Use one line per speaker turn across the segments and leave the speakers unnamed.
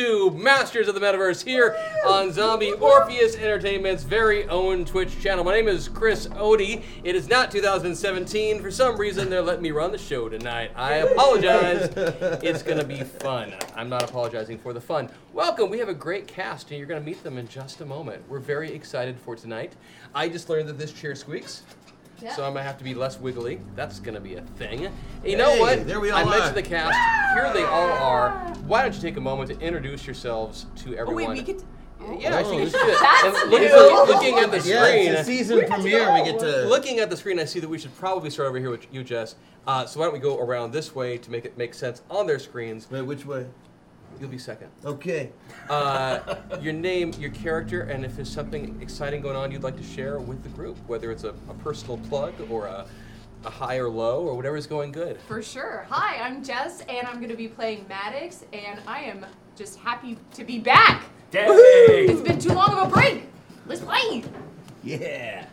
Masters of the Metaverse here on Zombie Orpheus Entertainment's very own Twitch channel. My name is Chris Odie. It is not 2017. For some reason, they're letting me run the show tonight. I apologize. it's going to be fun. I'm not apologizing for the fun. Welcome. We have a great cast, and you're going to meet them in just a moment. We're very excited for tonight. I just learned that this chair squeaks.
Yeah.
So I'm gonna have to be less wiggly. That's gonna be a thing. You know
Hey,
what?
there we all
I mentioned
are.
the cast. Here they all are. Why don't you take a moment to introduce yourselves to
Oh,
everyone?
wait, we could.
Yeah, I think
Oh,
you should. do
That's
that. And looking,
new.
looking at the
Yeah,
screen,
it's a season premiere. We get to.
looking at the screen, I see that we should probably start over here with you, Jess. Uh, so why don't we go around this way to make it make sense on their screens?
Wait, which way?
You'll be second.
Okay.
Uh, your name, your character, and if there's something exciting going on you'd like to share with the group, whether it's a, a personal plug or a, a high or low or whatever's going good.
For sure. Hi, I'm Jess, and I'm going to be playing Maddox, and I am just happy to be back. It's been too long of a break. Let's play.
Yeah.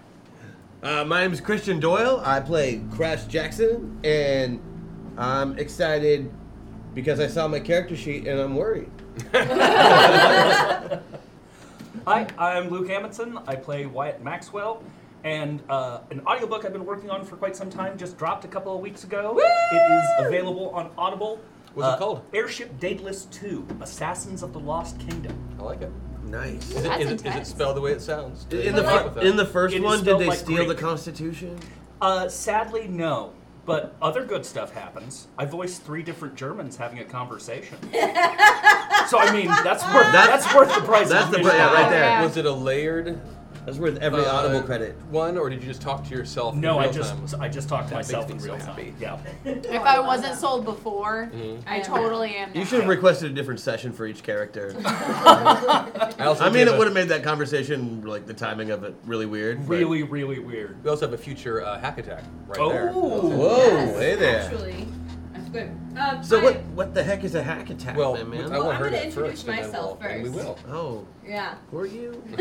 Uh, my name is Christian Doyle. I play Crash Jackson, and I'm excited because I saw my character sheet and I'm worried.
Hi, I'm Luke Amundsen. I play Wyatt Maxwell. And uh, an audiobook I've been working on for quite some time just dropped a couple of weeks ago. It is available on Audible. Uh,
What's it called?
Airship Daedalus 2 Assassins of the Lost Kingdom.
I like it.
Nice.
Is it,
That's
is it, is it
intense.
spelled the way it sounds? Do
In
they
the,
come up
fir-
with that?
in the first
It is
one, did
spelled
they
like
steal the
Greek.
Constitution?
Uh, sadly, no. But other good stuff happens. I voiced three different Germans having a conversation. so I mean, that's worth
That's-
that's, worth the price. of
That's the
admission.
yeah, right there.
Yeah.
was it a layered
That's worth every
uh,
audible credit.
one, or did you just talk to yourself? in
No, I
real
just
time?
I just talked to
makes
myself
me
in
so
real
happy.
time. Yeah.
If I wasn't sold before,
Mm-hmm.
I totally am.
You
now.
should have requested a different session for each character.
I, also
I mean,
gave
it
a-
would have made that conversation, like the timing of it, really weird. but-
Really, really weird.
We also have a future uh, hack attack right there.
Oh.
Whoa, hey there.
Actually, that's good. Um,
So
I-
what? What the heck is a hack attack,
Well,
then, man?
I
Well,
want
I'm
her
gonna
to
introduce
first, and then
myself
we'll- and we
first.
will.
oh,
Yeah.
who are you?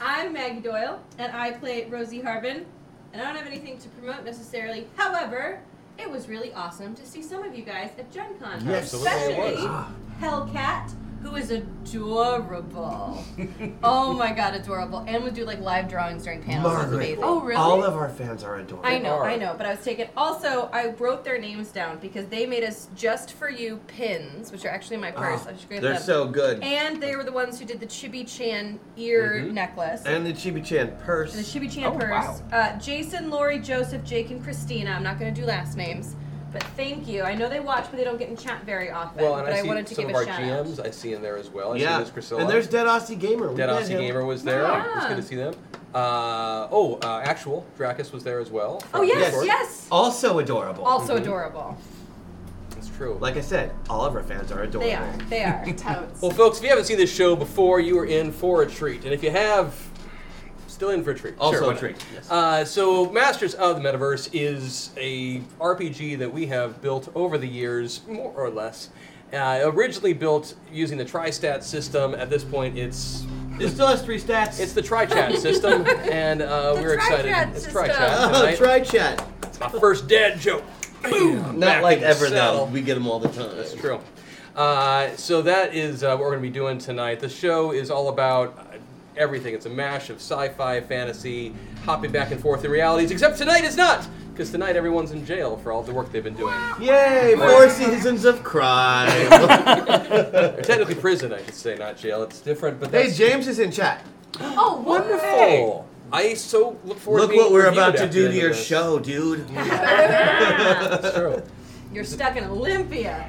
I'm Maggie Doyle, and I play Rosie Harbin. And I don't have anything to promote necessarily. However, it was really awesome to see some of you guys at Gen Con.
Yes.
Absolutely it was.
especially Hellcat, who is adorable. oh my god, adorable. And would do like live drawings during panels. It was
Margaret.
amazing.
Oh, really?
All of our fans are adorable.
I know,
are.
I know, but I was taken. Also, I wrote their names down because they made us just for you pins, which are actually in my purse.
Ah,
I just grabbed
They're
them.
so good.
and they were the ones who did the Chibi Chan ear
Mm-hmm.
necklace.
And the Chibi Chan purse.
the Chibi Chan
Oh,
purse.
wow.
Uh, Jason, Lori, Joseph, Jake, and Christina. I'm not going to do last names, but thank you. I know they watch, but they don't get in chat very often.
Well, and
but
I
I,
see
wanted to
some
give
of our
a shout
GMs
out.
I see in there as well. I see
yeah.
Miss Priscilla.
And there's Dead Aussie Gamer. We
Dead
met
Aussie
him.
Gamer was there. It's good to see them. Uh, oh, uh, actual Dracus was there as well.
Oh yes,
Yes.
yes.
Also adorable.
Also
Mm-hmm.
adorable.
it's true.
Like I said, all of our fans are adorable.
They are. They are.
Totes.
Well, folks, if you haven't seen this show before, you are in for a treat. And if you have, still in for a treat.
Also
Sure,
a
why not?
treat, yes.
Uh, so, Masters of the Metaverse is a RPG that we have built over the years, more or less. Uh, originally built using the Tristat system. At this point, it's
It still has three stats.
it's the Trichat system, and uh,
The
we're excited.
Trichat
It's
system.
Trichat.
oh,
tonight.
try chat.
It's my first dad joke. Boom! I'm back
Not like
in the
ever though.
saddle.
We get them all the time.
That's true. Uh, so that is uh, what we're going to be doing tonight. The show is all about uh, everything. It's a mash of sci-fi, fantasy, hopping back and forth in realities. Except tonight is not, because tonight everyone's in jail for all the work they've been doing.
Yay! Four seasons of crime.
Or technically prison, I should say, not jail. It's different, but
hey,
that's
James is in chat.
oh,
wonderful.
wonderful.
I so look forward. to
Look
being
what we're
reviewed
about to
after
do to
the end
your
of this.
show, dude.
That's true.
You're stuck in Olympia.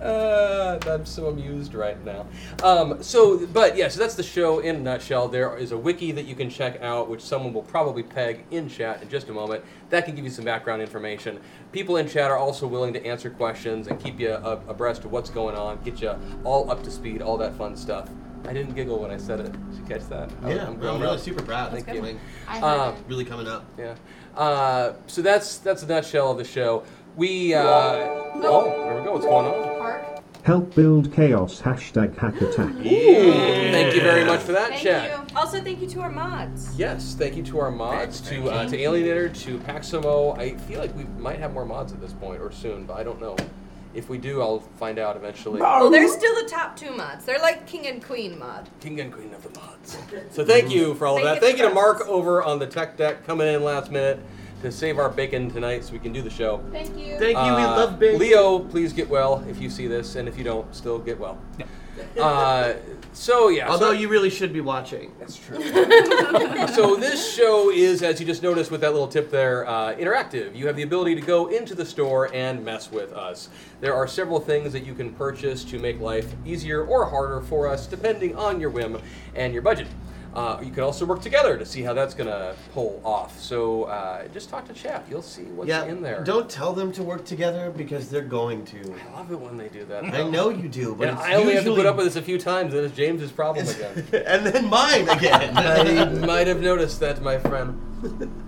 Uh, I'm so amused right now. Um, so, but yeah, so that's the show in a nutshell. There is a wiki that you can check out, which someone will probably peg in chat in just a moment. That can give you some background information. People in chat are also willing to answer questions and keep you a- abreast of what's going on, get you all up to speed, all that fun stuff. I didn't giggle when I said it. Did you catch that? I-
Yeah, I'm,
grown
really
up.
super proud.
That's
Thank
good.
you.
I heard
Um,
it.
Really coming up.
Yeah. Uh, so that's that's a nutshell of the show. We uh, oh, there we go. What's going on?
Park.
Help build chaos. Hashtag hack attack.
Thank you very much for that,
Thank
chat.
you. Also, thank you to our mods.
Yes, thank you to our mods, to uh, to Alienator, to Paximo. I feel like we might have more mods at this point or soon, but I don't know. If we do, I'll find out eventually.
Well, they're still the top two mods. They're like king and queen mod.
King and queen of the mods. So
Mm-hmm.
thank you for all of that. Thank you to Mark over on the tech deck coming in last minute to save our bacon tonight so we can do the show.
Thank you.
Thank you. we
Uh,
love bacon.
Leo, please get well if you see this, and if you don't, still get well. Uh, so yeah.
Although
so-
you really should be watching.
That's true. so this show is, as you just noticed with that little tip there, uh, interactive. You have the ability to go into the store and mess with us. There are several things that you can purchase to make life easier or harder for us, depending on your whim and your budget. Uh, you can also work together to see how that's going to pull off. So uh, just talk to chat. You'll see what's
yeah.
in there.
Don't tell them to work together because they're going to.
I love it when they do that.
I know you do, but
And
it's
I only have to
usually-
put up with this a few times, and it's James's problem again.
and then mine again.
I might have noticed that, my friend.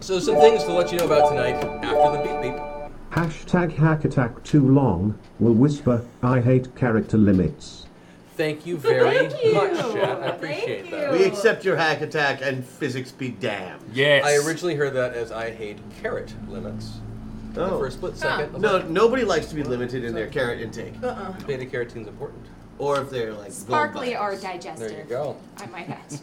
So, some things to let you know about tonight after the beep beep.
Hashtag hack attack too long will whisper, I hate character limits.
Thank you very
Thank you.
much, chat. I
Thank
appreciate that.
you.
we accept your hack attack and physics be damned.
Yes.
I originally heard that as I hate carrot limits. And For a split second,
Oh. No, nobody likes to be limited in their carrot intake,
Uh-uh.
no. beta carotene's important.
or if they're like
Sparkly
gold
or
bugs.
digestive.
There you go.
I might add.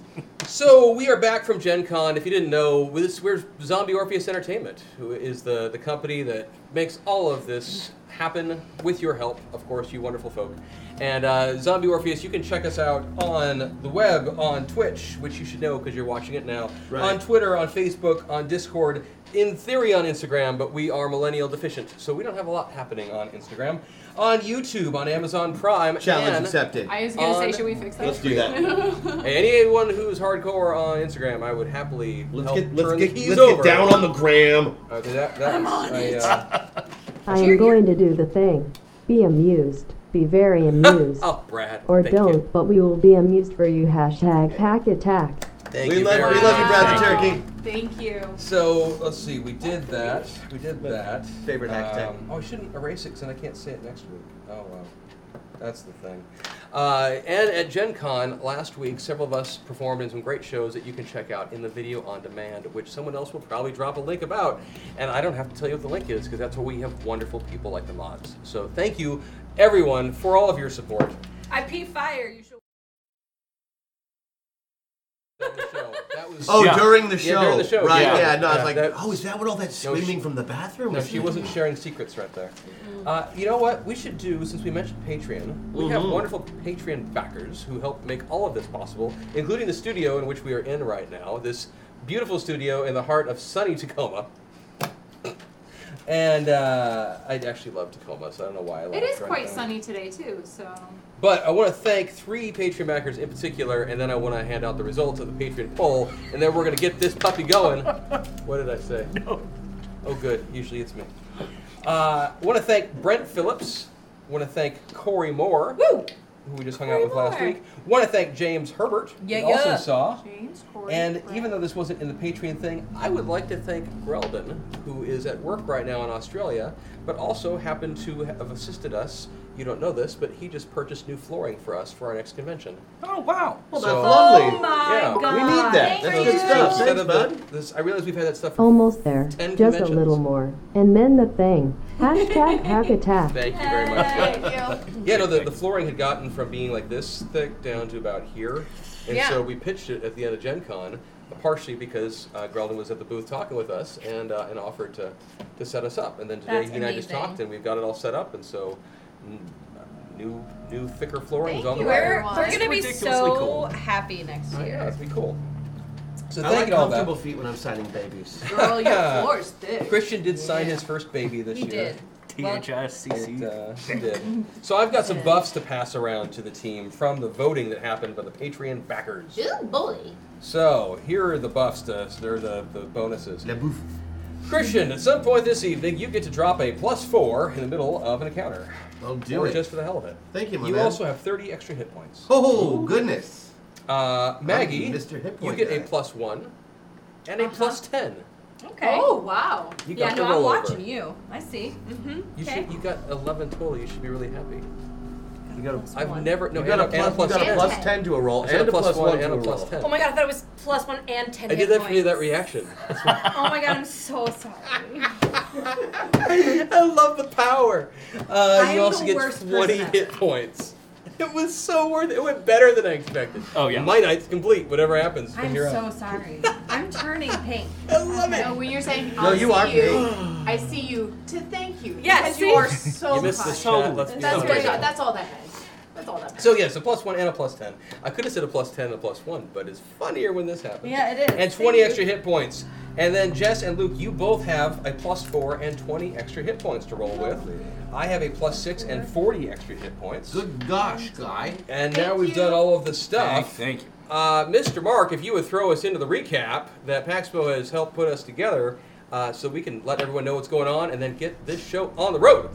So we are back from Gen Con. If you didn't know, we- this, we're Zombie Orpheus Entertainment, who is the, the company that makes all of this happen with your help, of course, you wonderful folk. And uh, Zombie Orpheus, you can check us out on the web, on Twitch, which you should know because you're watching it now,
Right.
on Twitter, on Facebook, on Discord, in theory on Instagram, but we are millennial deficient, so we don't have a lot happening on Instagram, on YouTube, on Amazon Prime,
Challenge
and
accepted.
I was gonna
On-
say, should we fix that?
Let's do that.
Hey, anyone who's hardcore on Instagram, I would happily
Let's
help
get
turn
let's
the
get,
keys
let's
over.
get down on the gram.
Okay, that, that I'm on I, Uh,
I am going to do the thing. Be amused. Be very amused.
oh, Brad.
or
thank you.
don't, but we will be amused for you. Hashtag hack attack.
Thank
We
you
love,
very
we love you,
much.
Brad the
Thank
Turkey.
Thank you.
So let's see. We did that. We did that.
Favorite hack tech.
Um, oh, I shouldn't erase it because I can't see it next week. Oh wow, that's the thing. Uh, and at Gen Con last week, several of us performed in some great shows that you can check out in the video on demand, which someone else will probably drop a link about. And I don't have to tell you what the link is because that's where we have wonderful people like the mods. So thank you, everyone, for all of your support.
I pee fire. You should.
That was the show. That was-
Oh,
Yeah.
during the show.
Yeah, during the show,
Right?
yeah.
Yeah. no, I was
Yeah,
like,
that-
oh, is that what all that
No, she-
screaming from the bathroom?
No,
was?
she wasn't sharing secrets right there. Uh, you know what? We should do, since we mentioned Patreon, we
Mm-hmm.
have wonderful Patreon backers who help make all of this possible, including the studio in which we are in right now, this beautiful studio in the heart of sunny Tacoma. And uh, I actually love Tacoma, so I don't know why I love
It
it.
is
right
quite
now.
sunny today too, so
But I want to thank three Patreon backers in particular, and then I want to hand out the results of the Patreon poll, and then we're going to get this puppy going. what did I say? No. Oh, good. Usually it's me. Uh, I want to thank Brent Phillips. I want to thank Corey Moore,
Woo!
who we just hung
Corey
out with last
Moore.
week. want to thank James Herbert, who
Yeah,
we also
yeah.
saw.
James, Corey,
And
Brett.
even though this wasn't in the Patreon thing, I would like to thank Greldon, who is at work right now in Australia, but also happened to have assisted us. You don't know this, but he just purchased new flooring for us for our next convention.
oh wow.
Well,
So-
that's lovely.
Oh my
Yeah.
god.
We need that.
Thank
That's
you.
good stuff.
Instead
Thanks,
of
bud.
the- this- I realize we've had that stuff for
Almost there.
Ten
Just a
dimensions.
little more. And then the thing. Hashtag hack attack.
Thank you very much.
Thank you.
Yeah, no, the, the flooring had gotten from being like this thick down to about here. And
Yeah.
so we pitched it at the end of Gen Con, partially because uh, Greldon was at the booth talking with us and uh, and offered to, to set us up. And then today
That's
he and I just
amazing.
talked and we've got it all set up. And so mm, new new thicker flooring's
Thank
on the
you,
way.
We're, we're gonna be
Ridiculously
so
cool.
happy next
Oh, Yeah,
year.
it's be cool. So
I
thank
like
you all that.
comfortable feet when I'm signing babies.
Girl, your floor's thick.
Christian did sign his first baby this
He
year.
did. Well,
It,
THICC.
uh, did. So I've got some buffs to pass around to the team from the voting that happened by the Patreon backers.
Ooh, bully.
So here are the buffs to they're the, the bonuses.
Le bouffe.
Christian, at some point this evening, you get to drop a plus four in the middle of an encounter.
I'll do
or
it.
just for the hell of it.
Thank you, my
You
man.
also have 30 extra hit points.
Oh goodness.
Uh, Maggie,
I'm Mr. Hit
you
Point
get a
guy.
plus one and a
Uh-huh.
plus ten.
Okay.
Oh wow.
You got
yeah,
the
no, I'm
rollover.
watching you. I see. Mm-hmm.
You
Okay.
should. You got eleven total. You should be really happy.
You got a,
I've never no
you got
and
a
a
plus,
plus
you got a
ten.
plus
ten.
ten to a roll,
I said
and a plus one, to
and
a
a
roll.
plus ten.
Oh my god, I thought it was plus one and ten.
I
hit
did that for you. That
points.
reaction.
Oh my god, I'm so sorry.
I love the power. Uh,
I
you
am
also
the
get
worst
20
person ever.
hit points. It was so worth it. It went better than I expected.
Oh, yeah.
My night's complete, whatever happens from
I'm
here
so
on.
sorry. I'm turning pink.
I love
No,
it.
when you're saying
No,
I'll
you
see
are
you,
big.
I see you to thank you. because
Yes,
you
see?
are so
You missed the
kind.
chat. Let's be
That's
honest.
great. That's all that meant. That's all that meant.
So yeah, so plus one and a plus ten. I could have said a plus ten and a plus one, but it's funnier when this happens.
Yeah, it is.
And twenty
Thank you.
extra hit points. And then Jess and Luke, you both have a plus four and twenty extra hit points to roll with. I have a plus six and forty extra hit points.
Good gosh, guy.
And
Thank
now we've
you.
done all of the stuff.
Thank you.
Uh, Mr. Mark, if you would throw us into the recap that Paxpo has helped put us together uh, so we can let everyone know what's going on and then get this show on the road.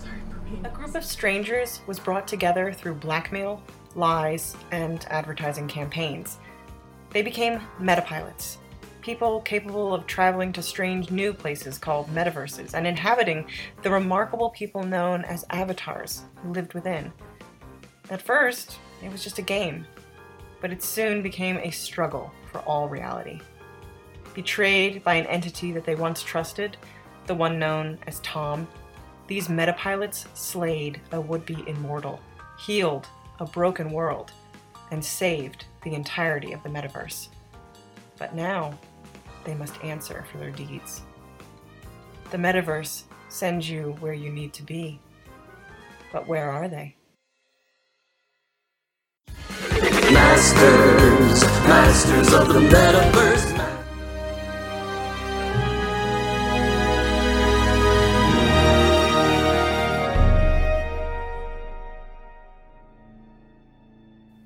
A group of strangers was brought together through blackmail, lies, and advertising campaigns. They became metapilots, people capable of traveling to strange new places called metaverses and inhabiting the remarkable people known as avatars who lived within. At first, it was just a game, but it soon became a struggle for all reality. Betrayed by an entity that they once trusted, the one known as Tom, these metapilots slayed a would be immortal, healed a broken world, and saved the entirety of the metaverse. But now, they must answer for their deeds. The metaverse sends you where you need to be. But where are they?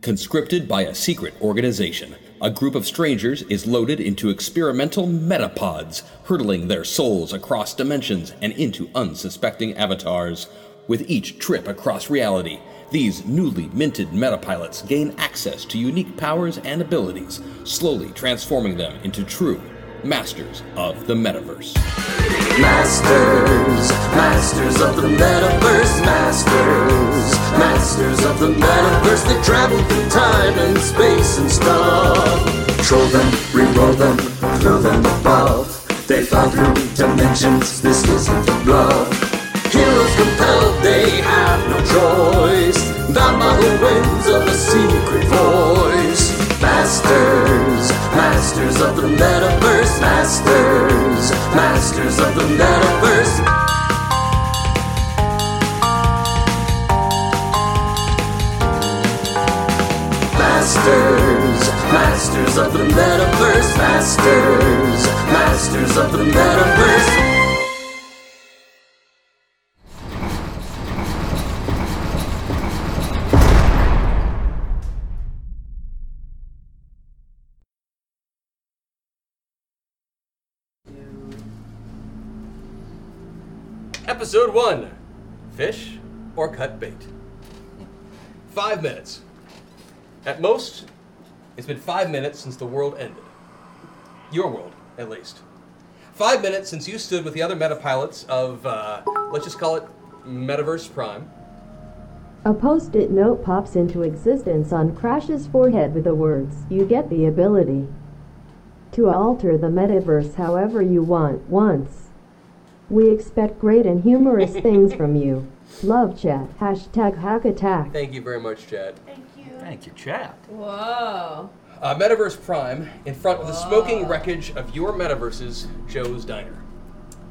Conscripted by a secret organization, a group of strangers is loaded into experimental metapods, hurtling their souls across dimensions and into unsuspecting avatars. With each trip across reality, these newly minted metapilots gain access to unique powers and abilities, slowly transforming them into true masters of the metaverse.
Masters, masters of the metaverse, masters, masters of the metaverse. They travel through time and space and stuff. Troll them, re-roll them, throw them above. They fly through dimensions, this isn't a bluff. Heroes compelled, they have no choice. The mother wins of a secret voice. Masters, masters of the metaverse, masters, masters of the metaverse. Masters, masters of the metaverse, masters, masters of the metaverse.
Episode 1 Fish or Cut Bait. Five minutes. At most, it's been five minutes since the world ended. Your world, at least. Five minutes since you stood with the other metapilots of, uh, let's just call it Metaverse Prime.
A post it note pops into existence on Crash's forehead with the words, You get the ability to alter the metaverse however you want once. We expect great and humorous things from you. Love chat, hashtag hack attack.
Thank you very much, Chad.
Thank you.
Thank you, chat.
Whoa.
Uh, Metaverse Prime, in front of the smoking wreckage of your metaverses, Joe's Diner.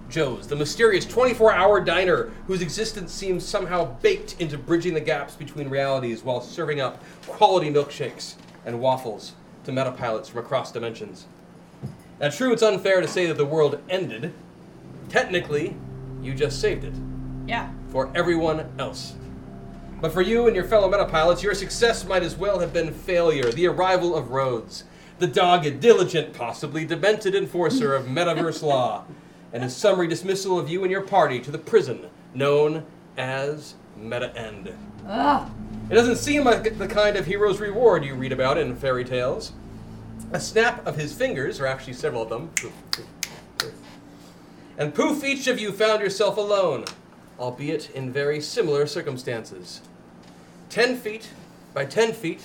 Joe's, the mysterious 24 hour diner whose existence seems somehow baked into bridging the gaps between realities while serving up quality milkshakes and waffles to metapilots from across dimensions. Now, true, it's unfair to say that the world ended. Technically, you just saved it
Yeah.
for everyone else. But for you and your fellow metapilots, your success might as well have been failure, the arrival of Rhodes, the dogged, diligent, possibly demented enforcer of metaverse law, and his summary dismissal of you and your party to the prison known as Meta End.
Ah,
It doesn't seem like the kind of hero's reward you read about in fairy tales. A snap of his fingers, or actually several of them, and poof, each of you found yourself alone, albeit in very similar circumstances. 10 feet by 10 feet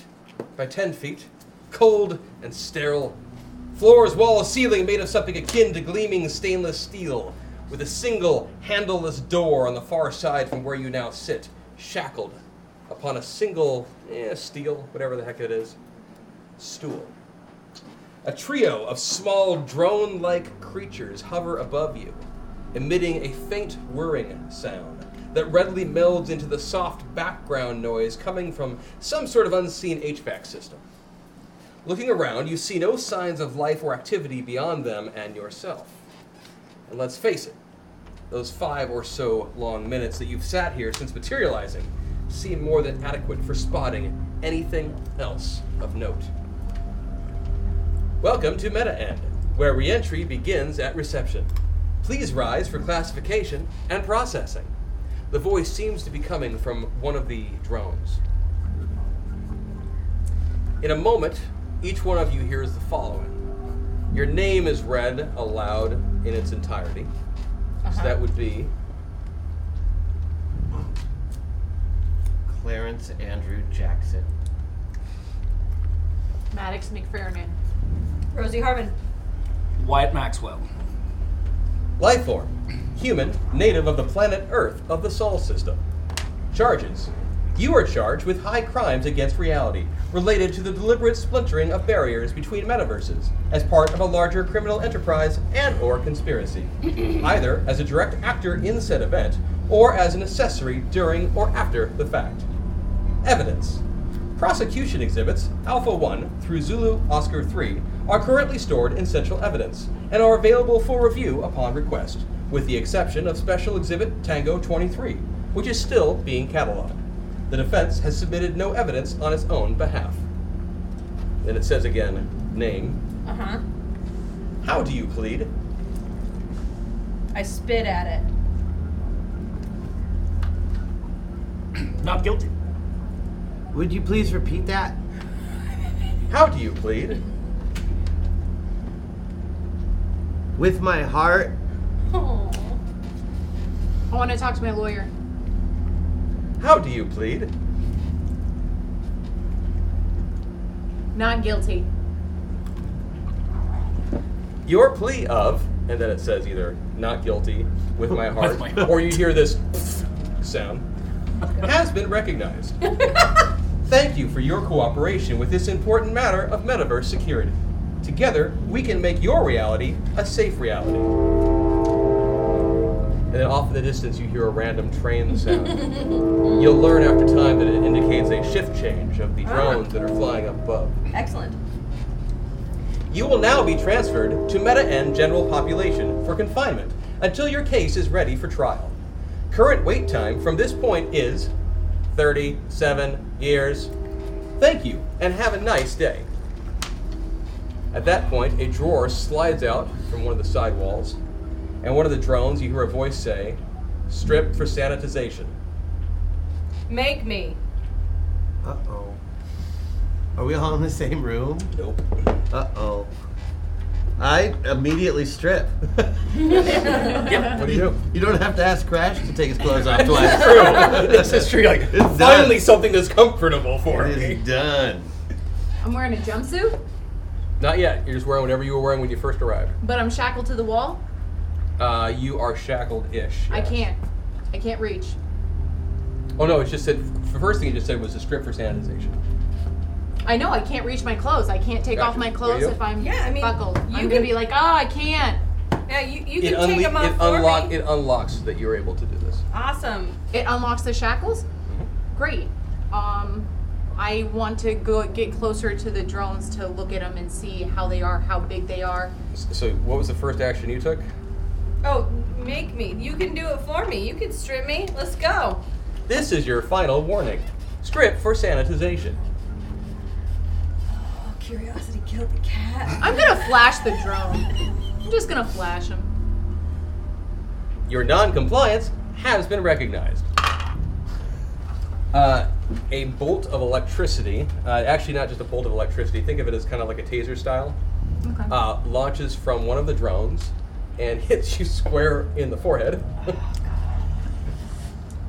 by 10 feet, cold and sterile. Floors, walls, ceiling made of something akin to gleaming stainless steel, with a single handleless door on the far side from where you now sit, shackled upon a single eh, steel, whatever the heck it is, stool. A trio of small drone like creatures hover above you, emitting a faint whirring sound that readily melds into the soft background noise coming from some sort of unseen HVAC system. Looking around, you see no signs of life or activity beyond them and yourself. And let's face it, those five or so long minutes that you've sat here since materializing seem more than adequate for spotting anything else of note. Welcome to Meta End, where reentry begins at reception. Please rise for classification and processing. The voice seems to be coming from one of the drones. In a moment, each one of you hears the following. Your name is read aloud in its entirety.
Uh-huh.
So that would be
Clarence Andrew Jackson.
Maddox McFerrin.
Rosie Harmon.
Wyatt Maxwell.
Life form, human, native of the planet Earth of the Sol system. Charges. You are charged with high crimes against reality, related to the deliberate splintering of barriers between metaverses as part of a larger criminal enterprise and or conspiracy, either as a direct actor in said event or as an accessory during or after the fact. Evidence. Prosecution exhibits Alpha 1 through Zulu Oscar 3 are currently stored in Central Evidence and are available for review upon request, with the exception of Special Exhibit Tango 23, which is still being cataloged. The defense has submitted no evidence on its own behalf. Then it says again, name.
Uh huh.
How do you plead?
I spit at it.
Not guilty.
Would you please repeat that?
How do you plead?
With my heart.
Oh. I want to talk to my lawyer.
How do you plead?
Not guilty.
Your plea of, and then it says either not guilty, with my heart, or you hear this sound, has been recognized. Thank you for your cooperation with this important matter of metaverse security. Together, we can make your reality a safe reality. And then off in the distance, you hear a random train sound. You'll learn after time that it indicates a shift change of the drones that are flying up above.
Excellent.
You will now be transferred to Meta N General Population for confinement until your case is ready for trial. Current wait time from this point is 37 years. Thank you and have a nice day. At that point, a drawer slides out from one of the side walls, and one of the drones you hear a voice say, Strip for sanitization.
Make me.
Uh oh. Are we all in the same room?
Nope.
Uh oh. I immediately strip.
Yeah, what do you do?
You don't have to ask Crash to take his clothes off twice.
True. This is true. Like,
It's
finally
done.
something that's comfortable for
It
me.
is done.
I'm wearing a jumpsuit,
Not yet. You're just wearing whatever you were wearing when you first arrived.
but I'm shackled to the wall.
Uh, you are shackled-ish.
I
yes.
can't. I can't reach.
Oh no! It just said. The first thing it just said was a strip for sanitization.
I know I can't reach my clothes. I can't take
Gotcha.
off my
There
clothes
you go.
if I'm
Yeah, I mean,
buckled.
you
I'm gonna
can-
be like, oh, I can't.
Yeah, you, you
it
can take
unle-
them off
it
for
unlock-
me.
It unlocks that you're able to do this.
Awesome.
It unlocks the shackles.
Mm-hmm.
Great. Um, I want to go get closer to the drones to look at them and see how they are, how big they are.
S- So what was the first action you took?
Oh, make me. You can do it for me. You can strip me. Let's go.
This is your final warning. Strip for sanitization.
Oh, curiosity killed the cat.
I'm gonna flash the drone. I'm just gonna flash him.
Your non-compliance has been recognized. Uh, a bolt of electricity, uh, actually not just a bolt of electricity, think of it as kind of like a taser style,
Okay.
uh, launches from one of the drones and hits you square in the forehead.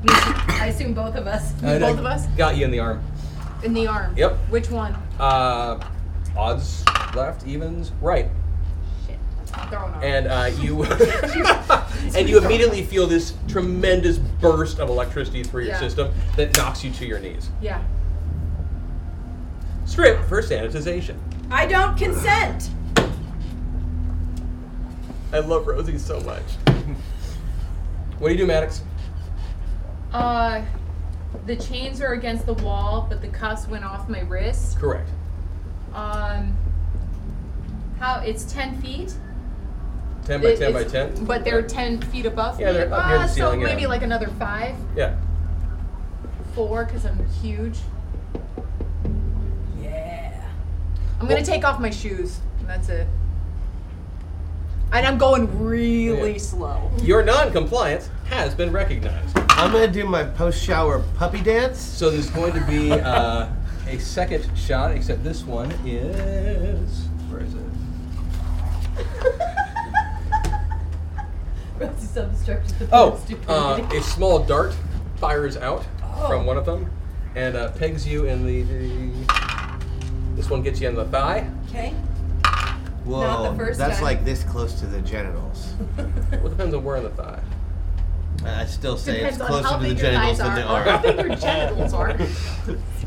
I
I assume both of us.
I- I
Both of us?
Got you in the arm.
In the arm.
Yep.
Which one?
Uh, odds left, evens right,
Throwing arm.
and uh, you and you immediately feel this tremendous burst of electricity through your
Yeah.
system that knocks you to your knees.
Yeah.
Strip for sanitization.
I don't consent.
I love Rosie so much. what do you do, Maddox?
Uh, the chains are against the wall, but the cuffs went off my wrist.
Correct.
Um, how it's ten feet.
Ten by
It-
ten by
it's-
ten.
But they're ten feet above
Yeah,
me.
they're up near the
Uh,
ceiling,
So
yeah.
maybe like another five,
Yeah.
four, because I'm huge. Yeah. I'm gonna take off my shoes. And that's it. And I'm going really
Yeah.
slow.
Your non-compliance has been recognized.
I'm gonna do my post-shower puppy dance.
So there's going to be uh, a second shot, except this one is. Where is it?
Rosie self-destructed the
Oh,
stupid.
uh, a small dart fires out
Oh.
from one of them and uh, pegs you in the, the- This one gets you in the thigh.
okay.
Whoa,
Not the first
that's
time.
like this close to the genitals.
Well, depends on where in the thigh.
I I still say
Depends
it's
on
closer
how
to the
big your
genitals
thighs
than
are,
the
or how
arm.
big your genitals are.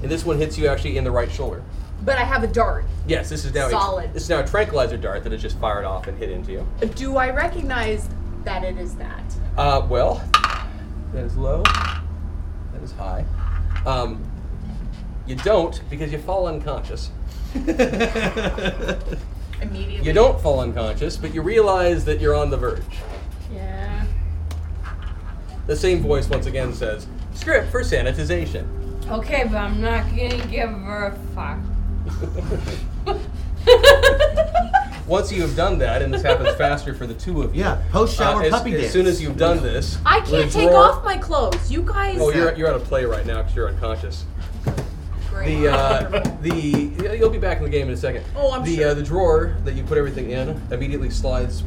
And this one hits you actually in the right shoulder.
But I have a dart.
Yes, this is now A,
Solid.
this is now a tranquilizer dart that is just fired off and hit into you.
Do I recognize that it is that?
Uh, well, that is low. That is high. Um, you don't because you fall unconscious.
Immediately.
You don't fall unconscious, but you realize that you're on the verge.
Yeah.
The same voice once again says, "Strip for sanitization."
Okay, but I'm not gonna give her a fuck.
Once you have done that, and this happens faster for the two of you.
yeah,
uh,
post-shower
as,
puppy
as
dance.
soon as you've done this,
I can't take
withdraw-
off my clothes. You guys.
Oh, you're you're out of play right now because you're unconscious.
Great.
The uh, the you'll be back in the game in a second.
Oh, I'm
the,
sure.
uh, the drawer that you put everything in immediately slides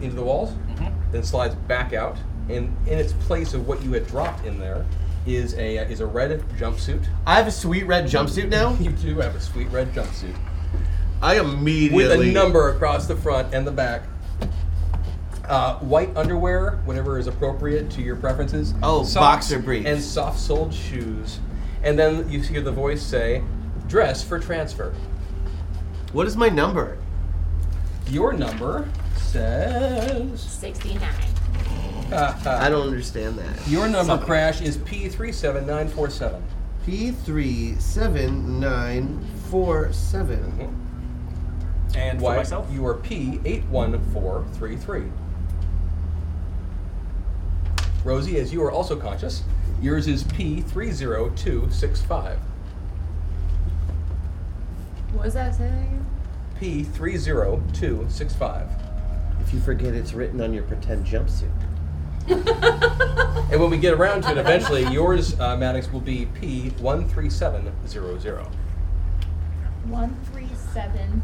into the walls,
Mm-hmm.
then slides back out, and in its place of what you had dropped in there is a is a red jumpsuit.
I have a sweet red jumpsuit now.
You do have a sweet red jumpsuit
I immediately
with a number across the front and the back. Uh, white underwear, whatever is appropriate to your preferences.
Oh,
Socks
boxer briefs.
and soft-soled shoes, and then you hear the voice say, "Dress for transfer."
What is my number?
Your number says.
69.
I don't understand that.
Uh-huh. Your number crash is P37947.
P three seven nine four seven.
And for
Mm-hmm. Why,
myself,
You are P81433. Rosie, as you are also conscious, yours is P30265.
What was that saying?
P30265.
If you forget, it's written on your pretend jumpsuit.
And when we get around to it eventually, yours, uh, Maddox, will be P13700.
137.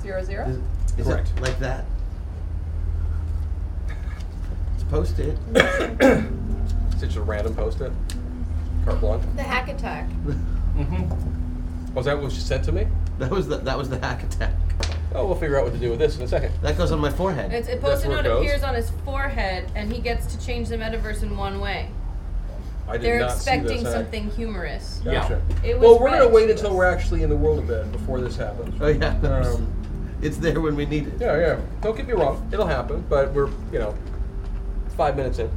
Zero
Is,
zero.
is
Correct.
it like that? It's posted.
It's just a random post it. Carte blanche.
The hack attack.
Was that what she sent to me?
Mm-hmm. That was the that was the hack attack.
Oh, we'll figure out what to do with this in a second.
That goes on my forehead.
It's, a
That's
post-it
where it
note
goes.
appears on his forehead, and he gets to change the metaverse in one way.
I did
They're
not see
expecting
this, huh?
something humorous.
Yeah.
Gotcha.
It
Well,
was
we're gonna
red.
wait until we're actually in the world a bit before this happens.
oh yeah,
Um,
it's there when we need it.
yeah, yeah. Don't get me wrong; it'll happen, but we're you know five minutes in.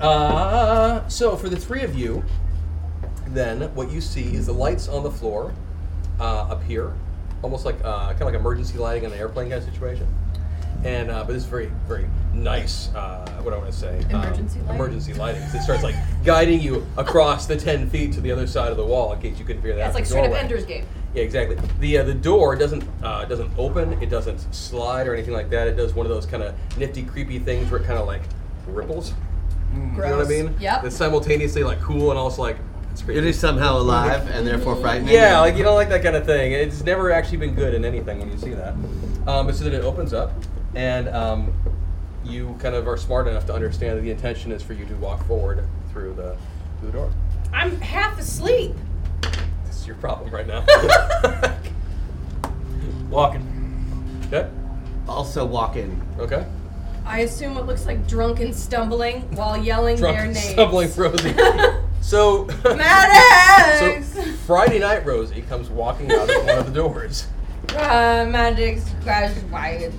Uh, so for the three of you, then what you see is the lights on the floor uh, up here, almost like uh, kind of like emergency lighting on an airplane kind of situation. And uh, but this is very very nice. Uh, what do I want to say Um,
Emergency lighting?
Emergency lighting. 'cause It starts like guiding you across the ten feet to the other side of the wall in case you couldn't figure that
That's
out.
like
the
straight up
doorway.
Ender's Game.
Yeah, exactly. the uh, The door doesn't uh, doesn't open. It doesn't slide or anything like that. It does one of those kind of nifty, creepy things where it kind of like ripples.
Mm.
You know what I mean?
Yep.
It's simultaneously like cool and also like it's
It
creepy.
is somehow alive and therefore frightening.
Yeah, like you don't like that kind of thing. It's never actually been good in anything when you see that. Um, but so then it opens up, and um, you kind of are smart enough to understand that the intention is for you to walk forward through the through the door.
I'm half asleep.
This is your problem right now.
Walking.
Okay.
Also walking.
Okay.
I assume what looks like drunken stumbling while yelling
Drunk
their
and
names.
stumbling Rosie. so
Maddox!
So Friday night Rosie comes walking out of one of the doors.
Uh, Maddox grabs white.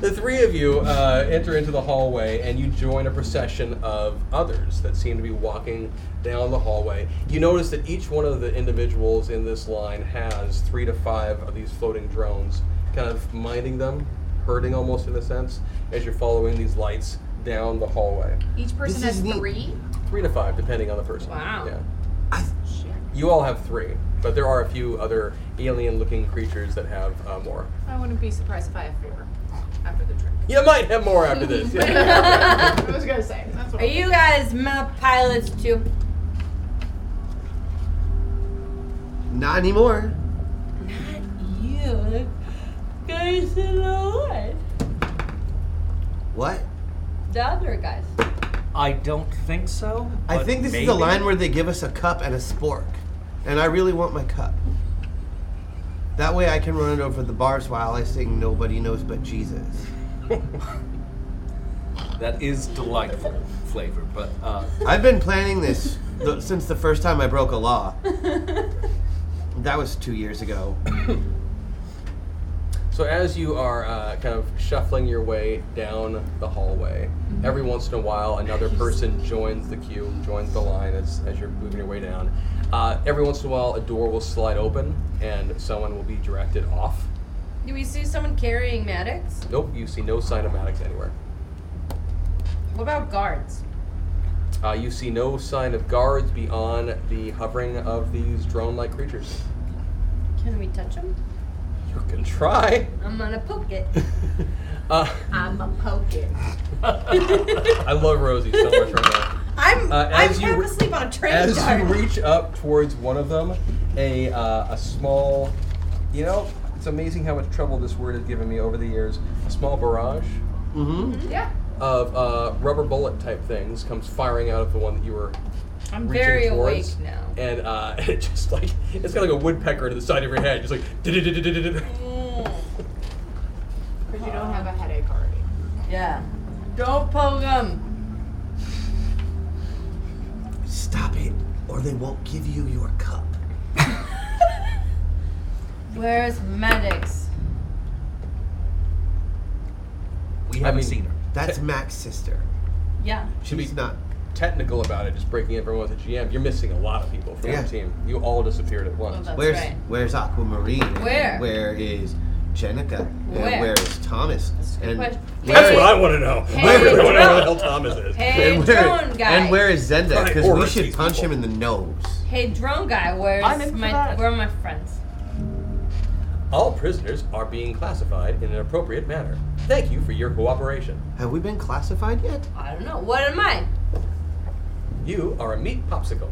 The three of you uh, enter into the hallway and you join a procession of others that seem to be walking down the hallway. You notice that each one of the individuals in this line has three to five of these floating drones, kind of minding them, herding almost in a sense, as you're following these lights down the hallway.
Each person
This
has
is neat.
three.
Three to five, depending on the person.
Wow.
Yeah. You all have three, but there are a few other alien looking creatures that have uh, more.
I wouldn't be surprised if I have four after the trip.
You might have more after this.
I was gonna say. That's what
Are you guys map pilots too?
Not anymore.
You guys in the Lord.
What?
The other guys.
I don't think so.
I
but
think this is
maybe.
the line where they give us a cup and a spork, and I really want my cup. That way I can run it over the bars while I sing "Nobody Knows But Jesus."
That is delightful flavor, but uh,
I've been planning this th- since the first time I broke a law. That was two years ago.
So as you are uh, kind of shuffling your way down the hallway, every once in a while another person joins the queue, joins the line as, as you're moving your way down. Uh, every once in a while, a door will slide open and someone will be directed off.
Do we see someone carrying Maddox?
Nope, you see no sign of Maddox anywhere.
What about guards?
Uh, you see no sign of guards beyond the hovering of these drone-like creatures.
Can we touch them?
You can try.
I'm gonna poke it.
Uh,
I'm a poke it.
I love Rosie so much right now.
I'm
Uh,
I'm
as you
half
re-
asleep on a train
As
dart.
you reach up towards one of them, a uh, a small, you know, it's amazing how much trouble this word has given me over the years. A small barrage
Mm-hmm.
Yeah.
of uh, rubber bullet type things comes firing out of the one that you were.
I'm
reaching
very
towards,
awake now.
And uh, it just like it's got like a woodpecker to the side of your head, just like.
Mm. Because you don't have a headache already.
Yeah. Don't poke them.
Stop it, or they won't give you your cup.
Where's Maddox?
we
I
haven't
mean-
seen her.
That's Mac's sister.
Yeah.
Should
She's
be-
not.
Technical about it, just breaking everyone with a GM. You're missing a lot of people from
Yeah.
your team. You all disappeared at once.
that's
where's
right.
Where's Aquamarine? And
Where?
Where is Jenica? And
Where?
where is Thomas? And
question.
That's
Hey.
what I want to know.
Hey,
I want to know where the
Joe.
hell Thomas is.
Hey,
and where,
drone guy.
and where is Zenda?
Trying to
Because we
order
should
these
punch
people.
him in the nose.
Hey, drone guy. Where's
I'm in for
my?
that.
Where are my friends?
All prisoners are being classified in an appropriate manner. Thank you for your cooperation.
Have we been classified yet?
I don't know. What am I?
You are a meat popsicle.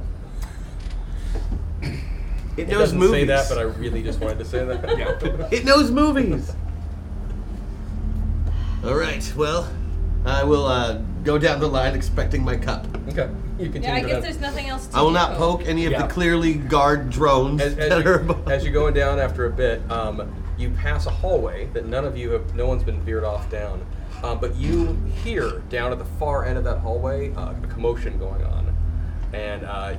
It
It
knows
doesn't
movies.
say that, but I really just wanted to say that.
Yeah.
It knows movies. All right. Well, I will uh, go down the line expecting my cup.
Okay. You continue.
Yeah, I
to
guess
them.
there's nothing else to
I will
do.
not poke any of
Yeah.
the clearly guard drones
as, as,
that are
you,
above.
as you're going down after a bit, um, you pass a hallway that none of you have, no one's been veered off down. Um, but you hear down at the far end of that hallway uh, a commotion going on. And uh,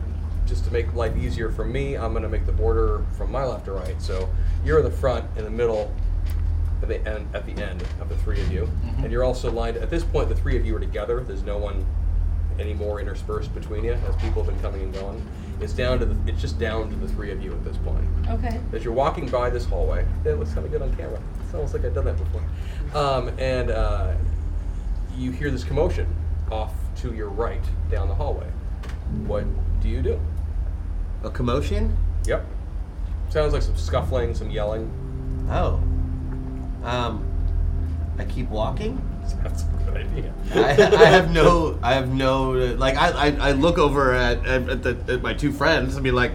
just to make life easier for me, I'm going to make the border from my left to right. So you're in the front, in the middle, at the end, at the end of the three of you. And you're also lined, at this point, the three of you are together. There's no one any more interspersed between you as people have been coming and going. It's down to the, it's just down to the three of you at this point.
Okay.
As you're walking by this hallway, it looks kind of good on camera. It's almost like I've done that before. Um, and uh, you hear this commotion off to your right down the hallway. What do you do?
a commotion?
Yep. Sounds like some scuffling, some yelling.
Oh. Um. I keep walking.
That's a good idea.
I, I have no. I have no. Like I. I, I look over at at, at, the, at my two friends and be like,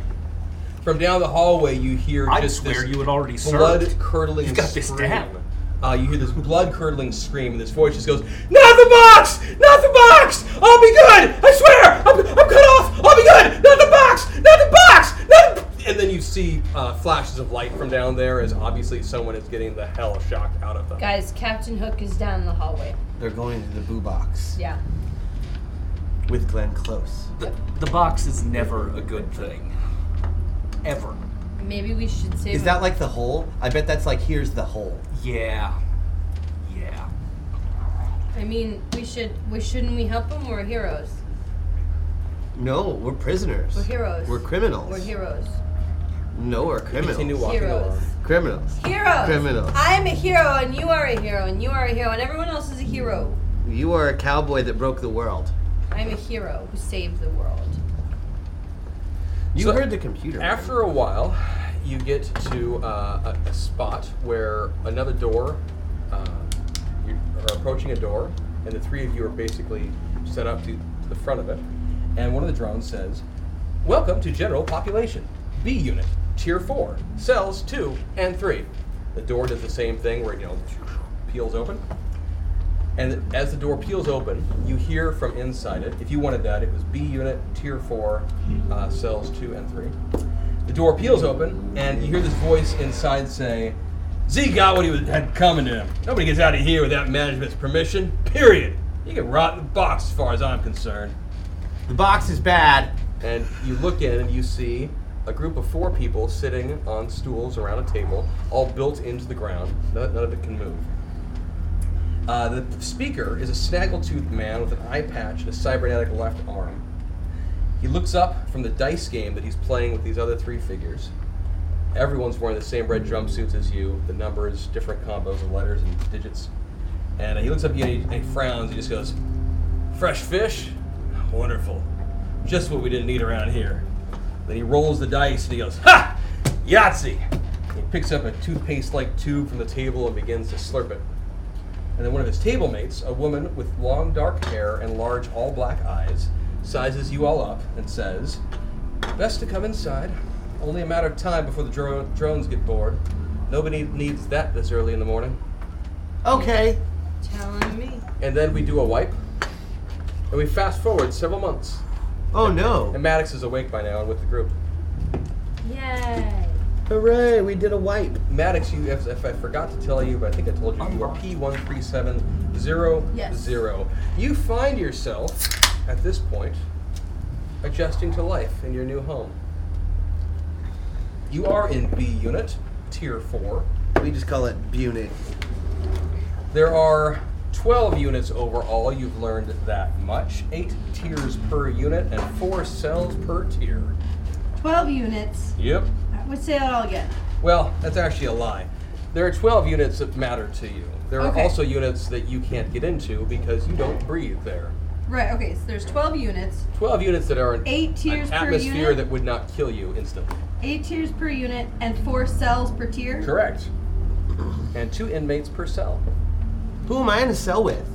From down the hallway, you hear
I
just
swear
this
you had already served.
blood curdling
You've got this
scream
down.
uh, you hear this blood curdling scream, and this voice just goes, Not the box! Not the box! I'll be good! I swear! I'm, I'm cut off! I'll be good! Not the box! Not the box! Not the... And then you see uh, flashes of light from down there as obviously someone is getting the hell shocked out of them.
Guys, Captain Hook is down the hallway.
They're going to the boo box
Yeah.
with Glenn Close.
The, the box is never a good thing. Ever.
Maybe we should save.
Is that like the hole? I bet that's like here's the hole.
Yeah. Yeah.
I mean, we should. We shouldn't we help them? We're heroes.
No, we're prisoners.
We're heroes.
We're criminals.
We're heroes.
No, we're criminals.
continue
walking Heroes. along.
Criminals.
Heroes.
Criminals.
I am a hero, and you are a hero, and you are a hero, and everyone else is a hero.
You are a cowboy that broke the world.
I'm a hero who saved the world.
You heard the computer.
After a while, you get to uh, a, a spot where another door, uh, you are approaching a door, and the three of you are basically set up to, to the front of it. And one of the drones says, Welcome to General Population, B Unit, Tier 4, Cells 2 and 3. The door does the same thing where, you know, peels open. And as the door peels open, you hear from inside it. If you wanted that, it was B unit, tier four, uh, cells two and three. The door peels open, and you hear this voice inside say, "Z got what he was, had coming to him. Nobody gets out of here without management's permission. Period. You can rot in the box, as far as I'm concerned."
The box is bad.
And you look in, and you see a group of four people sitting on stools around a table, all built into the ground. None, none of it can move. Uh, the speaker is a snaggle-toothed man with an eye patch and a cybernetic left arm. He looks up from the dice game that he's playing with these other three figures. Everyone's wearing the same red jumpsuits as you, the numbers, different combos of letters and digits. And uh, he looks up at you and he, and he frowns. He just goes, Fresh fish? Wonderful. Just what we didn't need around here. Then he rolls the dice and he goes, Ha! Yahtzee! He picks up a toothpaste like tube from the table and begins to slurp it. And then one of his table mates, a woman with long dark hair and large all black eyes, sizes you all up and says, Best to come inside. Only a matter of time before the dro- drones get bored. Nobody needs that this early in the morning.
Okay.
Telling me.
And then we do a wipe. And we fast forward several months.
Oh no.
And Maddox is awake by now and with the group.
Yay.
Hooray, we did a wipe.
Maddox, you if, if I forgot to tell you, but I think I told you, you are P one three seven zero zero. You find yourself at this point adjusting to life in your new home. You are in B unit, tier four.
We just call it Bunit.
There are twelve units overall. You've learned that much. Eight tiers per unit and four cells per tier.
Twelve units.
Yep.
Let's say that all again.
Well, that's actually a lie. There are 12 units that matter to you. There are
Okay.
also units that you can't get into because you don't breathe there.
Right. Okay. So there's twelve units.
12 units that are an,
Eight
an
tiers per
atmosphere
unit?
that would not kill you instantly.
Eight tiers per unit and four cells per tier.
Correct. And two inmates per cell.
Who am I in a cell with?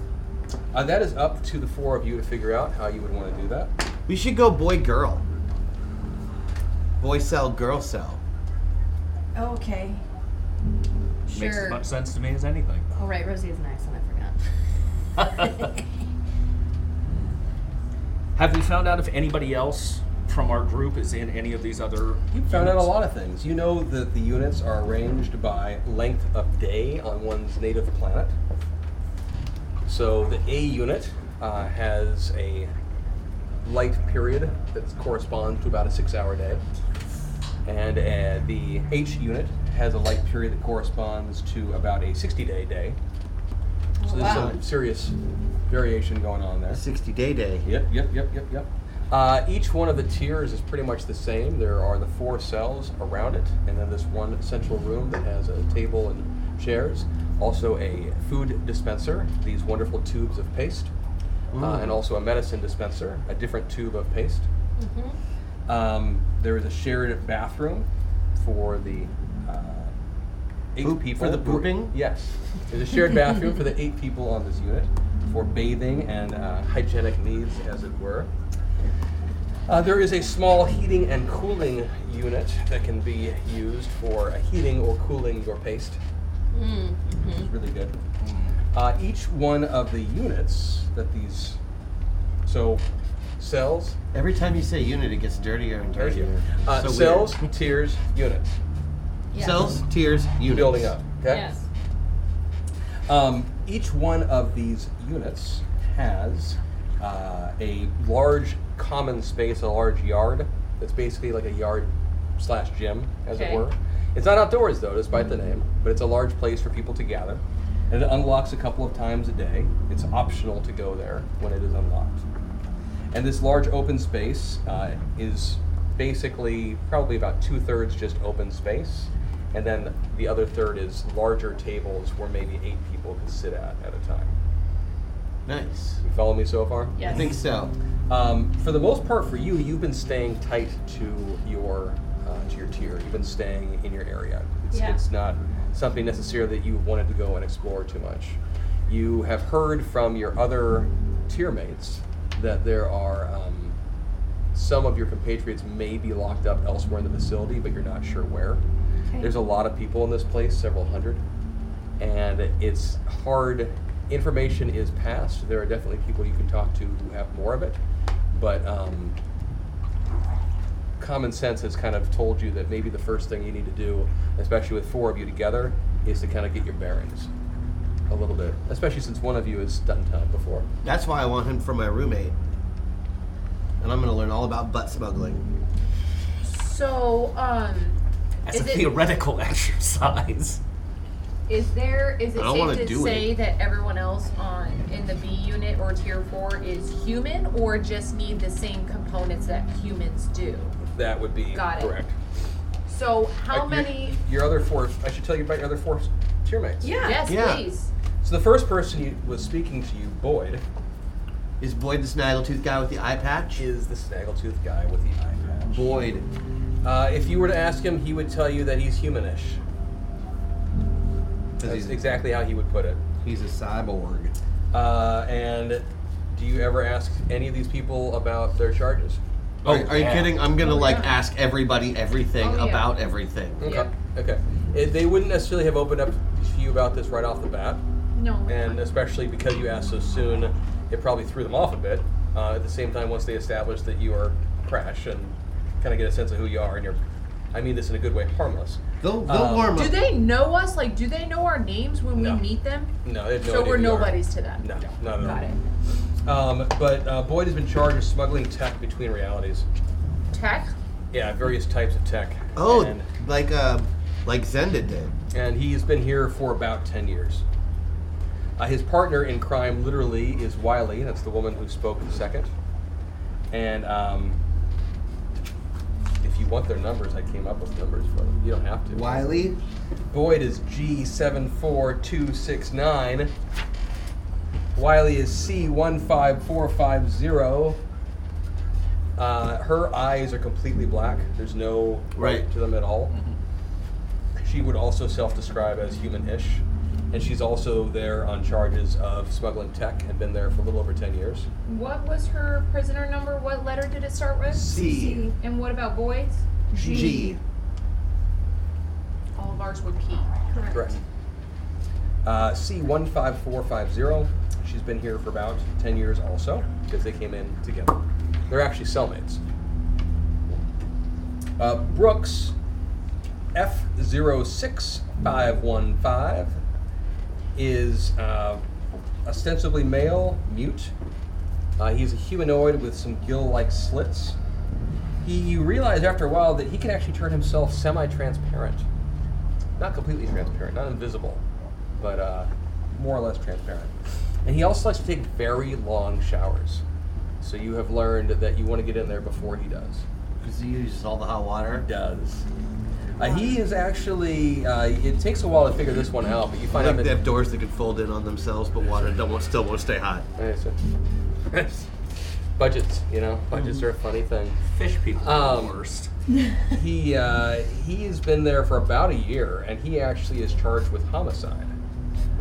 Uh, that is up to the four of you to figure out how you would want to do that.
We should go boy girl. Boy cell, girl cell.
Okay.
Makes
Sure.
as much sense to me as anything.
All Oh, right. Rosie has an accent. I forgot.
Have we found out if anybody else from our group is in any of these other?
You found out a lot of things. You know that the units are arranged by length of day on one's native planet. So the A unit uh, has a light period that corresponds to about a six hour day. And uh, the H unit has a light period that corresponds to about a 60 day day. So
Oh,
there's
wow.
some serious variation going on there.
A 60 day day.
Yep, yep, yep, yep, yep. Uh, each one of the tiers is pretty much the same. There are the four cells around it, and then this one central room that has a table and chairs. Also, a food dispenser, these wonderful tubes of paste, uh,
Mm.
and also a medicine dispenser, a different tube of paste.
Mhm.
Um, there is a shared bathroom for the uh, eight
Poop-
people
for the
who-
pooping?
yes, there's a shared bathroom for the eight people on this unit for bathing and uh, hygienic needs, as it were. Uh, there is a small heating and cooling unit that can be used for uh, heating or cooling your paste.
Mm.
It's really good. Uh, each one of the units that these so cells.
Every time you say unit, it gets dirtier and dirtier.
Uh,
So
cells, tiers, units.
Yes. Cells,
tiers,
units.
Building up. Okay.
Yes.
Um, each one of these units has uh, a large common space, a large yard that's basically like a yard slash gym, as
Okay.
it were. It's not outdoors though, despite the name, but it's a large place for people to gather. And it unlocks a couple of times a day. It's optional to go there when it is unlocked. And this large open space uh, is basically probably about two thirds just open space. And then the other third is larger tables where maybe eight people can sit at at a time. Nice. You follow me so far?
Yes. I think so.
Um, for the most part, for you, you've been staying tight to your uh, to your tier. You've been staying in your area. It's,
Yeah.
it's not something necessarily that you wanted to go and explore too much. You have heard from your other tier mates that there are um, some of your compatriots may be locked up elsewhere in the facility, but you're not sure where.
Okay.
There's a lot of people in this place, several hundred, and it's hard. Information is passed. There are definitely people you can talk to who have more of it, but um, common sense has kind of told you that maybe the first thing you need to do, especially with four of you together, is to kind of get your bearings a little bit, especially since one of you has done time before.
That's why I want him for my roommate. And I'm going to learn all about butt smuggling.
So, um,
As
is
a
it,
theoretical exercise.
is there is it
I don't wanna
safe to
do
say that everyone else on in the B unit or tier four is human or just need the same components that humans do?
That would be
Got it.
correct.
So
Uh,
how
your-
many?
Your, other four. I should tell you about your other four tier mates.
Yes, please.
So the first person you, was speaking to you, Boyd.
Is Boyd the snaggletooth guy with the eye patch?
Is the snaggletooth guy with the eye patch. Boyd. Uh, if you were to ask him, he would tell you that he's humanish. That's exactly how he would put it. He's a cyborg. Uh, and do you ever ask any of these people about their charges?
are,
Oh,
are you kidding? I'm going to like ask everybody everything
Oh, yeah.
about everything.
Okay. Okay. It, they wouldn't necessarily have opened up to you about this right off the bat.
No.
And especially because you asked so soon, it probably threw them off a bit. Uh, at the same time, once they established that you are Crash and kind of get a sense of who you are, and you're, I mean this in a good way, harmless. Um,
They'll,
they'll warm
Do they know us? Like, do they know our names when we meet them?
No, they have no
so
idea
we're
who you are.
nobodies to them.
No, not at all.
Got it.
Um, but uh, Boyd has been charged with smuggling tech between realities.
Tech.
Yeah, various types of tech.
Oh,
like uh, like Zenda did. And he's been here for about ten years. Uh, his partner in crime, literally, is Wiley. That's the woman who spoke second. And um, if you want their numbers, I came up with numbers for them. You don't have to.
Wiley?
Boyd is G seven four two six nine. Wiley is C one five four five zero. Uh, her eyes are completely black. There's no
Right.
right to them at all. She would also self-describe as human-ish, and she's also there on charges of smuggling tech and been there for a little over ten years.
What was her prisoner number? What letter did it start with?
C. C.
And what about boys? All of ours were P. Correct.
Correct. Uh, C one five four five zero. She's been here for about ten years, also, because they came in together. They're actually cellmates. Uh, Brooks F zero six five one five is uh, ostensibly male, mute. Uh, he's a humanoid with some gill-like slits. He, you realize after a while that he can actually turn himself semi-transparent not completely transparent, not invisible, but uh, more or less transparent. And he also likes to take very long showers. So you have learned that you want to get in there before he does. Because he uses all the hot water? does. Uh, he is actually, uh, it takes a while to figure this one out, but you find
like
out
they
that.
have doors that can fold in on themselves, but water don't want, still won't stay hot.
Yeah, so- budgets, you know, budgets are a funny thing.
Fish people
are the worst. he uh, he has been there for about a year, and he actually is charged with homicide.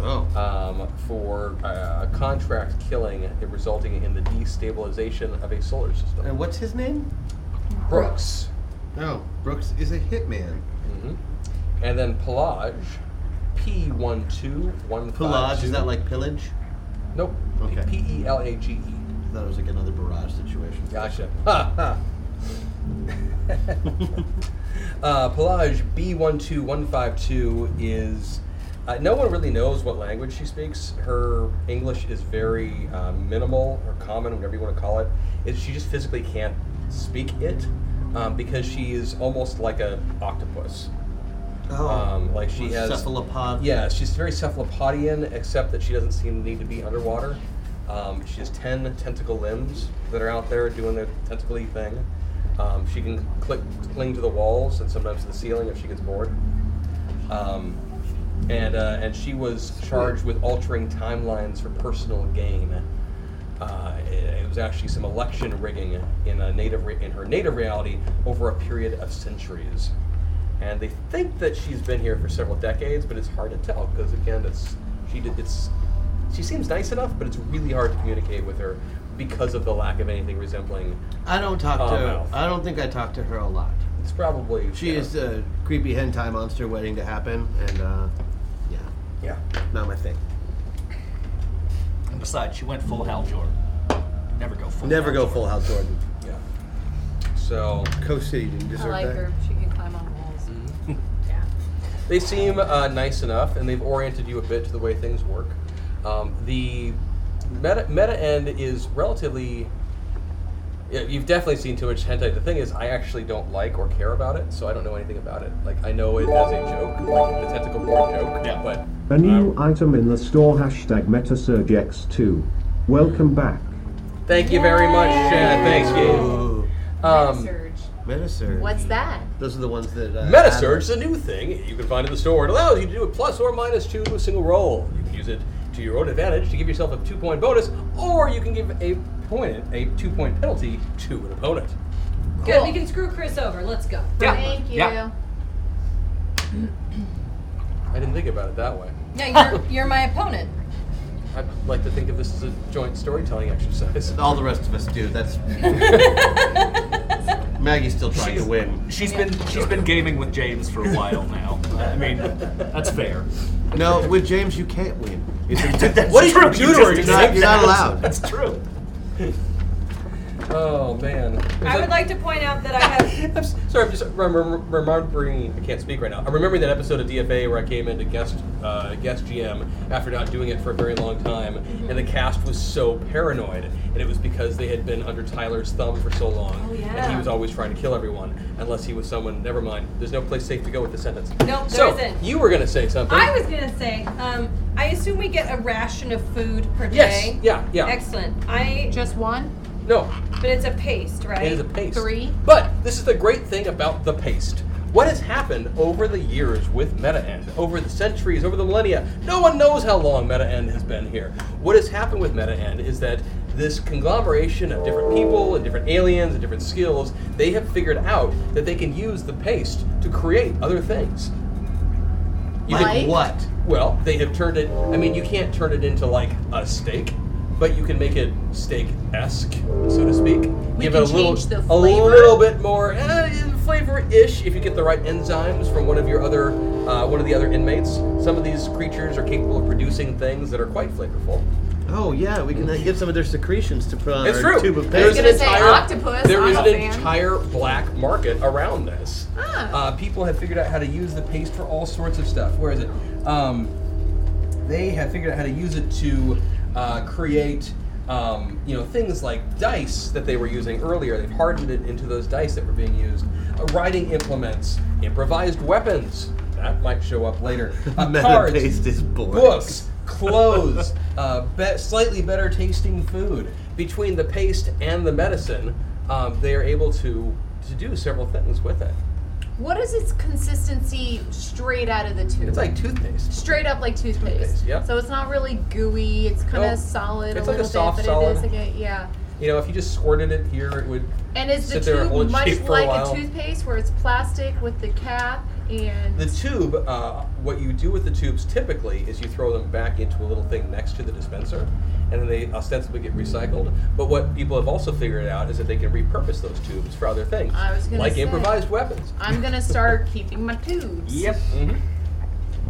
Oh.
Um, for uh, contract killing resulting in the destabilization of a solar system.
And what's his name?
Brooks.
No, Brooks is a hitman.
Mm-hmm. And then Pelage. P one two one.
Pillage, is that like pillage?
Nope.
Okay.
P E L A G E.
That was like another barrage situation.
Gotcha. Ha ha. Uh, Pelage B12152 is. Uh, no one really knows what language she speaks. Her English is very uh, minimal or common, whatever you want to call it. it she just physically can't speak it um, because she is almost like a octopus.
Oh,
um, like she has
cephalopod.
Yeah, she's very cephalopodian, except that she doesn't seem to need to be underwater. Um, she has ten tentacle limbs that are out there doing their tentacly thing. Um, she can click, cling to the walls and sometimes to the ceiling if she gets bored. Um, and uh, and she was charged with altering timelines for personal gain. Uh, it, it was actually some election rigging in a native re- in her native reality over a period of centuries. And they think that she's been here for several decades, but it's hard to tell because again, it's she did it's she seems nice enough, but it's really hard to communicate with her because of the lack of anything resembling.
I don't talk
uh,
to her.
mouth.
I don't think I talk to her a lot.
It's probably
she
yeah.
is a creepy hentai monster waiting to happen, and uh, yeah,
yeah,
not my thing.
And besides, she went full Hal Jordan. Never go full. Hal
Never go
Jordan.
full House Jordan.
Yeah. So
Coast City didn't deserve
I like
that.
her. She can climb on walls.
Mm-hmm.
yeah.
They seem uh, nice enough, and they've oriented you a bit to the way things work. Um, the meta, meta end is relatively. Yeah, you've definitely seen too much hentai. The thing is, I actually don't like or care about it, so I don't know anything about it. Like, I know it as a joke, like the tentacle porn joke. Yeah, but
A new item in the store hashtag MetaSurgeX2. Welcome back.
thank you very much, Chad. Thank you. Um,
Metasurge.
What's that?
Those are the ones that. Uh,
Metasurge is a new thing you can find in the store. It allows you to do a plus or minus two to a single roll. You can use it to your own advantage to give yourself a two point bonus, or you can give a point, a two point penalty to an opponent.
Good, we can screw Chris over. Let's go.
Yeah.
Thank you.
Yeah.
I didn't think about it that way.
Yeah, you're, you're my opponent.
I'd like to think of this as a joint storytelling exercise.
All the rest of us do. That's. Maggie's still trying to win.
She's been she's been gaming with James for a while now. I mean, that's fair.
No, with James you can't win. It's
That's
What did
true.
you do to her?
just
You're not-
accepted
you're not
that.
allowed.
That's true.
Oh man.
I would like to point out that I have.
I'm s- sorry, I'm just rem- rem- remembering. I can't speak right now. I'm remembering that episode of DFA where I came in to guest uh, guest GM after not doing it for a very long time,
Mm-hmm.
and the cast was so paranoid, and it was because they had been under Tyler's thumb for so long,
Oh,
and he
yeah.
was always trying to kill everyone, unless he was someone. Never mind. There's no place safe to go with the sentence.
Nope, there
so
isn't.
you were gonna say something.
I was gonna say. Um, I assume we get a ration of food per
Yes.
day.
Yeah. Yeah.
Excellent. I.
Just one,
no.
But it's a paste, right?
It is a paste.
three.
But this is the great thing about the paste. What has happened over the years with MetaEnd, over the centuries, over the millennia? No one knows how long MetaEnd has been here. What has happened with MetaEnd is that this conglomeration of different people and different aliens and different skills, they have figured out that they can use the paste to create other things. You can-
Like what?
well, they have turned it. I mean, you can't turn it into like a steak, but you can make it steak-esque, so to speak.
We
Give
can
it a little,
change the
a
flavor.
little bit more eh, flavor-ish if you get the right enzymes from one of your other, uh, one of the other inmates. Some of these creatures are capable of producing things that are quite flavorful.
Oh yeah, we can uh, get some of their secretions to put on
It's
our
true.
Uh, tube of
There's
paste.
an
gonna say
entire
octopus,
There
I'm
is
a
an
fan.
entire black market around this.
Ah.
Uh, people have figured out how to use the paste for all sorts of stuff. Where is it? Um, they have figured out how to use it to uh, create. Um, you know things like dice that they were using earlier. They've hardened it into those dice that were being used. Uh, riding implements, improvised weapons that might show up later. Uh,
Meta
cards,
paste is boring.
books, clothes, uh, be- slightly better tasting food. Between the paste and the medicine, um, they are able to to do several things with it.
What is its consistency straight out of the tube?
It's like toothpaste.
straight up like toothpaste.
Toothpaste, yep.
So it's not really gooey. It's kind of
Nope.
solid
It's
a
like a
little
soft
bit, but
solid.
it is like a, yeah.
You know, if you just squirted it here, it would.
And is the
sit there and hold
tube
its
much
shape for a
like a,
while.
toothpaste where it's plastic with the cap and
The tube, uh, what you do with the tubes typically is you throw them back into a little thing next to the dispenser, and then they ostensibly get recycled. But what people have also figured out is that they can repurpose those tubes for other things,
I was gonna
like
say.
improvised weapons. Mm-hmm.
I'm gonna start keeping my tubes.
Yep.
Mhm.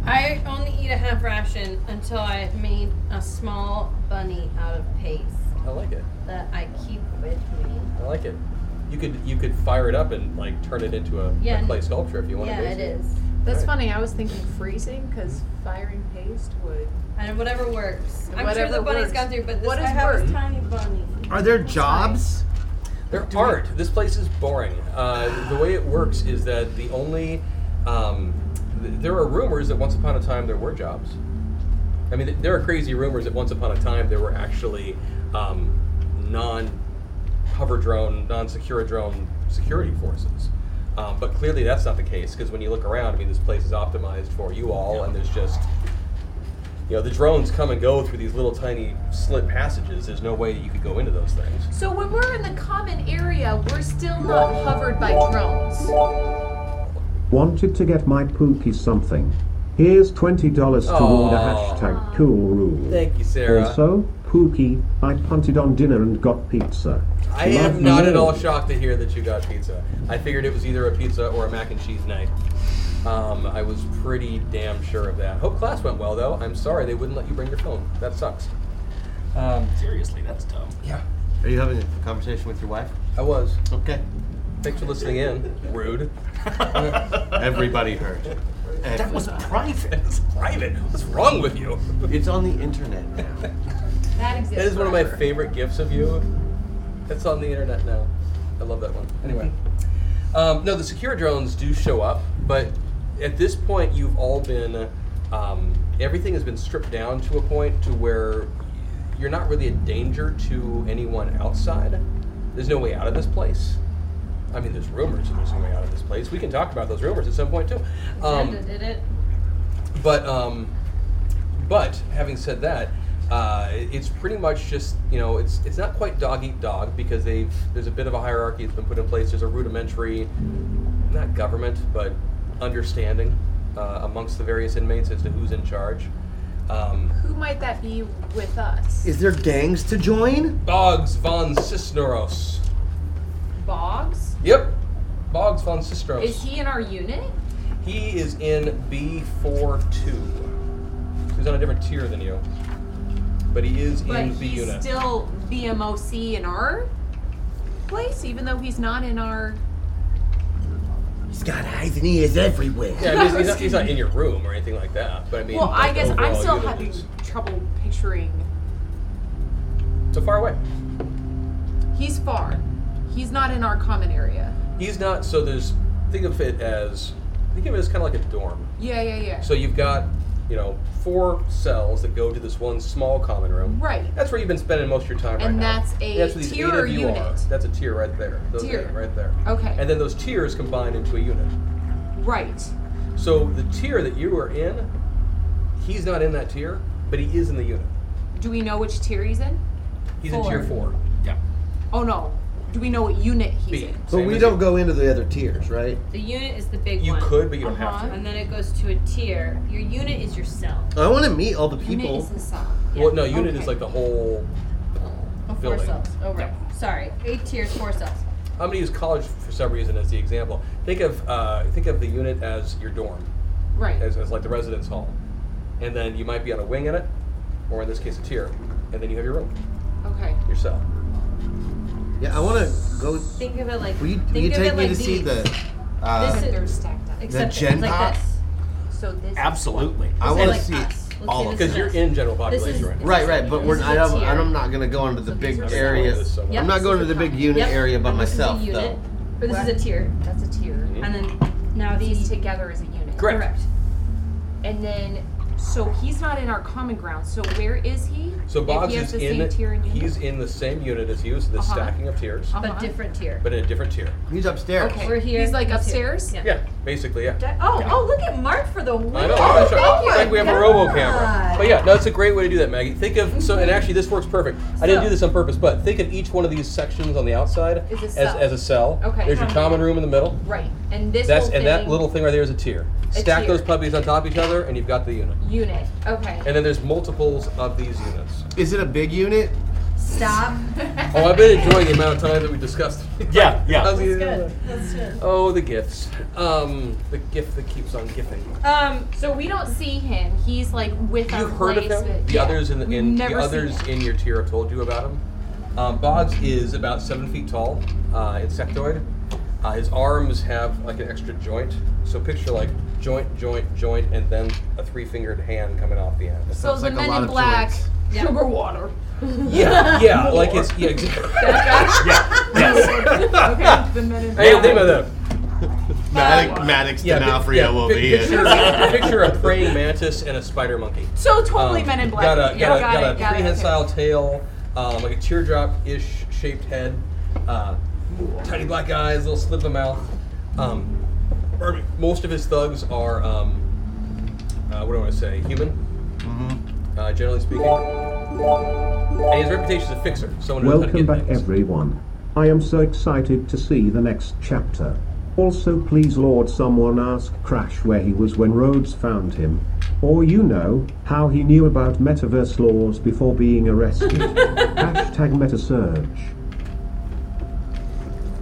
I only eat a half ration until I made a small bunny out of paste
I like it.
that I keep with me.
I like it. You could you could fire it up and like turn it into a, a
Yeah,
clay sculpture if you wanted
yeah,
to.
it is.
That's funny. I was thinking freezing because firing paste would.
And whatever works. I'm sure
Whatever
the bunny's
works.
gone through, but this
What
I
is
have
work?
a tiny bunny.
Are there jobs?
There aren't. This place is boring. Uh, the way it works is that the only um, th- there are rumors that once upon a time there were jobs. I mean, th- there are crazy rumors that once upon a time there were actually um, non-hover drone, non-secure drone security forces. Um, but clearly that's not the case because when you look around, I mean, this place is optimized for you all, and there's just you know the drones come and go through these little tiny slit passages. There's no way that you could go into those things.
So when we're in the common area, we're still not hovered by drones.
Wanted to get my Pookie something. Here's $20 toward a
Aw.
hashtag cool rule.
Thank you, Sarah.
Also, Pookie, I punted on dinner and got pizza.
I
Love
am not at
you.
all shocked to hear that you got pizza. I figured it was either a pizza or a mac and cheese night. Um, I was pretty damn sure of that. Hope class went well, though. I'm sorry they wouldn't let you bring your phone. That sucks. Um,
Seriously, that's dumb.
Yeah.
Are you having a conversation with your wife?
I was.
Okay.
Thanks for listening in. Rude.
Everybody heard.
That was
private.
It's private. What's wrong with you?
It's on the internet now.
That exists.
That is one of my
forever.
favorite gifts of you. It's on the internet now. I love that one. Anyway, um, no, the secure drones do show up, but at this point, you've all been um, everything has been stripped down to a point to where you're not really a danger to anyone outside. There's no way out of this place. I mean, there's rumors that there's no way out of this place. We can talk about those rumors at some point too. Um,
Santa did it.
but um, but having said that, uh, it's pretty much just you know it's it's not quite dog eat dog because they've there's a bit of a hierarchy that's been put in place. There's a rudimentary, not government but understanding uh, amongst the various inmates as to who's in charge. Um,
Who might that be with us?
Is there gangs to join?
Boggs von Cisneros.
Boggs?
Yep, Boggs von Cisneros.
Is he in our unit?
He is in B42. He's on a different tier than you. But he is
But
in B
he's
unit.
still BMOC in our place, even though he's not in our.
He's got eyes and ears everywhere.
yeah, I mean, he's, not, he's not in your room or anything like that. But I mean,
well, I
like,
guess I'm
overall
still
unit
having
is-
trouble picturing.
So far away.
He's far. He's not in our common area.
He's not. So there's. Think of it as. Think of it as kind of like a dorm.
Yeah, yeah, yeah.
So you've got, you know, four cells that go to this one small common room.
Right.
That's where you've been spending most of your time right
And
now.
that's a
where these
tier
eight
or
of you
unit?
are. That's a tier right there. Those
Tier.
eight right there.
Okay.
And then those tiers combine into a unit.
right.
So the tier that you are in, he's not in that tier, but he is in the unit.
Do we know which tier he's in?
He's in tier four.
Yeah.
Oh no. Do we know what unit he's
B.
in?
But
Same
we
as
don't go into the other tiers, right?
The unit is the big
You
one.
could, but you don't have
Uh-huh.
to.
And then it goes to a tier. Your unit is your cell.
I want to meet all the
Unit
people.
is the cell.
Well, no, unit is
Okay.
like the whole.
Oh, four
building.
cells. Oh, right. Sorry. Eight tiers, four cells.
I'm gonna use college for some reason as the example. Think of uh, think of the unit as your dorm,
Right.
as, as like the residence hall, and then you might be on a wing in it, or in this case a tier, and then you have your room,
Okay.
your cell.
Yeah, I want to go.
Think of it like.
Will you,
think
will you
of
take
it
me
like
to see
these.
the? Uh,
This is-
They're stacked up.
Except
Gen
it's like
Pop?
this.
So this is-
Absolutely.
I want
This is
to
like us.
see
Let's
all of
say this
them.
Because you're in general population
is-
right now.
Right, right, but we're
This
I
is a
don't,
tier.
I'm not gonna go into the big
these are
area.
cells.
I'm
Yep,
not
this
going
is
to the
a
big
top.
unit
Yep,
area by
and this is a
myself
unit.
though.
Or this is a tier.
That's a tier.
Mm-hmm.
And then now
These
these.
together is a unit.
Hmm? Correct.
Correct.
And then, so he's not in our common ground. So where is he?
So
If
Boggs
he has
is
the
in.
same tier and unit?
he's in the same unit as you, so the
Uh-huh.
stacking of tiers,
Uh-huh.
But different tier.
but in a different tier.
He's upstairs.
Okay.
We're here.
He's like
He's here.
upstairs.
Yeah.
Yeah, basically, yeah.
Oh, oh, look at Mark for the win.
I know.
Oh,
that's right.
thank you.
It's like we have a robo camera. But yeah, no, it's a great way to do that, Maggie. Think of so, and actually, this works perfect. I didn't do this on purpose, but think of each one of these sections on the outside
Is a
as,
cell.
as a cell.
Okay.
There's your common room in the middle.
Right. And this
That's
whole
and that
thing-
little thing right there is a tier.
A
Stack
tier.
those puppies on top of each other, and you've got the unit.
unit. Okay.
And then there's multiples of these units.
Is it a big unit?
Stop.
Oh, I've been enjoying the amount of time that we discussed.
Yeah, yeah.
How's it-
That's good.
Oh, the gifts. Um, the gift that keeps on gifting.
Um, so we don't see him. He's like with our
Heard of
place.
them?
but-
The
yeah.
others in the,
We've
in, the
never seen
others
him.
in your tier have told you about him. Um, Boggs is about seven feet tall, uh, insectoid. Uh, his arms have like an extra joint. So picture like joint, joint, joint, and then a three-fingered hand coming off the end.
So the men in black. Sugar water.
Yeah, yeah, like it's yeah, exactly.
okay, the men in
I
black.
didn't think about that.
Maddox, Maddox D'Onofrio
yeah,
will
pi-
be
picture,
it.
picture a praying mantis and a spider monkey. Um,
So totally Men in Black.
Got a, got
Yeah, got
a, got
it,
a
got it,
prehensile tail, um, like a teardrop ish shaped head, uh, tiny black eyes, little slit of a mouth. Um, or most of his thugs are, um, uh, what do I want to say, human,
Mm-hmm.
uh, generally speaking. And his reputation is a fixer, someone who knows how to
Welcome
get
back, everyone. I am so excited to see the next chapter. Also, please, Lord, someone ask Crash where he was when Rhodes found him. Or, you know, how he knew about metaverse laws before being arrested. Hashtag MetaSurge.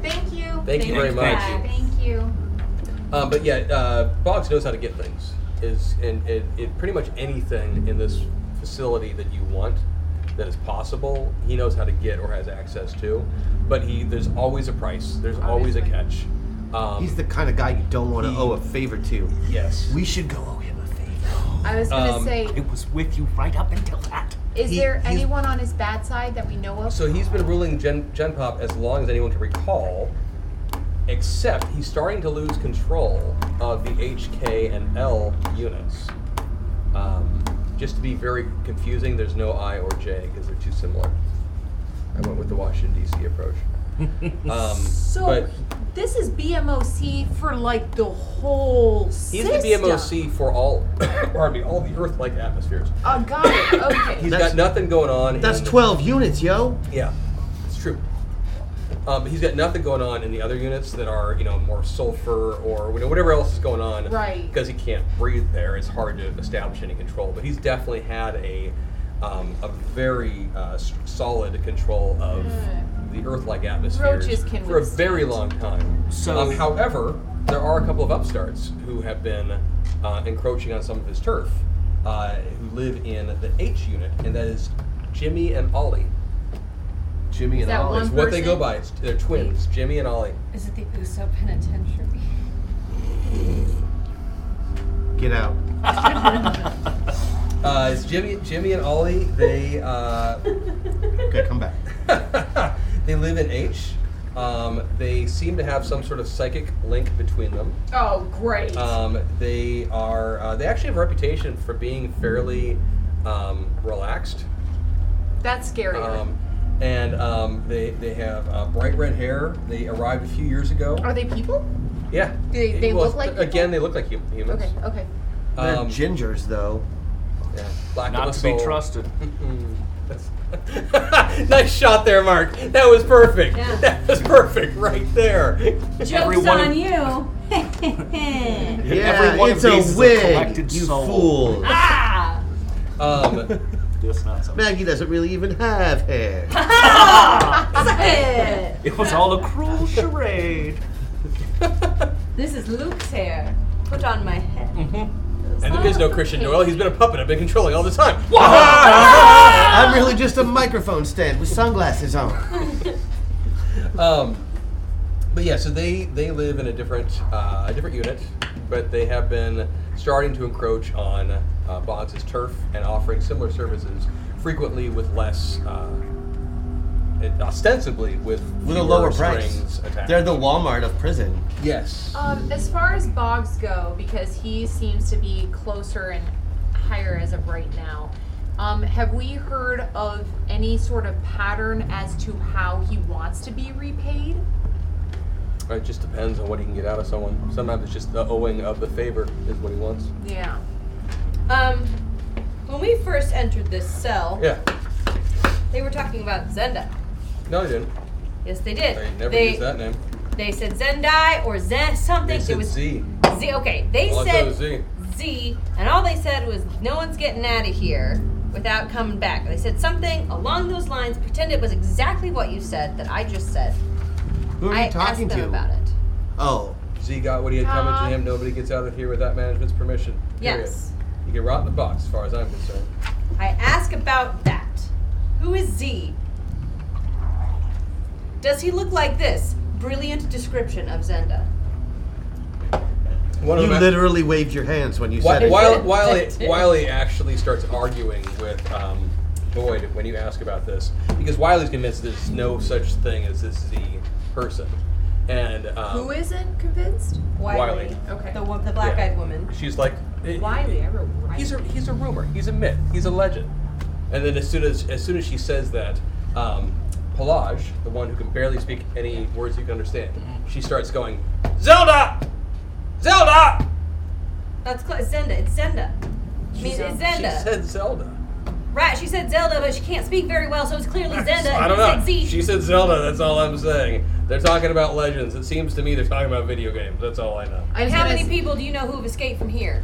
Thank you.
Thank you very much.
Thank you. Thank you.
Um, but yeah, uh, Boggs knows how to get things. Is and it, it pretty much anything in this facility that you want that is possible, he knows how to get or has access to. But he there's always a price. There's always a catch. Um,
He's the kind of guy you don't want to
He-
owe a favor to.
Yes.
We should go owe him a favor.
I was gonna
Um,
say,
It was with you right up until that.
is
he-
there
he's-
anyone on his bad side that we know of?
So he's been ruling Gen, Gen Pop as long as anyone can recall, except he's starting to lose control of the HK and L units. Um, just to be very confusing, there's no I or J because they're too similar. I went with the Washington, D.C. approach. Um,
So
but
this is BMOC for like the whole
he's
system.
the BMOC for all, pardon me, all the Earth like atmospheres.
Uh,
Oh, got it. Okay.
He's got nothing going on.
That's
in-
12 units, yo.
Yeah, it's true. Um, he's got nothing going on in the other units that are, you know, more sulfur or you know, whatever else is going on.
Right.
Because he can't breathe there, it's hard to establish any control. But he's definitely had a um, a very uh, s- solid control of the Earth-like atmospheres
Roaches can
for a very long time.
So-
um, however, there are a couple of upstarts who have been uh, encroaching on some of his turf, uh, who live in the H unit, and that is Jimmy and Ollie. Jimmy
Is and that Ollie.
It's
one
what they go
person?
by. It's, they're twins, Jimmy and Ollie.
Is it the Uso Penitentiary?
Get out.
Uh, it's Jimmy, Jimmy and Ollie. They uh,
Okay, come back.
they live in H. Um, they seem to have some sort of psychic link between them.
Oh, great.
Um, they are. Uh, they actually have a reputation for being fairly um, relaxed.
That's scary.
Um, and um, they they have uh, bright red hair. They arrived a few years ago.
Oh.
Are they people?
Yeah.
They- they
um, Well,
look like people?
again. They look like hum- humans.
Okay, okay.
They're
Um,
gingers, though.
Yeah. Black of
Not
a
to be
soul.
trusted.
That's- nice shot there, Mark. That was perfect.
Yeah.
That was perfect right there.
Joke's
Everyone-
on you.
Every one of
it's a
these is a
wig,
collected
you
soul.
fool.
ah!
Um,
That's not something.
Maggie doesn't really even have hair.
Say it.
It was all a cruel charade.
This is Luke's hair. Put on my head.
Mm-hmm. and there is no Christian Doyle. He's been a puppet. I've been controlling all the time.
I'm really just a microphone stand with sunglasses on.
Um, but yeah, so they they live in a different uh, a different unit, but they have been starting to encroach on uh, Boggs' turf and offering similar services, frequently with less. Uh, it- ostensibly with
With a
fewer
lower price.
strings attached.
They're the Walmart of prison.
yes.
Um, as far as Boggs go, because he seems to be closer and higher as of right now, um, have we heard of any sort of pattern as to how he wants to be repaid?
It just depends on what he can get out of someone. Sometimes it's just the owing of the favor is what he wants.
Yeah.
Um, when we first entered this cell,
Yeah.
they were talking about Zenda.
No, he didn't.
Yes, they did.
They never
they,
used that name.
They said Zendai or Zen something.
They
it
said
was
Z.
Z. Okay, they
All I said
said
was Z.
Z, and all they said was, "No one's getting out of here." without coming back. They said something along those lines, pretend it was exactly what you said that I just said.
Who
I asked them about it.
Oh. Z got what he had coming
Um,
to him. Nobody gets out of here without management's permission. Period.
Yes.
You can rot in the box, as far as I'm concerned.
I ask about that. Who is Z? Does he look like this? Brilliant description of Zenda.
One of
you
them-
literally waved your hands when you
Whi-
said it.
while while it,
did.
Wiley actually starts arguing with um, Boyd when you ask about this, because Wiley's convinced there's no such thing as this Z person, and um,
Who isn't convinced?
Wiley.
Okay.
The one, the
black-eyed
woman.
She's like, eh,
Wiley. I wrote Wiley.
he's a he's a rumor, he's a myth, he's a legend. And then as soon as as soon as she says that, um, Pelage, the one who can barely speak any words you can understand, she starts going, Zelda, Zelda.
That's close. Zenda. It's Zenda. I mean, it's Zenda.
She said Zelda.
right, she said Zelda, but she can't speak very well, so it's clearly Zenda.
I don't
and you
know.
said Z.
She said Zelda. That's all I'm saying. They're talking about legends. It seems to me they're talking about video games. That's all I know.
And how many people do you know who have escaped from here?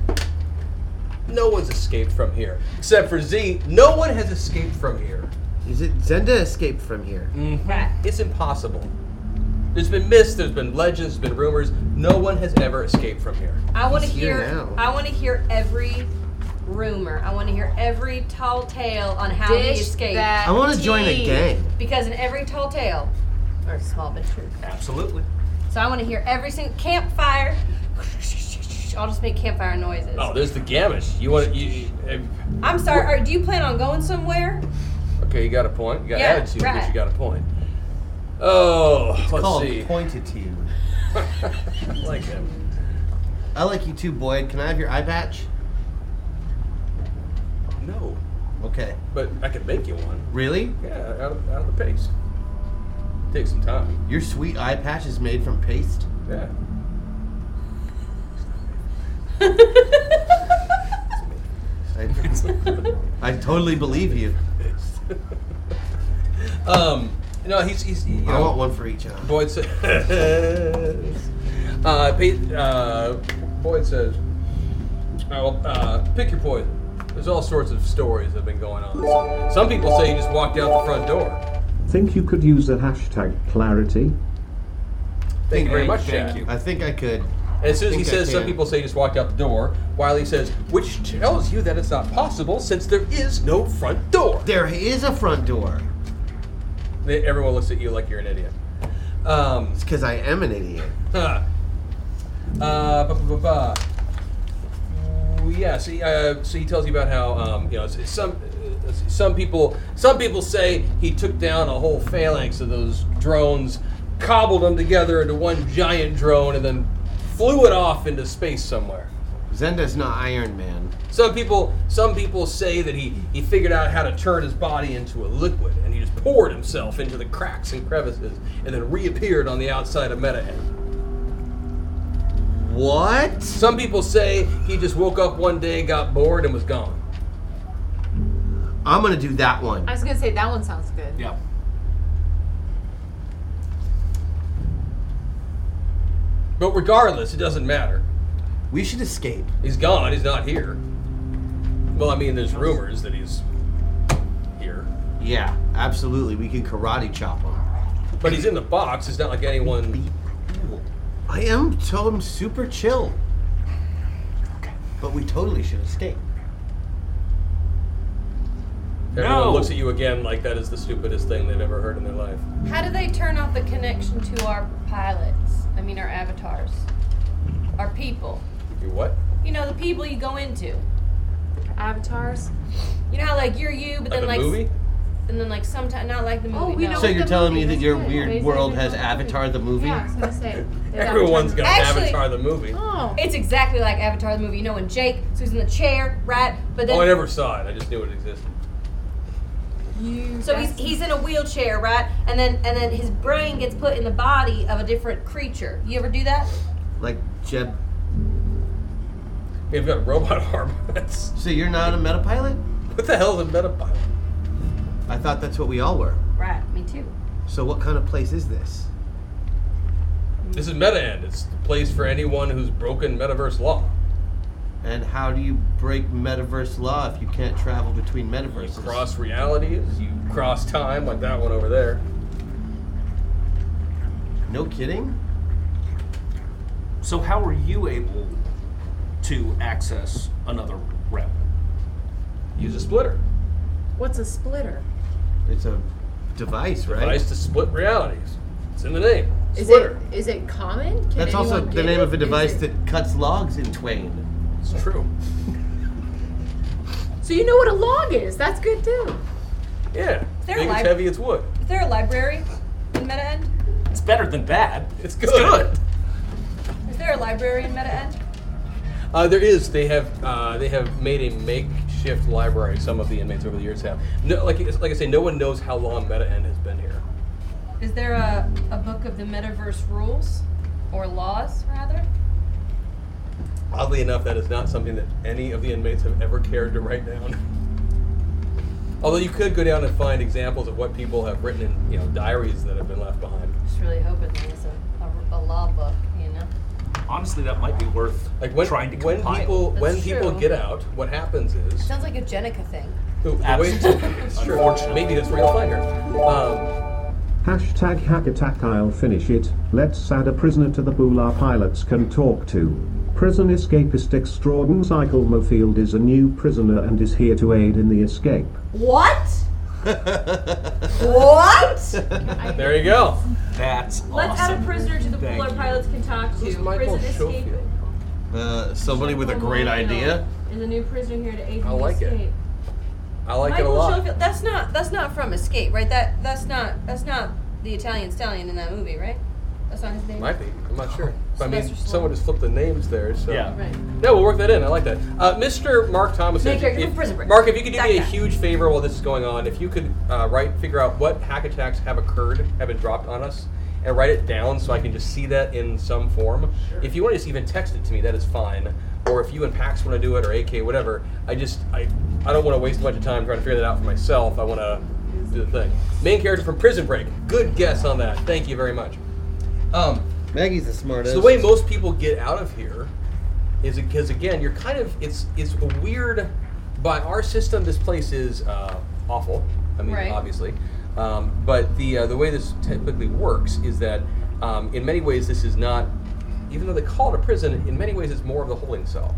No one's escaped from here except for Z. No one has escaped from here. Mm-hmm.
Is it Zenda escaped from here?
Right.
It's impossible. There's been myths. There's been legends. There's been rumors. No one has ever escaped from here.
I want to
It's here
hear.
now.
I want to hear every rumor. I want to hear every tall tale on how
Dish
he escaped.
that
I wanna join a tea. gang.
Because in every tall tale, or a small but true.
Absolutely.
So I want to hear every single campfire. I'll just make campfire noises.
Oh, there's the gamut. You want to? You, you-
I'm sorry. Are, do you plan on going somewhere?
okay, you got a point. You got
Yeah,
attitude, but
right.
you got a point. Oh, let's
called
see.
Pointitude.
like him.
I like you too, Boyd. Can I have your eye patch?
No,
Okay.
but I can make you one.
Really?
Yeah, out of, out of the paste. Takes some time.
Your sweet eye patch is made from paste?
Yeah.
I, I totally believe you.
Um, no, he's he's. You
I
know,
want one for each eye.
Boyd says. uh, Pete, uh, Boyd says. Oh, uh, pick your poison. There's all sorts of stories that have been going on. Some, some people say you just walked out the front door.
Think you could use the hashtag clarity?
Thank you very much,
Thank
Jack.
you. I think I could.
And as soon as he
think I
says, some
can.
people say you just walked out the door. Wiley says, which tells you that it's not possible since there is no front door.
There is a front door.
They- Everyone looks at you like you're an idiot. Um,
It's because I am an idiot.
Huh. Uh, ba- ba- ba- ba. yeah. So, he, uh, so he tells you about how um, you know s- some uh, let's see, some people some people say he took down a whole phalanx of those drones, cobbled them together into one giant drone, and then flew it off into space somewhere.
Zenda's not Iron Man.
Some people some people say that he, he figured out how to turn his body into a liquid and he just poured himself into the cracks and crevices and then reappeared on the outside of Metahead.
What?
Some people say he just woke up one day, got bored, and was gone.
I'm gonna do that one.
I was gonna say that one sounds good.
Yeah.
But regardless, it doesn't matter.
We should escape.
He's gone, he's not here. Well, I mean, there's rumors that he's here.
Yeah, absolutely. We can karate chop him.
But he's in the box, it's not like anyone.
I am so I'm super chill. Okay. But we totally should escape.
Everyone
No.
looks at you again like that is the stupidest thing they've ever heard in their life.
How do they turn off the connection to our pilots? I mean, our avatars, our people.
You what?
You know, the people you go into.
Avatars.
You know how like you're you, but
Like
then
the
like s-
movie?
and then like sometimes not like the movie.
Oh, we
no.
know
So you're telling me that your
good.
weird
Based
world
on
has
the movie.
Avatar the movie?
Yeah, I was gonna say. there's
Everyone's got
Avatar.
Actually-
Avatar the movie.
Oh.
It's exactly like Avatar the movie. You know when Jake, so he's in the chair, right? But then
Oh, I never saw it, I just knew it existed.
So he's, he's in a wheelchair, right? And then and then his brain gets put in the body of a different creature. You ever do that?
Like Jeb.
We've got robot arm. That's-
So you're not a meta pilot?
what the hell is a metapilot?
I thought that's what we all were.
Right, me too.
So what kind of place is this?
This is Meta End. It's the place for anyone who's broken metaverse law.
And how do you break metaverse law if you can't travel between metaverses?
cross realities, you cross time, like that one over there.
No kidding?
So how are you able to access another realm?
Use a splitter.
What's a splitter?
It's a device, right?
Device to split realities. It's in the name.
Is it is it common? Can
That's also
anyone
the
get
name
it?
of a
Is
device
it-
that cuts logs in twain.
It's true.
So you know what a log is. That's good too.
Yeah.
They're
Big, it's
lib-
heavy, it's wood.
Is there a library in Meta End?
It's better than bad.
It's good. It's good.
Is there a library in Meta End?
Uh, there is. They have uh, they have made a makeshift library. Some of the inmates over the years have. No, like like I say, no one knows how long Meta End has been here.
Is there a, a book of the metaverse rules or laws, rather?
Oddly enough, that is not something that any of the inmates have ever cared to write down. Although you could go down and find examples of what people have written in you know diaries that have been left behind.
Just really hoping there is a, a, a law book, you know?
Honestly, that might be worth
like when,
trying to
when
compile.
people
That's
when people
true.
get out, what happens is
Sounds like a Jenica thing.
the, the way it's true. Maybe that's where you'll find her. Um,
Hashtag hack attack, I'll finish it. Let's add a prisoner to the pool our pilots can talk to. Prison escapist extraordin Cycle Mofield is a new prisoner and is here to aid in the escape.
What? what?
there you go.
That's
Let's add a prisoner to the
Thank
pool our
you.
pilots can talk to. Prison escape
Uh, somebody with a great idea.
is a new prisoner here to aid
I
in the
like it.
escape.
I like
Michael
it a lot.
Schofield- That's not that's not from Escape, right? That that's not that's not the Italian stallion in that movie, right? That's not his name.
Might be. I'm not sure. But I mean,
Sylvester Stallone.
someone just flipped the names there. So.
Yeah. Right.
No, we'll work that in. I like that. Uh, Mr. Mark Thomas.
Make
if-
your- give
if-
him prison break.
Mark, if you could do
That
me a
guy.
huge favor while this is going on, if you could uh, write, figure out what hack attacks have occurred, have been dropped on us, and write it down so I can just see that in some form. If you want to just even text it to me, that is fine. Or if you and Pax want to do it, or AK, whatever. I just I I don't want to waste a bunch of time trying to figure that out for myself. I want to do the thing. Main character from Prison Break. Good guess on that. Thank you very much. Um,
Maggie's the smartest.
so the way most people get out of here is because again, you're kind of it's it's a weird. By our system, this place is uh, awful. I mean,
Right.
obviously, um, but the uh, the way this typically works is that um, in many ways this is not, even though they call it a prison, in many ways it's more of the holding cell.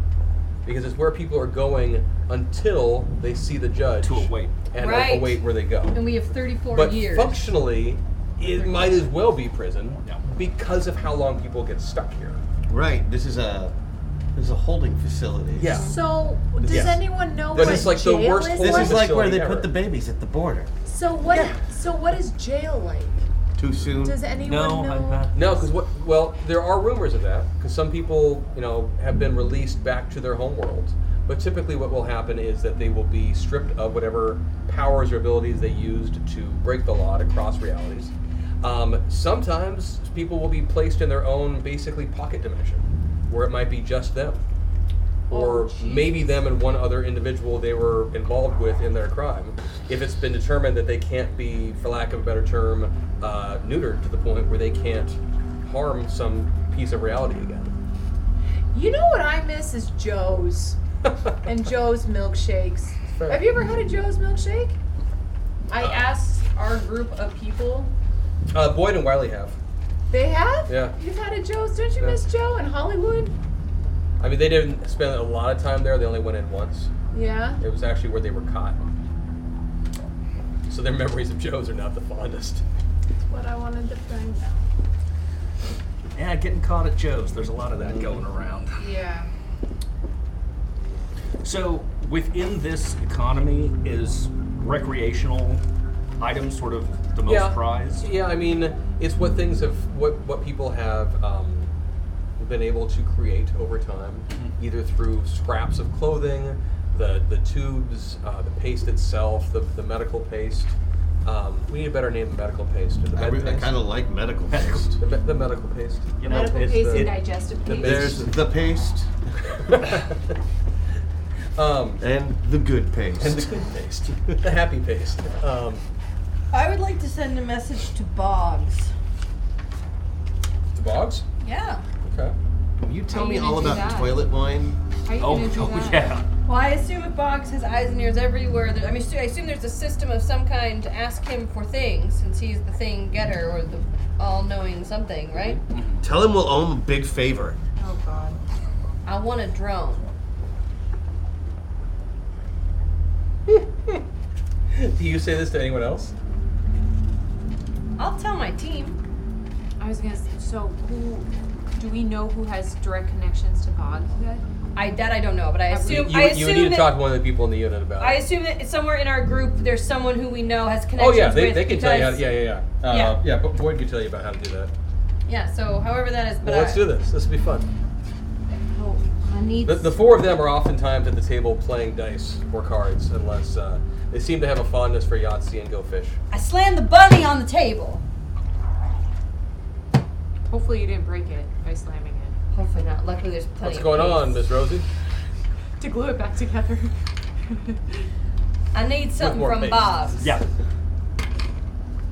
Because it's where people are going until they see the judge to await and
Right.
await where they go
And we have 34
but
years.
functionally, it might as well be prison because of how long people get stuck here.
Right. This is a this is a holding facility.
Yeah.
So does
Yes.
anyone know what jail is?
This
like?
is like where they
facility ever.
put the babies at the border.
So what? So what is jail like?
Too soon.
Does anyone know?
No, because what? Well, there are rumors of that because some people, you know, have been released back to their home worlds. But typically, what will happen is that they will be stripped of whatever powers or abilities they used to break the law to cross realities. Um, sometimes people will be placed in their own basically pocket dimension, where it might be just them, or maybe them and one other individual they were involved with in their crime. If it's been determined that they can't be, for lack of a better term, uh, neutered to the point where they can't harm some piece of reality again.
You know what I miss is Joe's and Joe's milkshakes.
Fair. Uh-uh.
Have you ever had a Joe's milkshake? I asked our group of people.
Uh, Boyd and Wiley have.
They have.
Yeah.
You've had a Joe's. Don't you
Yeah.
miss Joe in Hollywood?
I mean, they didn't spend a lot of time there. They only went in once.
Yeah.
It was actually where they were caught. So their memories of Joe's are not the fondest.
That's what I wanted to find out.
Yeah, getting caught at Joe's. There's a lot of that
Mm.
going around.
Yeah.
So within this economy, is recreational items sort of the most
yeah.
prized?
Yeah, I mean, it's what things have, what what people have um, been able to create over time,
Mm-hmm.
either through scraps of clothing, the the tubes, uh, the paste itself, the, the medical paste. Um, we need a better name than medical paste. The
I,
med
re- I
paste?
kind of like medical paste.
The, me- the medical paste.
You know, Medical it's paste the- and
digestive
the paste.
There's the paste.
um,
and the good paste.
And the good paste. the happy paste. Um,
I would like to send a message to Boggs.
the bogs?
Yeah.
Okay.
You
How
tell
you
me
gonna
all
do
about
that?
toilet wine.
How are you
Oh,
gonna do
oh,
that?
yeah.
Well, I assume if Boggs has eyes and ears everywhere, there, I mean, I assume there's a system of some kind to ask him for things, since he's the thing getter or the all-knowing something, right?
Tell him we'll owe him a big favor.
Oh God. I want a drone.
Do you say this to anyone else?
I'll tell my team.
I was gonna say, so who do we know who has direct connections to Bog?
I that I don't know, but I
You,
assume
you-
I
you
assume
would need to
that,
talk to one of the people in the unit about
I
it.
assume that it's somewhere in our group there's someone who we know has
Oh
connections
yeah, they,
with
they can tell you. How,
because-
yeah, yeah, yeah. Uh, yeah, but Boyd can tell you about how to do that.
Yeah, so however that is, but
Well, let's
I,
do this. This will be fun.
Oh, I need
The, the four of them are oftentimes at the table playing dice or cards, unless uh, they seem to have a fondness for Yahtzee and Go Fish.
I slammed the bunny on the table.
Hopefully you didn't break it by slamming it.
Hopefully not. Luckily there's plenty
What's
of
going
space.
on, Miss Rosie?
To glue it back together.
I need something
more
from
paste.
Bob's.
Yeah.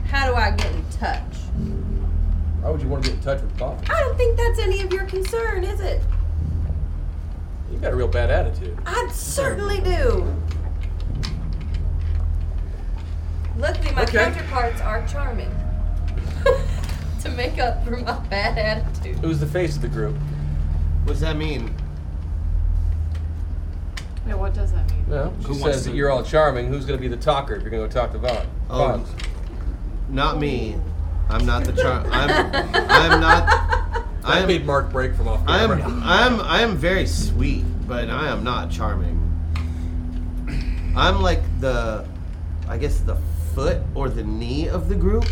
How do I get in touch?
Why would you want to get in touch with Bob?
I don't think that's any of your concern, is it?
You got a real bad attitude.
I certainly do. Luckily, my
Okay.
counterparts are charming. to make up for my bad attitude.
It was the face of the group.
What does that mean?
Wait, what does that mean?
No, she
Who wants
says that
to-
you're all charming. Who's going to be the talker if you're going to go talk to Vaughn?
Oh,
Vaughn.
Not me. I'm not the charm. I'm. I'm not.
I
I'm.
made Mark break from off
I'm.
camera.
I'm. I'm very sweet, but I am not charming. I'm like the, I guess the foot or the knee of the group.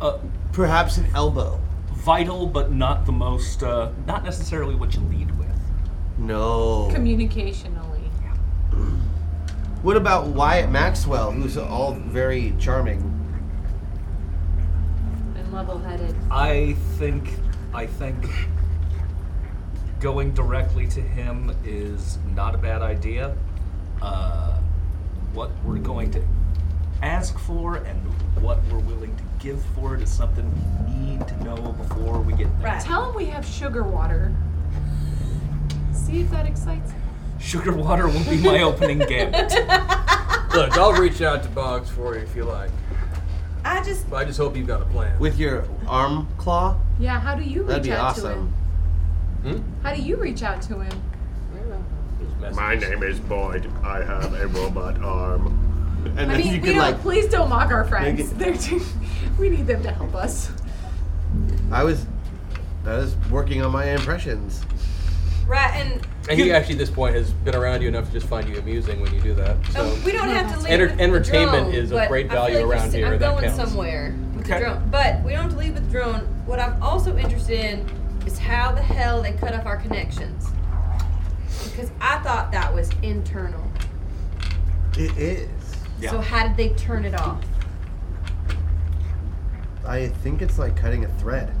Uh,
Perhaps an elbow.
Vital, but not the most. Uh, not necessarily what you lead with.
No.
Communicationally.
What about Wyatt Maxwell, who's all very charming?
And level headed.
I think. I think. Going directly to him is not a bad idea. Uh, what we're going to ask for and what we're willing to give for it is something we need to know before we get there.
Tell him we have sugar water. See if that excites him.
Sugar water will be my opening gambit.
Look, I'll reach out to Boggs for you if you like.
I just.
But I just hope you've got a plan.
With your arm claw?
Yeah, how do you reach
That'd be
out to
awesome.
him? How do you reach out to him?
My name is Boyd. I have a robot arm.
And
I
then
mean,
you could
we don't,
like.
please don't mock our friends.
Make it-
They're too, we need them to help us.
I was. I was working on my impressions.
Right, and
And he actually, at this point, has been around you enough to just find you amusing when you do that. So
um, we don't have to leave.
Enter-
with the
entertainment
drone,
is of
but
great
I feel
value
like we're
around
si-
here,
I'm
that
going
counts.
somewhere with the
Okay.
drone, but we don't have to leave with the drone. What I'm also interested in is how the hell they cut off our connections. Because I thought that was internal.
It is.
So how did they turn it off?
I think it's like cutting a thread.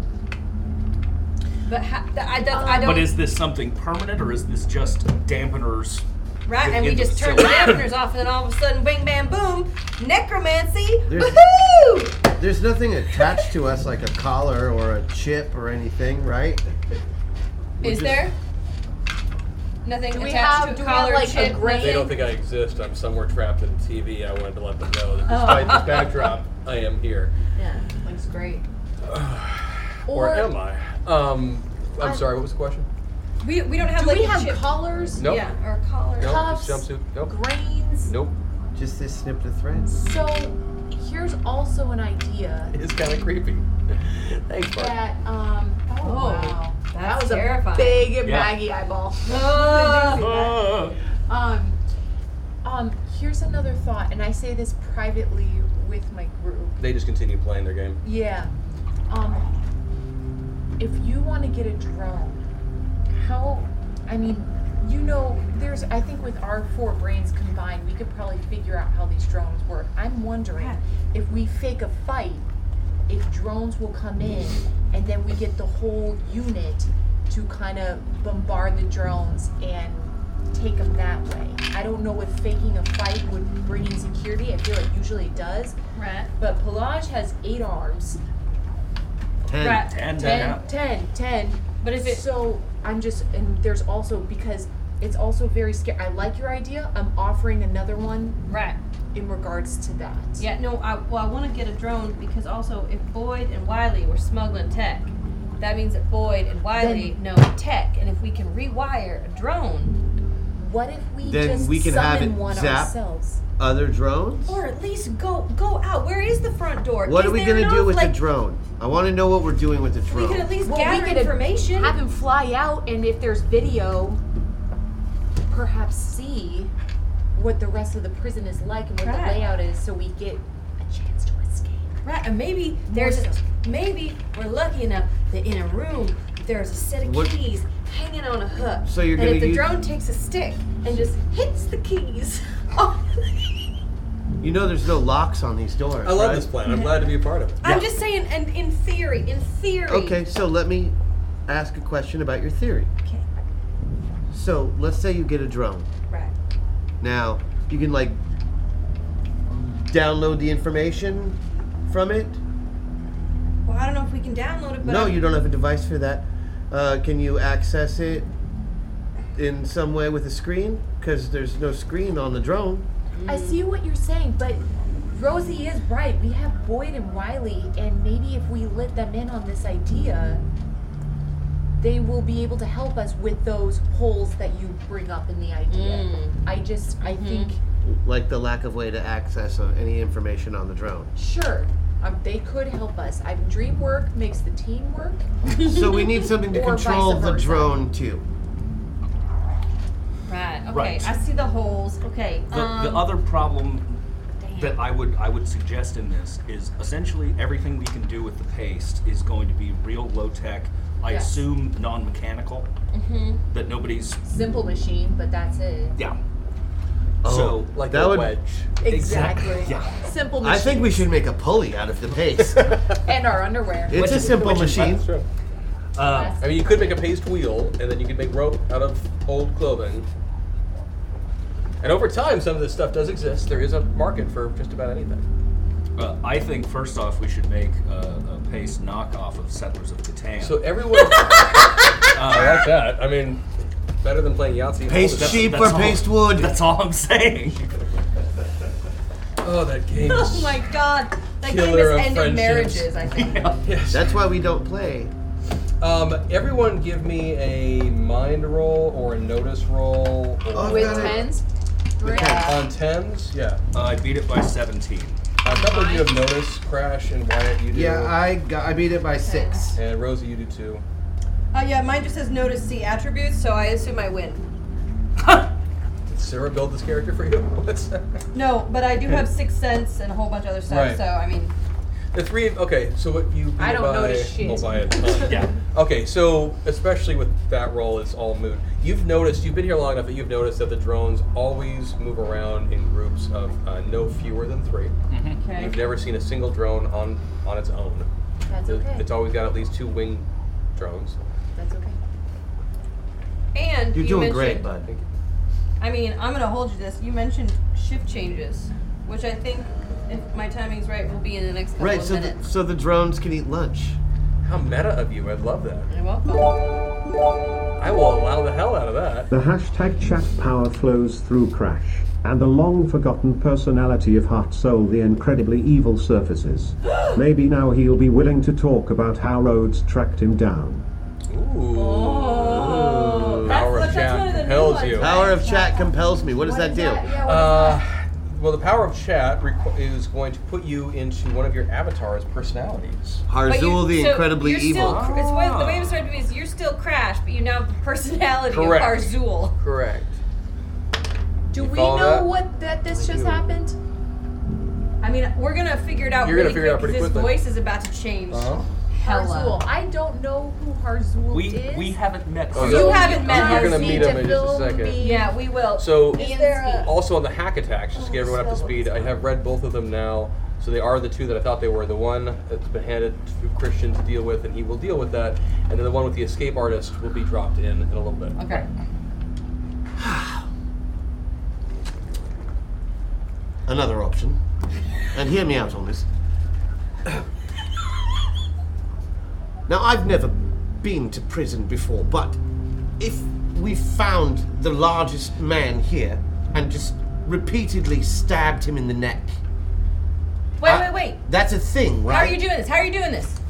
But ha- th- I, don't- I don't.
Um, But is this something permanent or is this just dampeners?
Right, and we
within the
just turn the
facility?
dampeners off, and then all of a sudden, bing, bam, boom, necromancy,
There's-
woohoo!
There's nothing attached to us like a collar or a chip or anything, right? We're
Is
just-
there? Nothing
Do we
attached
have-
to
do
a
we have,
collar,
like, a
chip,
great-
nothing?
they don't think I exist. I'm somewhere trapped in TV. I wanted to let them know that
Oh.
despite this backdrop, I am here.
Yeah, looks great.
Or,
Or-
am I? Um, I'm
I-
sorry. What was the question?
We, we don't have
Do
like
we
a
have
chip.
collars?
Nope.
Yeah, or a collar.
No,
Cuffs,
just jumpsuit. Nope.
Grains.
Nope.
Just they snipped a thread.
So here's also an idea
It's kind of creepy. Thanks, Mark.
that um oh, wow. that was
terrifying.
a big
Yeah.
baggy eyeball.
Ah!
Uh,
Um, um, here's another thought, and I say this privately with my group.
They just continue playing their game.
Yeah. Um, if you want to get a drone, how? I mean, you know, there's. I think with our four brains combined, we could probably figure out how these drones work. I'm wondering if we fake a fight, if drones will come in, and then we get the whole unit to kind of bombard the drones and take them that way. I don't know if faking a fight would bring in security. I feel like usually it does.
Right.
But Pelage has eight arms.
Ten.
Right.
Ten,
Ten, ten, ten.
But if it-
so, I'm just and there's also because It's also very scary. I like your idea. I'm offering another one.
Right.
In regards to that.
Yeah, no, I, well, I want to get a drone because also if Boyd and Wiley were smuggling tech, that means that Boyd and Wiley know tech. And if we can rewire a drone.
What if we
Then we can have it zap other drones.
Or at least go go out. Where is the front door?
What
Is
are we
there
gonna
no,
do with the
like,
drone? I want to know what we're doing with the
We
drone.
could at least
Well, we
gather
could
information.
Have him fly out, and if there's video, perhaps see what the rest of the prison is like and what
Right.
the layout is, so we get a chance to escape.
Right, and maybe there's a, maybe we're lucky enough that in a room there's a set of
What-
keys hanging on a hook.
So you're
and if
gonna
the
use-
drone takes a stick and just hits the keys, oh,
You know, there's no locks on these doors.
I love
right?
this plan. I'm glad to be a part of it.
I'm just saying. And in theory, in theory.
Okay, so let me ask a question about your theory.
Okay.
So let's say you get a drone.
Right.
Now you can like download the information from it.
Well, I don't know if we can download it, but
no,
I'm-
you don't have a device for that. Uh, can you access it in some way with a screen? Because there's no screen on the drone.
I see what you're saying, but Rosie is right. We have Boyd and Wiley, and maybe if we let them in on this idea, they will be able to help us with those holes that you bring up in the idea. I just, I think,
Like the lack of way to access uh, any information on the drone.
sure, um, they could help us. I dream work makes the team work.
so we need something to
Or vice
control the
versa.
drone too.
Right. Okay.
Right.
I see the holes. Okay.
The,
um,
the other problem that I would I would suggest in this is essentially everything we can do with the paste is going to be real low tech. I
Yes.
assume non mechanical.
Mm-hmm.
That nobody's
Simple machine, but that's it.
yeah.
Oh,
so
like that a would- wedge.
Exactly.
Yeah.
Simple machine.
I think we should make a pulley out of the paste.
And our underwear.
It's a simple machine.
Uh, I mean, you could make a paste wheel, and then you could make rope out of old clothing. And over time, some of this stuff does exist. There is a market for just about anything.
Uh, I think first off we should make a, a paste knockoff of Settlers of Catan.
So everyone, I like that. I mean, better than playing Yahtzee.
Paste
That's-
sheep
that's
or
all-
paste wood. That's all I'm saying.
Oh, that game
Oh
is
my god. That game
Killer
is
of
ended
friendships.
marriages, I think.
That's why we don't play.
Um, everyone, give me a mind roll or a notice roll. Or
Oh,
With tens? Great.
On tens, yeah.
I beat it by 17.
A couple of you have noticed. Crash and Wyatt, you do.
Yeah, I got, I beat it by six.
And Rosie, you do too.
Oh yeah, mine just says notice C attributes, so I assume I win.
Did Sarah build this character for you? What's that?
No, but I do have sixth sense and a whole bunch of other stuff,
Right.
so I mean
The three. Okay, so what you.
I
beat
don't
by,
notice shit.
well, by a ton.
Yeah.
Okay, so especially with that role, it's all moot. You've noticed. You've been here long enough that you've noticed that the drones always move around in groups of uh, no fewer than 3
Okay.
Mm-hmm.
You've never seen a single drone on on its own.
That's
It-
okay.
It's always got at least two wing drones.
That's okay.
And you mentioned,
bud.
I mean, I'm gonna hold you to this. You mentioned shift changes, which I think if my timing's right will be in the next couple
Right,
of
so the,
minutes.
so the drones can eat lunch.
How meta of you! I love that.
You're welcome.
I will allow the hell out of that.
The hashtag chat power flows through Crash, and the long forgotten personality of Heart Soul, the incredibly evil surfaces. Maybe now he'll be willing to talk about how Rhodes tracked him down.
Ooh.
Power
of chat compels you.
Power of chat compels me. What does that do?
Uh, well, the power of chat requ- is going to put you into one of your avatar's personalities.
But you- so you're Still, cr- it's what,
Ah.
the way it was described to me is you're still Crash, but you now have the personality
Correct.
of Arzul.
Ah, Correct.
Do we
follow
know
that?
what that this just happened?
I mean, we're gonna figure it out
You're gonna
really
figure it out
quick
pretty
because his
quickly.
voice is about to change.
Uh-huh.
Hella.
Harzul. I don't know who Harzul
We
is.
we haven't met.
Oh,
You
no.
haven't met
You're
him.
gonna meet him in just a second.
Yeah, we will.
So-
is there a
Also on the hack attacks, just to get everyone
Oh,
up to speed, I have read both of them now. So they are the two that I thought they were. The one that's been handed to Christian to deal with, and he will deal with that. And then the one with the escape artist will be dropped in in a little bit.
Okay.
Another option. And hear me out on this. now, I've never been to prison before, but if we found the largest man here and just repeatedly stabbed him in the neck.
Wait,
Uh,
wait, wait.
That's a thing, right?
How are you doing this? How are you doing this?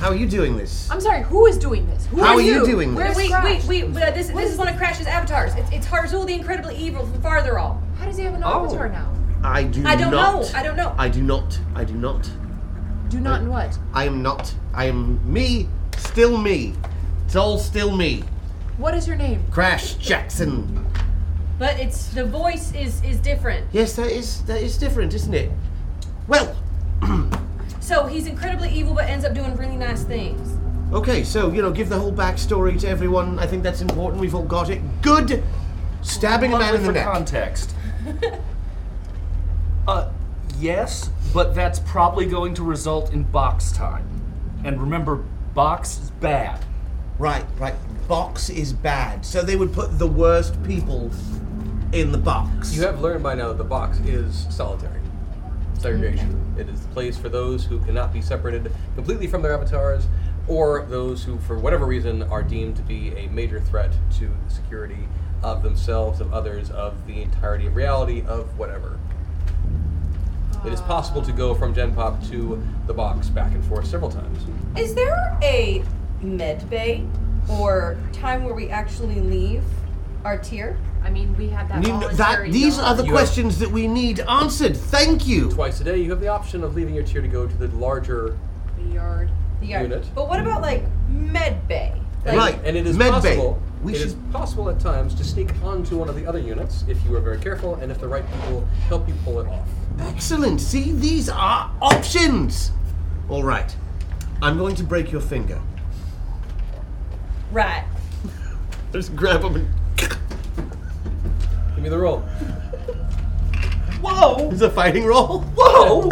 How are you doing this?
I'm sorry. Who is doing this?
Who How are are you you? doing
Wait,
this?
wait,
Crash.
wait, wait. uh, this this is one of Crash's avatars. It's, it's Harzul the Incredibly Evil from Farther All. How does he have an
Oh. avatar
now?
I do
I don't
not.
know. I don't know.
I do not. I do not.
Do not what?
I am not. I am me. Still me. It's all still me.
What is your name?
Crash Jackson.
But it's the voice is is different.
Yes, that is that is different, isn't it? Well,
So he's incredibly evil, but ends up doing really nice things.
Okay, so you know, give the whole backstory to everyone. I think that's important. We've all got it. Good. Stabbing a man in the
for
neck.
context. Uh, yes, but that's probably going to result in box time. And remember, box is bad.
Right, right. Box is bad. So they would put the worst people in the box.
You have learned by now that the box is solitary.
Mm-hmm.
Segregation. It is the place for those who cannot be separated completely from their avatars, or those who, for whatever reason, are deemed to be a major threat to the security of themselves, of others, of the entirety of reality, of whatever. It is possible to go from Gen Pop to the box back and forth several times.
Is there a med bay or time where we actually leave our tier? I mean, we have
You know, that these are the
You have-
questions that we need answered. Thank you.
Twice a day, you have the option of leaving your tier to go to the larger
the yard. The yard.
Unit.
But what about like med bay?
And,
Like,
And it is
Med Bay.
possible. it is possible at times to sneak onto one of the other units if you are very careful and if the right people help you pull it off.
Excellent. See, these are options. All right. I'm going to break your finger.
Right.
Just grab him and
Give me the roll.
Whoa!
It's a fighting roll.
Whoa!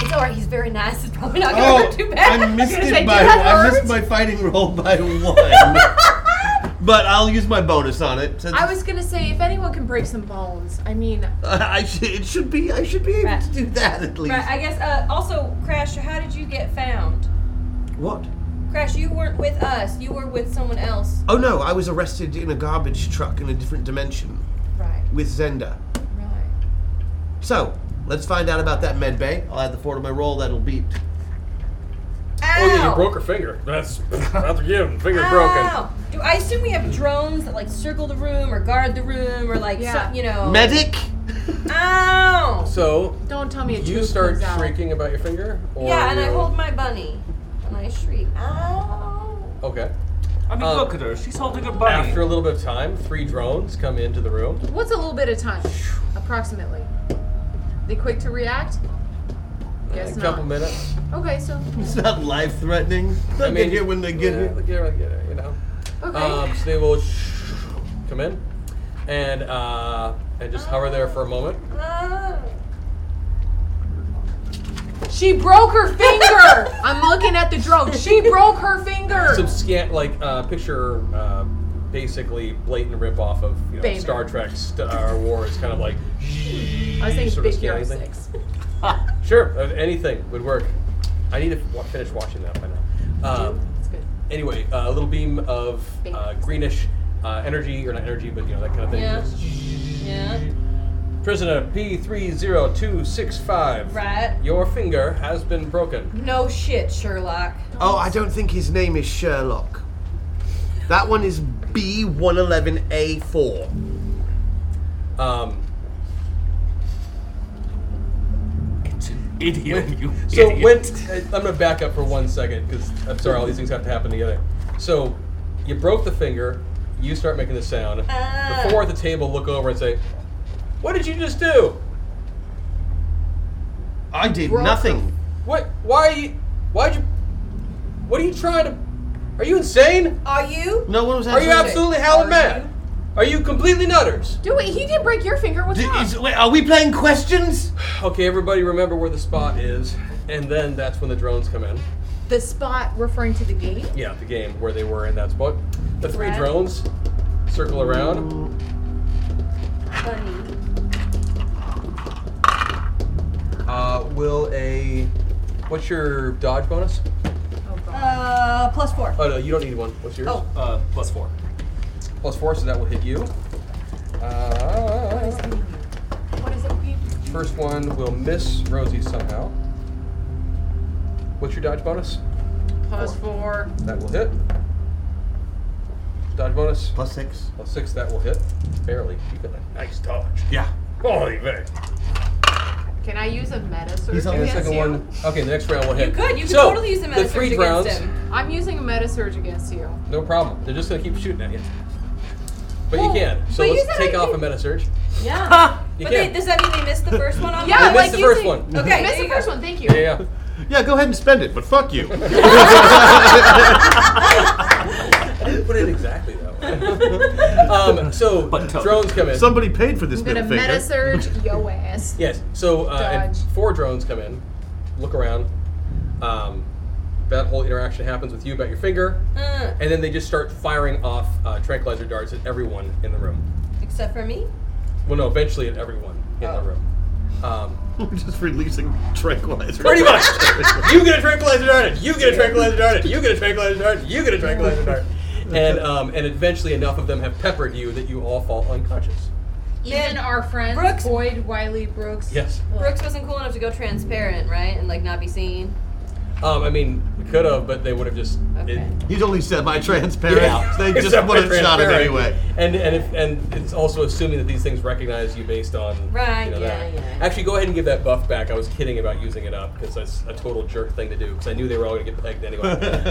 It's alright. He's very nice. It's probably not gonna hurt too bad.
Oh, I missed
was gonna
it
say,
by
"Did that
I
hurt?"
missed my fighting roll by one. but I'll use my bonus on it. Since
I was gonna say if anyone can break some bones, I mean,
I should, it should be I should be able
Right.
to do that at least.
Right. I guess. Uh, also, Crash, how did you get found?
What?
Crash, you weren't with us. You were with someone else.
Oh no, I was arrested in a garbage truck in a different dimension
Right.
with Zenda.
Right.
So, let's find out about that med bay. I'll add the four to my roll, that'll beat.
Oh
yeah, you broke her finger. That's that's again, finger broken.
Ow. Do I assume we have drones that like circle the room or guard the room or like some- you know Ow!
So
Don't tell me a
you
tube
start
comes out.
shrieking about your finger, or
yeah, and I
you-
hold my bunny and I shriek. Ow!
Okay. Um,
I mean, look at her. She's holding her bunny.
After a little bit of time, three drones come into the room.
what's a little bit of time, approximately? They quick to react?
Uh,
Guess
Uh, a
not.
couple minutes.
Okay, so
It's not life threatening. They'll get here when they get
yeah,
here.
They get, they get, you know.
Okay.
Um, so they will sh- come in and uh, and just hover there for a moment.
she broke her finger. I'm looking at the drone. She broke her finger.
Some scant, like, uh, picture uh, basically blatant rip off of you know,
Baby.
Star Trek, Star Wars, kind of like.
I was thinking
sort of
Big Hero
scanning thing.
Six.
Sure, uh, anything would work. I need to wa- finish watching that by now. Um,
It's good.
anyway, uh, a little beam of uh, greenish uh, energy, or not energy, but you know, that kind of thing.
Yeah. Yeah.
Prisoner P30265.
Right.
Your finger has been broken.
No shit, Sherlock.
Oh, I don't think his name is Sherlock. That one is B111A4.
Um,
it's an idiom, you
So
idiot.
when I- I'm gonna back up for one second because I'm sorry, all these things have to happen together. So you broke the finger, you start making the sound. the four at the table look over and say, "What did you just do?"
I did
Broke
nothing.
What? Why? Are you, why'd you? What are you trying to? Are you insane?
Are you?
No one was
Are you
absolutely-
absolutely howling mad? Are you completely nutters?
Do it. He did break your finger. What's up?
are we playing questions?
Okay, everybody, remember where the spot is, and then that's when the drones come in.
The spot referring to the game.
Yeah, the game where they were in that spot. The three
Right.
drones circle around.
Mm.
Bunny.
Uh, will a what's your dodge bonus?
Uh plus four.
Oh no, you don't need one. What's yours?
Oh.
Uh, plus four.
plus four, so that will hit you. Uh,
What is it?
first one will miss Rosie somehow. What's your dodge bonus?
Plus four.
That will hit. Dodge bonus. Plus six. Plus six, that will hit. Barely. You got a nice dodge.
Yeah.
Holy man.
Can I use a meta surge
He's on the
against
second
you?
one. Okay, the next round will hit.
You could. You could
so,
totally use a meta
the three
surge against
rounds,
him. I'm using a meta surge against you.
No problem. They're just gonna keep shooting at you. But
Well,
you can. So
but you
let's
said
take
I
off a meta surge.
Yeah.
You
but they,
can.
does that mean they missed the first one on
Yeah,
that?
They missed like the first using- one.
Okay,
missed
there
the
you
first
go.
one. Thank you.
Yeah, yeah.
Yeah, go ahead and spend it, but fuck you.
I didn't put it exactly that way. um, so drones come in.
Somebody paid for this
I'm gonna
middle finger.
meta surge yo ass.
Yes. So uh, and four drones come in, look around. Um, that whole interaction happens with you about your finger,
Mm.
and then they just start firing off uh, tranquilizer darts at everyone in the room.
Uh, Except for me.
Well, no, eventually at everyone in the room. Um,
We're just releasing tranquilizer.
Pretty much. you get a tranquilizer dart. at it, You get a tranquilizer dart. at it, You get a tranquilizer dart. at it, You get a tranquilizer dart. And um, and eventually enough of them have peppered you that you all fall unconscious.
Even our friends Boyd Wiley Brooks.
Yes.
Brooks wasn't cool enough to go transparent, right? And like not be seen.
Um, I mean, we could have, but they would have just.
He's only semi-transparent. They just would have shot it
Semi-transparent.
anyway.
And and if, and it's also assuming that these things recognize you based on.
Right,
You know,
yeah,
that.
yeah.
Actually, go ahead and give that buff back. I was kidding about using it up because that's a total jerk thing to do because I knew they were all going to get pegged anyway.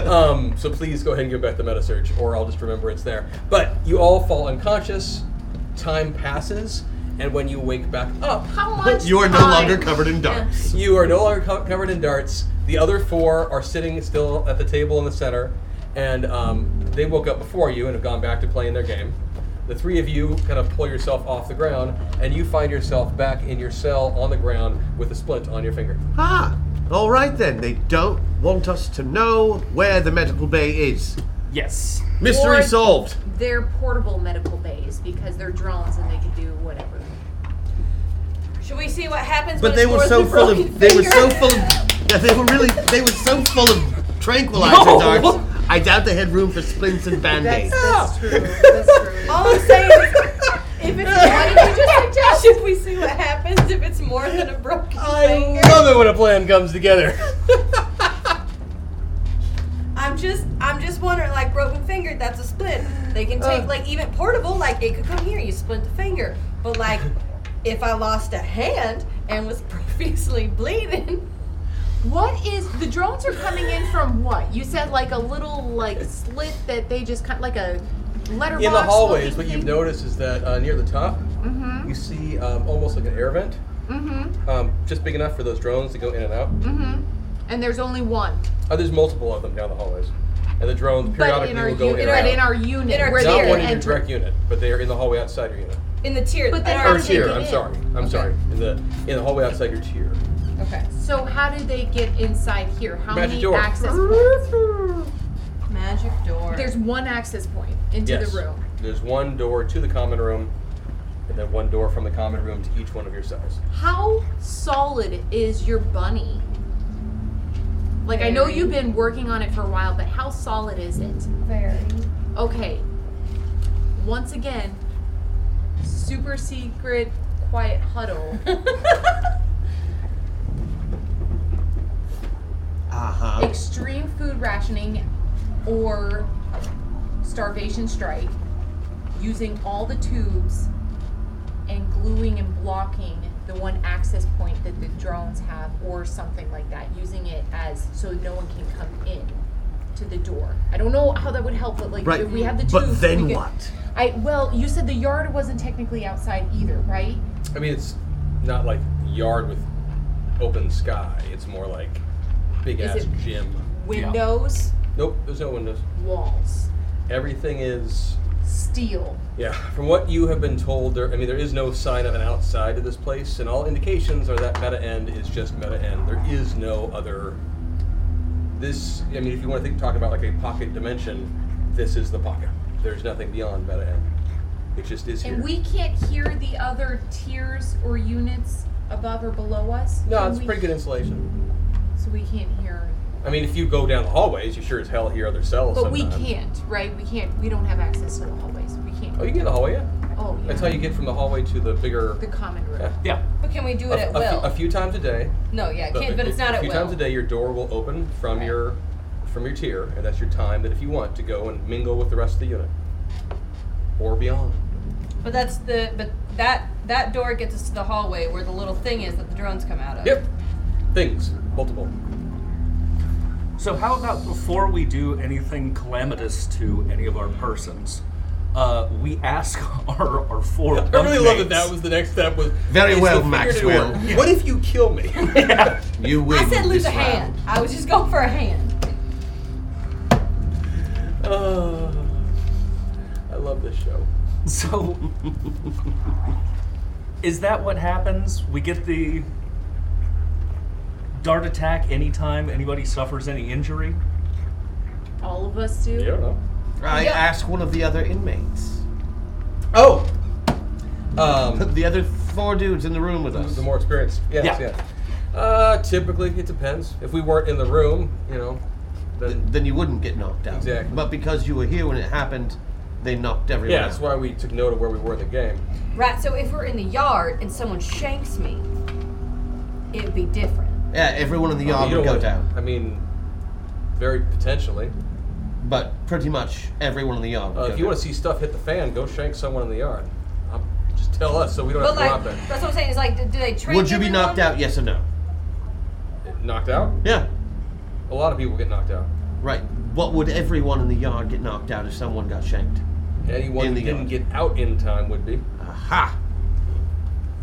um, so please go ahead and give back the meta search, or I'll just remember it's there. But you all fall unconscious. Time passes, and when you wake back up,
How much?
You are no
time?
longer covered in dark.
you are no longer co- covered in darts. The other four are sitting still at the table in the center, and um, they woke up before you and have gone back to playing their game. The three of you kind of pull yourself off the ground, and you find yourself back in your cell on the ground with a splint on your finger.
Ah,
all right then. They don't want us to know where the medical bay is.
Yes.
Mystery
Or
solved.
They're portable medical bays because they're drones and they can do whatever.
Should we see what happens?
But
when
they
it's
were
more
so
than
full
broken
of. They were so
finger?
full of. Yeah, they were really. They were so full of tranquilizer
No.
darts. I doubt they had room for splints and band-aids.
Ah!
All I'm saying is, if it's what did you just suggest? Should we see what happens if it's more than a broken finger?
Love it when a plan comes together.
I'm just, I'm just wondering, like broken finger, that's a splint. They can
Uh.
take, like even portable, like it could come here, you splint the finger. But like, if I lost a hand and was profusely bleeding,
What is the drones are coming in from what? You said like a little like slit that they just kind like a letterbox.
in the hallways, what you've noticed is that uh, near the top,
Mm-hmm.
you see um, almost like an air vent,
Mm-hmm.
um, just big enough for those drones to go in and out.
Mm-hmm. And there's only one.
Oh, there's multiple of them down the hallways, and the drones
But in
periodically
our
will go
unit,
in and out.
but in our unit,
In our
where
not
they
one in your
enter-
direct unit, but they are in the hallway outside your unit.
in the tier.
But then
in
how
our
Or
do they
tier,
get
I'm
in?
sorry. I'm sorry. In the in the hallway outside your tier.
Okay.
So how did they get inside here? How
Magic
many
door.
access points?
Magic door.
There's one access point into
yes.
the room.
There's one door to the common room, and then one door from the common room to each one of your cells.
How solid is your bunny? Like I know
Very.
you've been working on it for a while, but how solid is it?
Very.
Okay. Once again, super secret quiet huddle.
Uh-huh.
extreme food rationing or starvation strike using all the tubes and gluing and blocking the one access point that the drones have or something like that using it as so no one can come in to the door i don't know how that would help but like
Right.
if we have the tubes
But then
we could-
what?
i well you said the yard wasn't technically outside either right
I mean, it's not like yard with open sky. It's more like big
Is
ass
it
gym.
windows
Nope. There's no windows.
walls
Everything is
steel
Yeah, from what you have been told, there. I mean, there is no sign of an outside to this place, and all indications are that Meta End is just Meta End. There is no other. This, I mean, if you want to think, talk about like a pocket dimension, this is the pocket. There's nothing beyond Meta End. It just is here.
And we can't hear the other tiers or units above or below us?
no,
Can
it's
we-
pretty good insulation.
So we can't hear
I mean, if you go down the hallways, you sure as hell hear other cells.
But we
sometime.
can't, right? We can't. We don't have access to the hallways. We can't.
Oh, you get the hallway, yeah.
Oh, yeah.
That's how you get from the hallway to the bigger.
The common room.
Yeah. yeah.
But can we do
a,
it at
a few-
will?
a few times a day.
No, yeah, it can't, but it's not
a
at
few
will.
times a day, your door will open from your from your tier, and that's your time that if you want to go and mingle with the rest of the unit or beyond.
But that's the but that that door gets us to the hallway where the little thing is that the drones come out of.
Yep. Things multiple.
So, how about before we do anything calamitous to any of our persons, uh, we ask our, our four.
I really love that
bunkmates-
that was the next step. Was
Very
it's
well,
the figurative
Maxwell.
word. What if you kill me?
You
I said lose a hand. I was just going for a hand.
Uh, I love this show.
So, is that what happens? We get the dart attack anytime anybody suffers any injury?
All of us do.
I
Yeah.
ask one of the other inmates.
Oh! Um,
the other four dudes in the room with us.
The more experienced. Yes,
Yeah.
yes. Uh, typically, it depends. If we weren't in the room, you know, then,
then you wouldn't get knocked out.
Exactly.
But because you were here when it happened, they knocked everyone
yeah,
out.
that's why we took note of where we were in the game.
Right, so if we're in the yard and someone shanks me, it'd be different.
Yeah, everyone in the
I mean,
yard
Uh, you
would
don't
go
wanna-
down.
I mean, very potentially.
But pretty much everyone in the yard.
Uh, if you want to see stuff hit the fan, go shank someone in the yard. Um, just tell us so we don't
But
have to
like
go out
that's what I'm saying, is like do, do they train
Would you be knocked out? Yes or no?
there. Knocked out?
Yeah.
A lot of people get knocked out.
Right. What would everyone in the yard get knocked out if someone got shanked?
Anyone
In
who
the
didn't
yard.
get out in time would be.
Aha!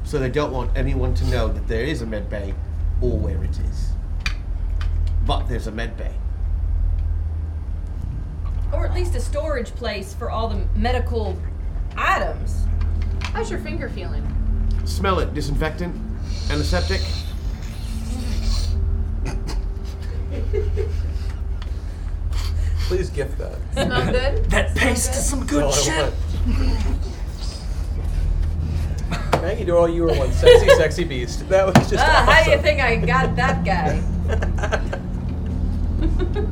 So they don't want anyone to know that there is a med bay or where it is. But there's a med bay.
Or at least a storage place for all the medical items.
How's your finger feeling?
Smell it, disinfectant, antiseptic.
Please gift that.
Smell good?
That paste is some good
That's all I
shit.
Maggie Doyle, you were one sexy, sexy beast. That was just
Ah, how do you
awesome.
think I got that guy?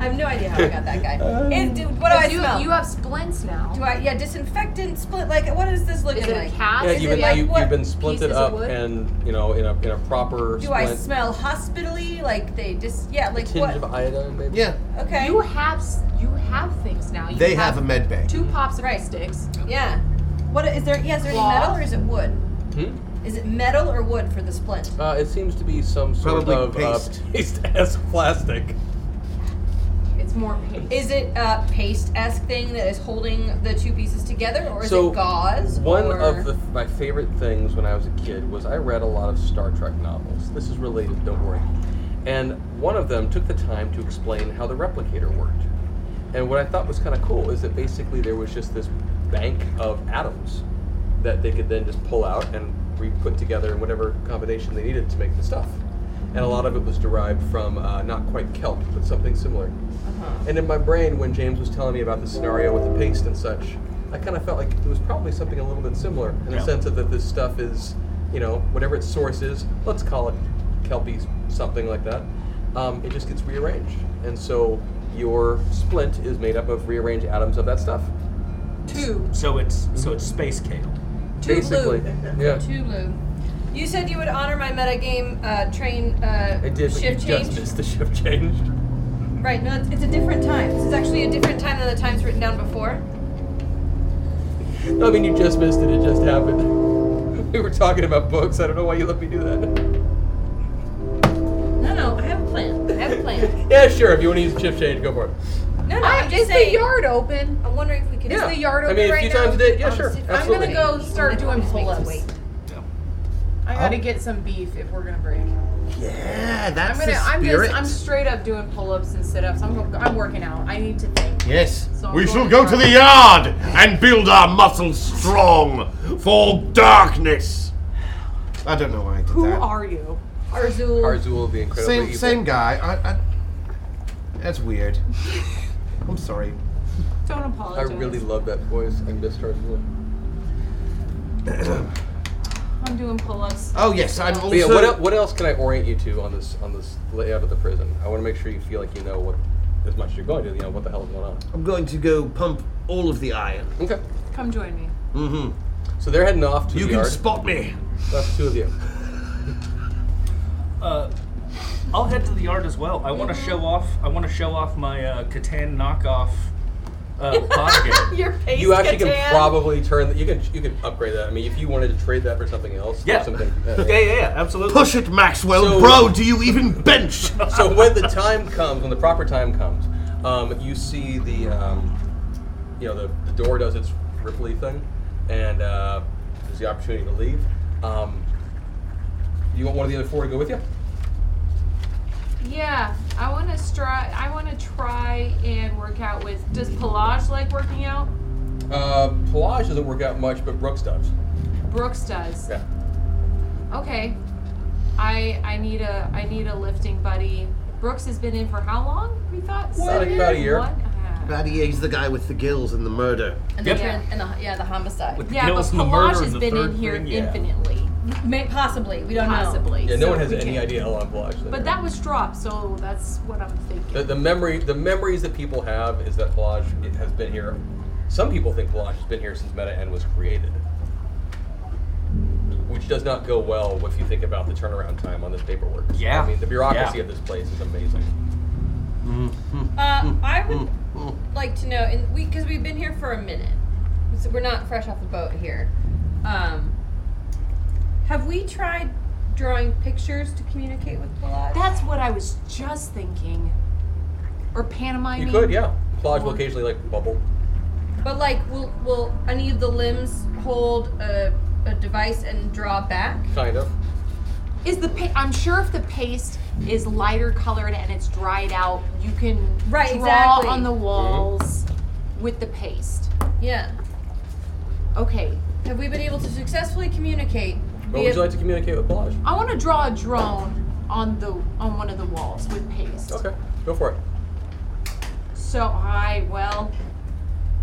I have no idea how I got that guy.
Uh,
and do, what do I
you,
smell?
You have splints now.
do I? Yeah, disinfectant split. Like, what is this looking
it a
like?
cat?
Yeah,
Is
you've
it
been,
like
you,
what?
you've been splinted
pieces
up
of wood?
and, you know, in a, in a proper
Do
splint.
I smell hospitally? Like they just yeah, like
tinge
what?
of iodine, maybe?
Yeah.
Okay.
You have s- you have things now. You
They have a med bay.
Two popsicle sticks.
Yeah. What is there? Yeah, is there
Cloth?
any metal or is it wood?
Hmm?
Is it metal or wood for the splint?
Uh, it seems to be some sort
Probably
of
paste.
Uh, paste-esque plastic.
It's more paste.
Is it a paste-esque thing that is holding the two pieces together, or is
So,
it gauze?
One
or...
of the, my favorite things when I was a kid was I read a lot of Star Trek novels. This is related, don't worry. And one of them took the time to explain how the replicator worked. And what I thought was kind of cool is that basically there was just this bank of atoms that they could then just pull out and re put together in whatever combination they needed to make the stuff. And a lot of it was derived from uh, not quite kelp, but something similar. And in my brain, when James was telling me about the scenario with the paste and such, I kind of felt like it was probably something a little bit similar in the
Yeah.
sense of that this stuff is, you know, whatever its source is, let's call it kelpie, something like that. Um, it just gets rearranged, and so your splint is made up of rearranged atoms of that stuff. Mm-hmm.
Two.
So it's so it's space kale.
Two
basically,
blue.
yeah.
Two blue. You said you would honor my metagame uh, train uh,
It did, but
shift
you
change.
just missed the shift change.
Right. No, it's, it's a different time. This is actually a different time than the times written down before.
I mean, you just missed it. It just happened. We were talking about books. I don't know why you let me do that.
No, no. I have a plan. I have a plan.
Yeah, sure. If you want to use the shift change, go for it.
No, no. I'm just
is
saying.
the yard open?
I'm wondering if we can.
Is the yard
I
open
mean, a
right
few
now? Um,
times a day. Yeah, sure.
I'm gonna
Absolutely.
go start doing pull-ups. I gotta
Oh.
get some beef if we're gonna break.
Yeah,
I'm
that's
gonna.
the
I'm
spirit.
just. I'm straight up doing pull-ups and sit-ups. I'm. go- I'm working out. I need to think.
Yes.
So I'm
We
going
shall go to the yard and build our muscles strong for darkness.
I don't know why I did
Who
that.
are you?
Arzul.
Arzul the incredibly
Same,
evil.
same guy. I, I, that's weird. I'm sorry.
Don't
I
apologize.
really love that voice. I missed Arzul.
I'm doing pull-ups.
Oh,
But yeah, what, el- what else can I orient you to on this on this layout of the prison? I want to make sure you feel like you know what as much as you're going to. You know what the hell is going on.
I'm going to go pump all of the iron.
Okay.
Come join me.
Mm-hmm.
So they're heading off to
You
the
can
yard.
spot me.
That's two of you.
Uh, I'll head to the yard as well. I want to show off. I want to show off my uh, Catan knockoff uh, body game.
Your face
You actually
Catan.
can probably turn. You can you can upgrade that. I mean, if you wanted to trade that for something else,
Yeah.
something. uh,
Yeah, yeah, yeah, absolutely.
Push it, Maxwell,
bro,
Do you even bench? so when the time comes, when the proper time comes, um, you see the um, you know the, the door does its ripply thing, and uh, there's the opportunity to leave. Um, you want one of the other four to go with you?
Yeah, I want to try. I want to try and work out with. Does Pelage like working out?
Uh, Pelage doesn't work out much, but Brooks does.
Brooks does.
Yeah.
Okay. I I need a I need a lifting buddy. Brooks has been in for how long? We thought
About,
Seven?
about a year.
One?
About a year. He's the guy with the gills and the murder.
And, the, tran- and the, yeah, the homicide.
With the
yeah,
kills and
but
the
Pelage
murder
has
and the
been in
third
here
thing, yeah.
infinitely. May, possibly. We don't
Possibly.
know.
Yeah, no one has
we
any
can't-
idea how long Pelage.
But that was dropped, so that's what I'm thinking.
The, the memory, the memories that people have is that Pelage it has been here. Some people think Pelage has been here since Meta End was created, which does not go well if you think about the turnaround time on this paperwork.
Yeah.
I mean the bureaucracy
Yeah.
of this place is amazing.
Hmm,
Uh, I would like to know, and we because we've been here for a minute, so we're not fresh off the boat here. Um, have we tried drawing pictures to communicate with Pilate?
That's what I was just thinking. Or pantomiming.
you could, yeah. Pelage will occasionally like bubble.
But like, will will any of the limbs hold a, a device and draw back?
Kind of. Mm-hmm.
Is the pa- I'm sure if the paste is lighter colored and it's dried out, you can
Right,
draw
exactly.
on the walls with the paste.
Yeah.
Okay.
Have we been able to successfully communicate?
What would you like to communicate with Pelage?
I want to draw a drone on the on one of the walls with paste.
Okay. Go for it.
So I well,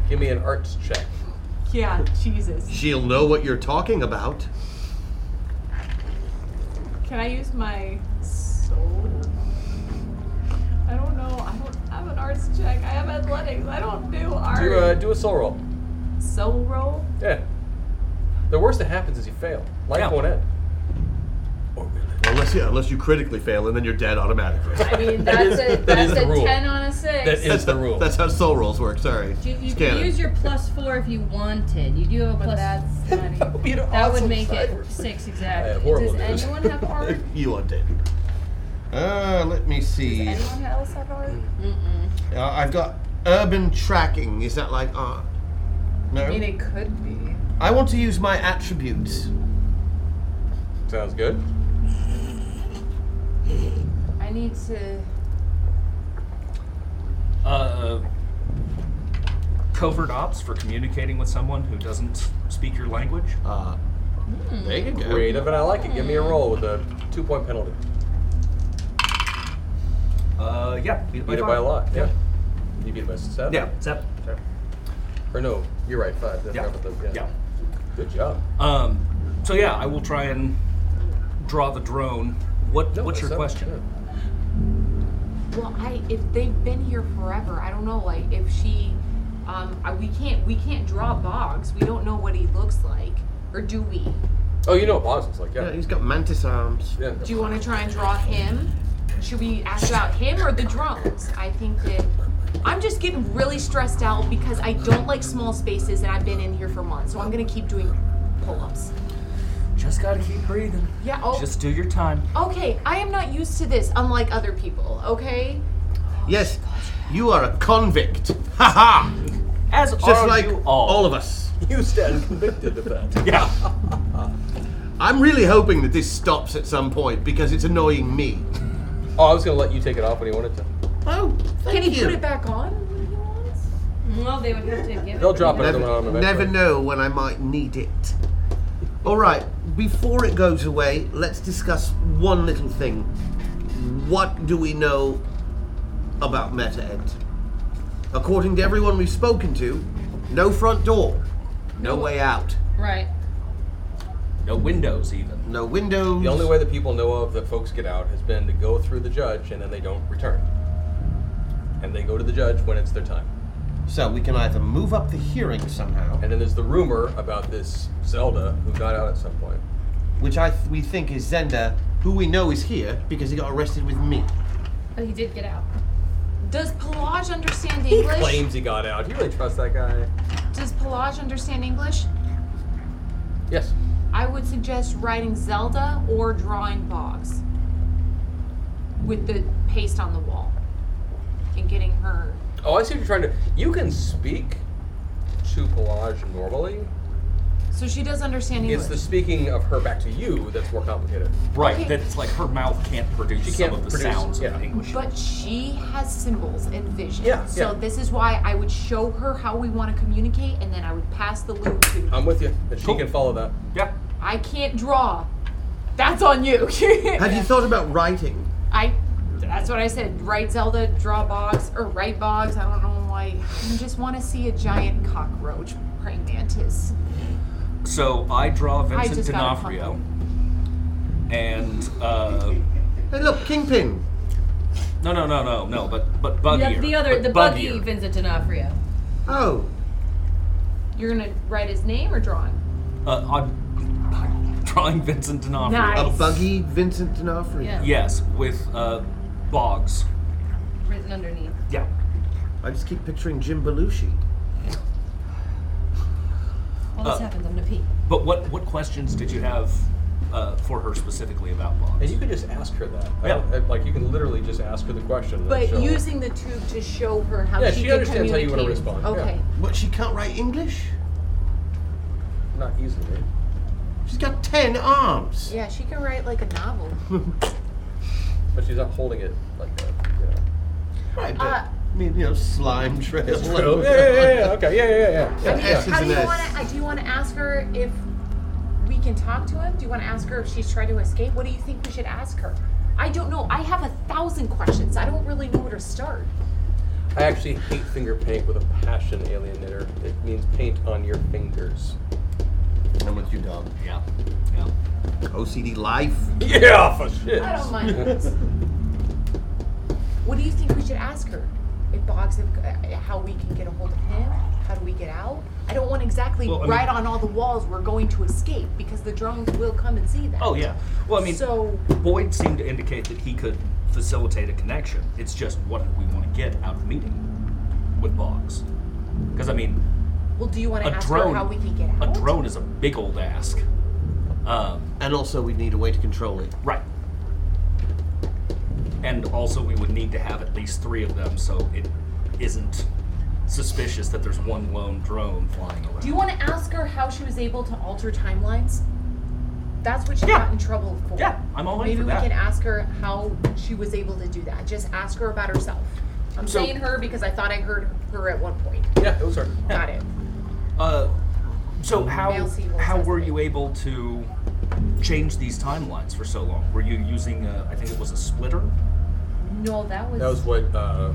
Give me an arts check.
yeah, Jesus.
She'll know what you're talking about.
Can I use my soul? I don't know. I don't have an arts check. I have athletics. I don't do art.
Do uh, do a soul roll.
soul roll.
Yeah. The worst that happens is you fail. Life won't end.
Unless, yeah, unless you critically fail, and then you're dead automatically.
I mean, that's a
that
that's
is the
a
rule.
ten on a six.
That's- That's how soul rolls work. Sorry.
You, you
Scan
can
it.
use your plus four if you wanted. You do have a plus. That's that would,
awesome
make
cyber.
it six
I
Uh,
exactly.
have horrible
Does
news.
anyone have art?
You are dead. Uh, let me see.
anyone else have art? Mm-mm.
Uh, I've got urban tracking. Is that like art? No.
it could be.
I want to use my attributes.
Sounds good.
I need to.
Uh, covert ops for communicating with someone who doesn't speak your language.
Uh,
Hmm.
There you go. Creative, and I like it. Give me a roll with a two-point penalty.
Uh, yeah, beat it by
beat it by a
five.
lot. Yeah. You beat it by seven.
Yeah, seven.
Or no, you're right, five. That's not what the- yeah. Good job.
Um, so yeah, I will try and draw the drone. What What's your question?
Well, I if they've been here forever, I don't know. Like if she, um, I, we can't we can't draw Boggs. We don't know what he looks like, or do we?
Oh, you know what Boz looks like, yeah.
Yeah, he's got mantis arms.
Yeah.
Do you want to try and draw him? Should we ask about him or the drones? I think that I'm just getting really stressed out because I don't like small spaces and I've been in here for months, so I'm gonna keep doing pull-ups.
Just gotta keep breathing.
Yeah. Oh.
Just do your time.
okay. I am not used to this, unlike other people. Okay.
Yes, you are a convict. Ha ha!
As
Just
are
like
you
all. of us.
You stand convicted of that.
yeah. I'm really hoping that this stops at some point because it's annoying me.
Oh, I was gonna let you take it off when you wanted to.
Oh,
Can he
you.
put it back on when he wants?
Well, they would have to give it.
never,
eventually.
Never know when I might need it. All right, before it goes away, let's discuss one little thing. What do we know about MetaEd? According to everyone we've spoken to, no front door, no way out.
Right.
No windows, even.
No windows.
The only way that people know of that folks get out has been to go through the judge and then they don't return. And they go to the judge when it's their time.
So we can either move up the hearing somehow.
And then there's the rumor about this Zelda who got out at some point.
Which I th- we think is Zenda, who we know is here because he got arrested with me.
Oh, he did get out. Does Pelage understand
He
English?
claims he got out. You really trust that guy?
Does Pelage understand English?
Yes.
I would suggest writing Zelda or drawing Boggs with the paste on the wall and getting her.
Oh, I see what you're trying to. You can speak to Pelage normally.
So she does understand English.
It's the speaking of her back to you that's more complicated.
Right, Okay. that's like her mouth can't produce
she
some
can't
of the
produce,
sounds of
yeah.
English.
But she has symbols and vision.
Yeah,
So
yeah.
this is why I would show her how we want to communicate, and then I would pass the loop to.
I'm with you. And she can follow that.
Yeah.
I can't draw. That's on you.
Have you thought about writing?
I. That's what I said. Write Zelda, draw Boggs, or write Boggs. I don't know why. I just want to see a giant cockroach praying mantis.
So I draw Vincent
just got a
D'Onofrio, and uh,
hey, look, Kingpin.
No, no, no, no, no. But but buggier.
The, the other,
but
the buggy Vincent D'Onofrio.
Oh.
You're gonna write his name or draw him?
Uh, I'm, I'm drawing Vincent D'Onofrio.
Nice.
A buggy Vincent D'Onofrio.
Yeah.
Yes, with uh, Boggs.
Written underneath.
Yeah.
I just keep picturing Jim Belushi.
Well, this
Uh,
happens. I'm gonna pee.
But what what questions did you have uh, for her specifically about Boggs?
And you could just ask her that. I
Yeah.
don't- I- Uh, like you can literally just ask her the question. and
But
she'll-
using the tube to show her how
Yeah,
she,
she
can
understands how you wanna
communicate.
respond, yeah.
Okay.
But she can't write English?
Not easily.
She's got ten arms.
Yeah, she can write like a novel.
But she's not holding it like that. You know.
Right, but,
Uh,
I mean, you know, slime trail.
Trail. Yeah, yeah, yeah, yeah, okay, yeah, yeah, yeah,
I mean, how do you want to? Do you want to ask her if we can talk to him? Do you want to ask her if she's tried to escape? What do you think we should ask her? I don't know. I have a thousand questions. I don't really know where to start.
I actually hate finger paint with a passion, alien knitter. It means paint on your fingers.
I'm with you, dog.
Yeah. Yeah.
OCD life.
Yeah, for shit.
I don't mind those. What do you think we should ask her? If Boggs, have, uh, how we can get a hold of him? How do we get out? I don't want exactly
Well, I mean-
right on all the walls. We're going to escape because the drones will come and see that.
Oh yeah. Well, I mean,
so
Boyd seemed to indicate that he could facilitate a connection. It's just what do we want to get out of the meeting with Boggs? Because I mean,
well, do you want
a
to ask
drone.
her how we can get out?
A drone is a big old ask. Um,
and also, we need a way to control it.
Right. And also, we would need to have at least three of them, so it isn't suspicious that there's one lone drone flying around.
Do you want to ask her how she was able to alter timelines? That's what she got in trouble for. Yeah,
I'm all in
Maybe
for
we
that.
can ask her how she was able to do that. Just ask her about herself. I'm
So-
saying her because I thought I heard her at one point.
Yeah, it was her.
Got it.
Oh, Uh, so how
Male seawolf
how were you able to change these timelines for so long? Were you using a, I think it was a splitter?
No, that was.
That was what. Uh,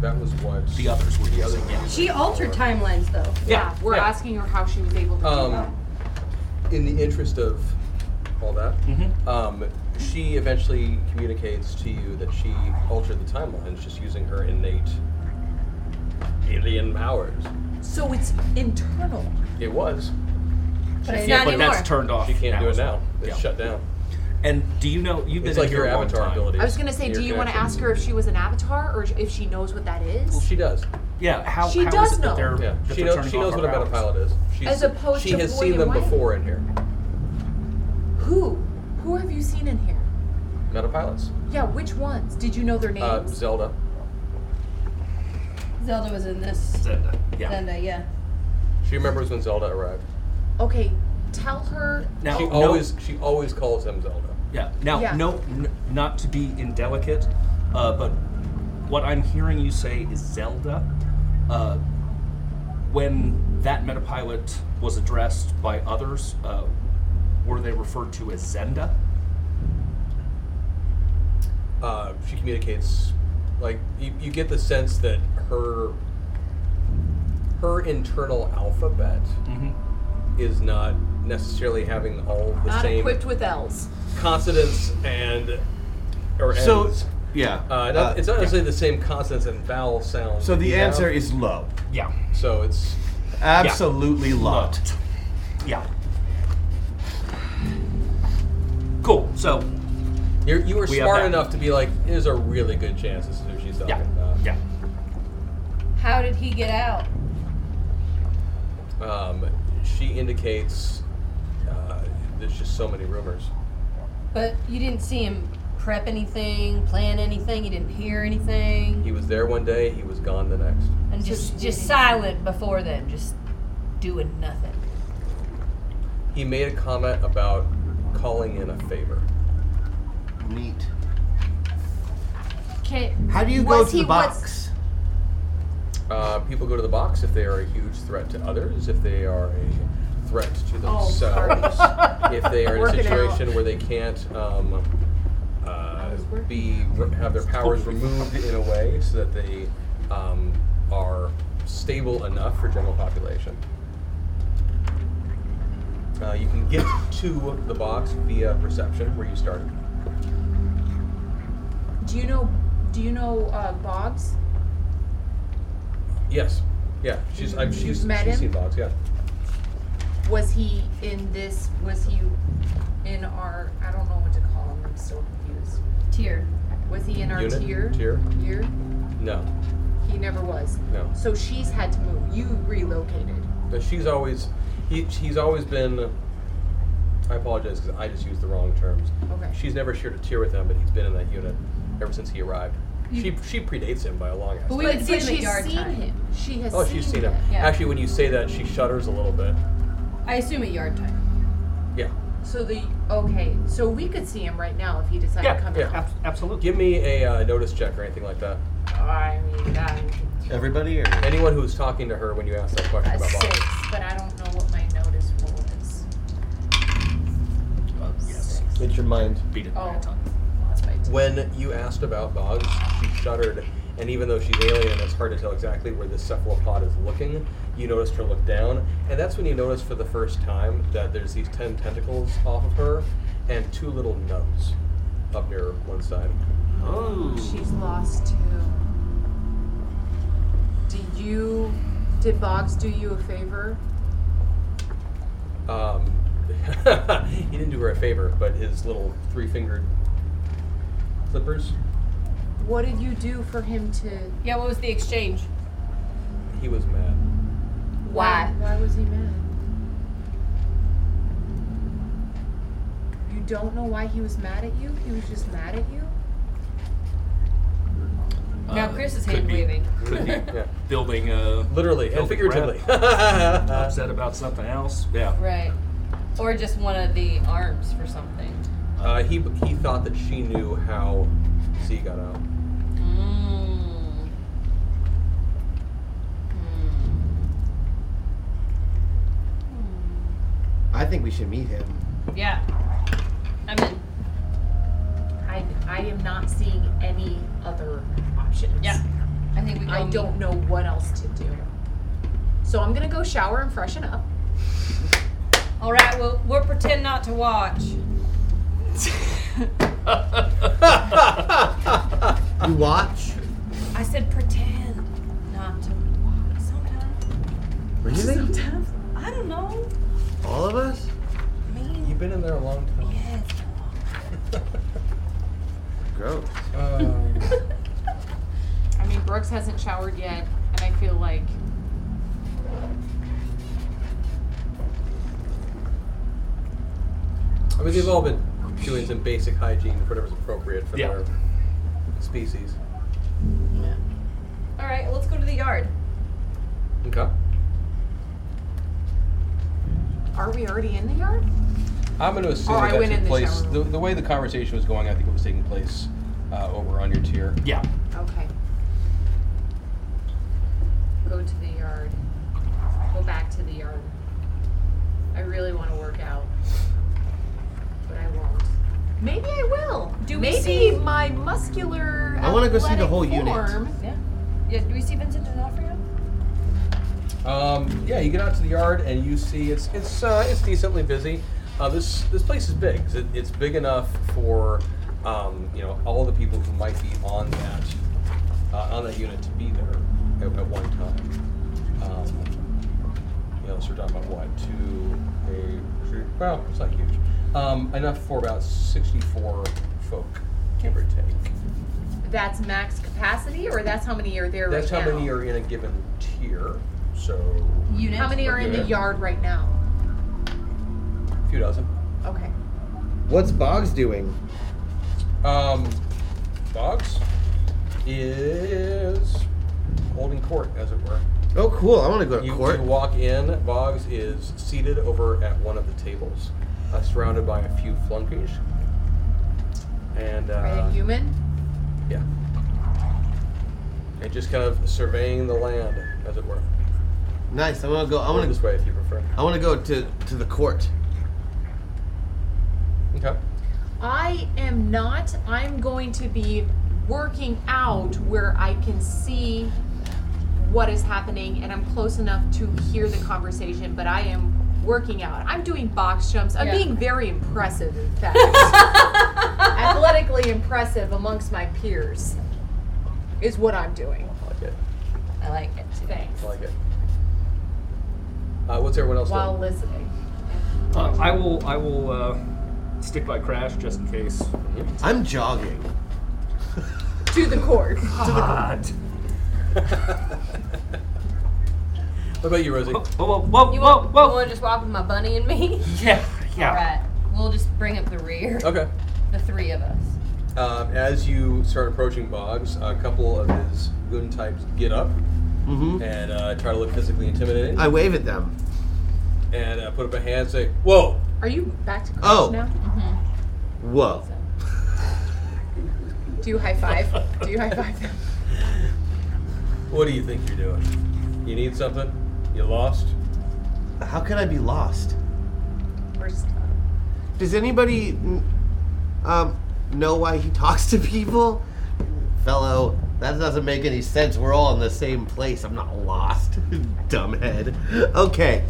That was what
the others were
the other.
She altered timelines though.
Yeah, we're asking her how she was able to do that.
Um, in the interest of all that, um, she eventually communicates to you that she altered the timelines just using her innate alien powers.
So it's internal.
It was.
But it's
yeah,
not
but
anymore.
that's turned off.
She can't
now
do it
as
now.
well.
It's
Yeah.
shut down.
And do you know you've
It's
been
like
in here
your
a long
avatar
time.
abilities.
I was gonna say, do you want to ask her if she was an avatar or if she knows what that is? Well,
she does.
Yeah, how,
She
how is
does
it
know.
that they're,
Yeah,
that
she
they're
knows.
turning
She
off
knows
our
what a
powers?
metapilot is. She's,
As opposed
she
to
has
boy
seen
and
them
white.
before in here.
Who? Who have you seen in here?
Metapilots.
Yeah, which ones? Did you know their names?
Uh, Zelda.
Zelda was in this.
Zelda.
Zelda, yeah.
She remembers when Zelda arrived.
Okay, tell her.
Now-
she
no-
always she always calls him Zelda.
Yeah. Now,
Yeah.
no, n- not to be indelicate, uh, but what I'm hearing you say is Zelda. Uh, when that metapilot was addressed by others, uh, were they referred to as Zenda?
Uh, she communicates like you, you get the sense that her
Mm-hmm.
her internal alphabet is not necessarily having all the
Not
same
equipped with L's.
consonants and or
So,
ends.
yeah,
Uh, not,
uh,
it's not necessarily the same consonants and vowel sounds.
So
that
the
you have.
answer is low.
Yeah.
So it's
Absolutely low.
Yeah. Cool. So
You're, you were
We have
smart
that.
enough to be like, there's a really good chance this is who she's talking about.
Yeah.
How did he get out?
Um, she indicates uh, there's just so many rumors.
But you didn't see him prep anything, plan anything. You didn't hear anything,
He was there one day, he was gone the next.
and just just silent before then, just doing nothing.
He made a comment about calling in a favor.
Neat.
Okay.
How do you go
was
to
he
the box?
Uh, people go to the box if they are a huge threat to others, if they are a threat to
Oh,
themselves,
sorry.
if they are in
Work
a
it out.
situation where they can't um, uh, be have their powers removed in a way so that they um, are stable enough for general population. Uh, you can get to the box via perception, where you started.
Do you know? Do you know uh, Boggs?
Yes, yeah, she's I'm, she's, she's
Met him?
seen box, yeah.
Was he in this? Was he in our? I don't know what to call him. I'm so confused.
Tier.
Was he in our
Unit?
tier?
Tier?
Year?
No,
He never was.
no.
So she's had to move. You relocated.
But she's always, he, he's always been. I apologize because I just used the wrong terms.
Okay.
She's never shared a tear with him, but he's been in that unit ever since he arrived. She she predates him by a long ass.
But we would see him at
she's
yard
seen
time.
him. She has.
oh, she's seen him.
Yeah.
Actually, when you say that, she shudders a little bit.
I assume at yard time.
Yeah.
So the okay. So we could see him right now if he decided to come
yeah.
out.
absolutely.
Give me a uh, notice check or anything like that.
I mean, I'm
Everybody or anyone who's talking to her when you ask that question
a
about Bob.
six, but I don't know what my notice roll is.
yes.
It's your mind.
Beat it.
Oh, lost my two.
When you asked about Boggs, she shuddered, and even though she's alien, it's hard to tell exactly where this cephalopod is looking. You noticed her look down, and that's when you notice for the first time that there's these ten tentacles off of her, and two little nubs up near one side. Oh.
She's lost two. Do you? Did Boggs do you a favor?
Um, he didn't do her a favor, but his little three-fingered flippers.
What did you do for him to?
Yeah. What was the exchange?
He was mad.
Why?
Why was he mad? You don't know why he was mad at you? He was just mad at you?
Now Chris is hand
could be-
waving.
Could be
Yeah.
building a
Literally and
building
figuratively.
rep, upset about something else. Yeah.
Right. Or just one of the arms for something.
Uh, he he thought that she knew how Z got out.
Mm.
I think we should meet him.
Yeah. I'm in.
I, I am not seeing any other options.
Yeah. I think we. Go
I don't know what else to do. So I'm gonna go shower and freshen up.
All right. Well, we'll pretend not to watch.
You watch?
I said pretend not to watch. Sometimes.
Really?
I don't know.
All of us?
I mean,
You've been in there a long time.
yes.
Gross.
Um,
I mean, Brooks hasn't showered yet, and I feel like
I mean, they've all been doing some basic hygiene, whatever's appropriate for
Yeah.
their species.
Yeah. All right. Let's go to the yard.
Okay.
are we already in the yard?
I'm going to assume
Oh, I
that,
went
took
in the
place.
shower
The,
room.
the way the conversation was going, I think it was taking place uh, over on your tier.
Yeah.
Okay. Go to the yard. Go back to the yard. I really want to work out, but I won't. Maybe I will.
Do we
Maybe
see-
my muscular.
I wanna go see the
athletic
whole unit.
form-
Yeah. Yeah. Do we see Vincent D'Onofrio?
Um, yeah, you get out to the yard and you see it's it's uh, it's decently busy. Uh, this this place is big. It, it's big enough for um, you know all the people who might be on that uh, on that unit to be there at, at one time. Um, you know, so we're talking about what two, eight, three, well, it's not huge. Um, enough for about sixty-four folk, give or take.
That's max capacity, or that's how many are there
That's
right
how
now?
many are in a given tier. So
How many are in the
Unit.
yard right now?
a few dozen.
Okay.
What's Boggs doing?
Um, Boggs is holding court, as it were.
Oh, cool. I want to go to
You,
court.
you walk in. Boggs is seated over at one of the tables, uh, surrounded by a few flunkies. And uh,
Are they human?
Yeah. And just kind of surveying the land, as it were.
Nice. I want to go. I want to
this way if you prefer.
I want to go to to the court.
Okay.
I am not. I'm going to be working out where I can see what is happening and I'm close enough to hear the conversation, but I am working out. I'm doing box jumps. I'm
Yeah.
being very impressive, in fact. Athletically impressive amongst my peers is what I'm doing.
I like it.
I like it. Thanks.
I like it. Uh, what's everyone else
While
doing?
listening.
Uh, I will. I will uh, stick by Crash just in case.
I'm jogging.
To the court.
God.
What about you, Rosie?
Whoa, whoa, whoa,
You
whoa,
want,
whoa.
to just walk with my bunny and me?
Yeah, yeah.
All right. We'll just bring up the rear.
Okay.
The three of us.
Um, as you start approaching Boggs, a couple of his goon types get up and uh, try to look physically intimidating.
Mm-hmm. I wave at them.
and uh, put up a hand, and say, "Whoa!"
Are you back to court
Oh.
now?
Whoa.
Do you high five? Do you high five them?
What do you think you're doing? You need something? You lost?
How could I be lost?
We're
Does anybody mm, um, know why he talks to people? Fellow, that doesn't make any sense. We're all in the same place. I'm not lost. Dumbhead. Okay.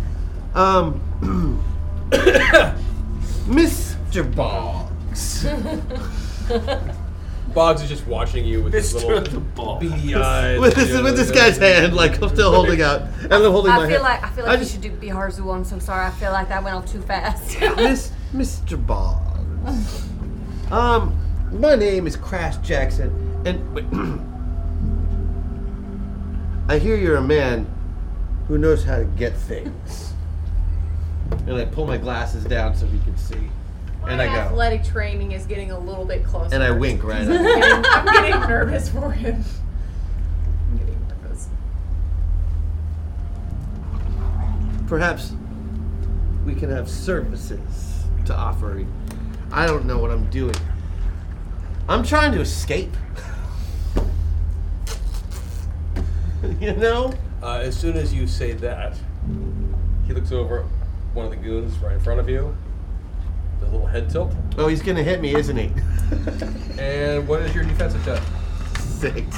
Um, Mr. Boggs.
Boggs is just watching you with his
Mr.
little
the
beady eyes.
with,
you
this,
know,
with this guy's hand, like I'm still holding out, and I'm holding
I
my
feel
hand.
like I feel like
I
you
just-
should do be Harzu. I'm so sorry. I feel like that went on too fast.
Miss, Mr. Boggs. Um, my name is Crash Jackson, and wait, I hear you're a man who knows how to get things. And I pull my glasses down so we can see, and
My
I go,
athletic training is getting a little bit closer.
and I wink right.
I'm,
at
getting, I'm getting nervous for him. I'm getting nervous.
him. Perhaps we can have services to offer. I don't know what I'm doing. I'm trying to escape. you know?
Uh, as soon as you say that, he looks over at one of the goons right in front of you. The little head tilt.
Oh, he's gonna hit me, isn't he?
And what is your defensive check?
Six.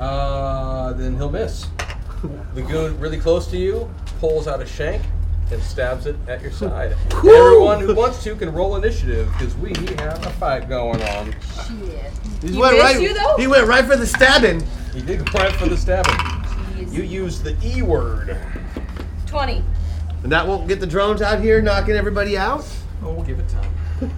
Uh, then he'll miss. The goon really close to you pulls out a shank and stabs it at your side. Everyone who wants to can roll initiative because we have a fight going on.
Shit.
He,
He
went
missed
right.
you, though?
He went right for the stabbing.
He did go right for the stabbing. You used the E word.
Twenty.
And that won't get the drones out here knocking everybody out.
Oh, we'll give it time.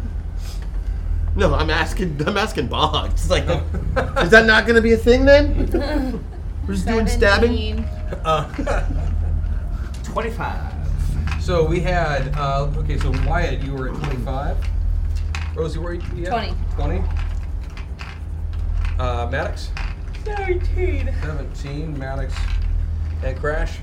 No, I'm asking. I'm asking Boggs. It's Like, is that not gonna be a thing then? We're just doing stabbing.
Uh,
25.
so we had, uh, okay, so Wyatt, you were at 25. Rosie, where are you at?
20.
20. Uh, Maddox?
17.
17. Maddox and Crash.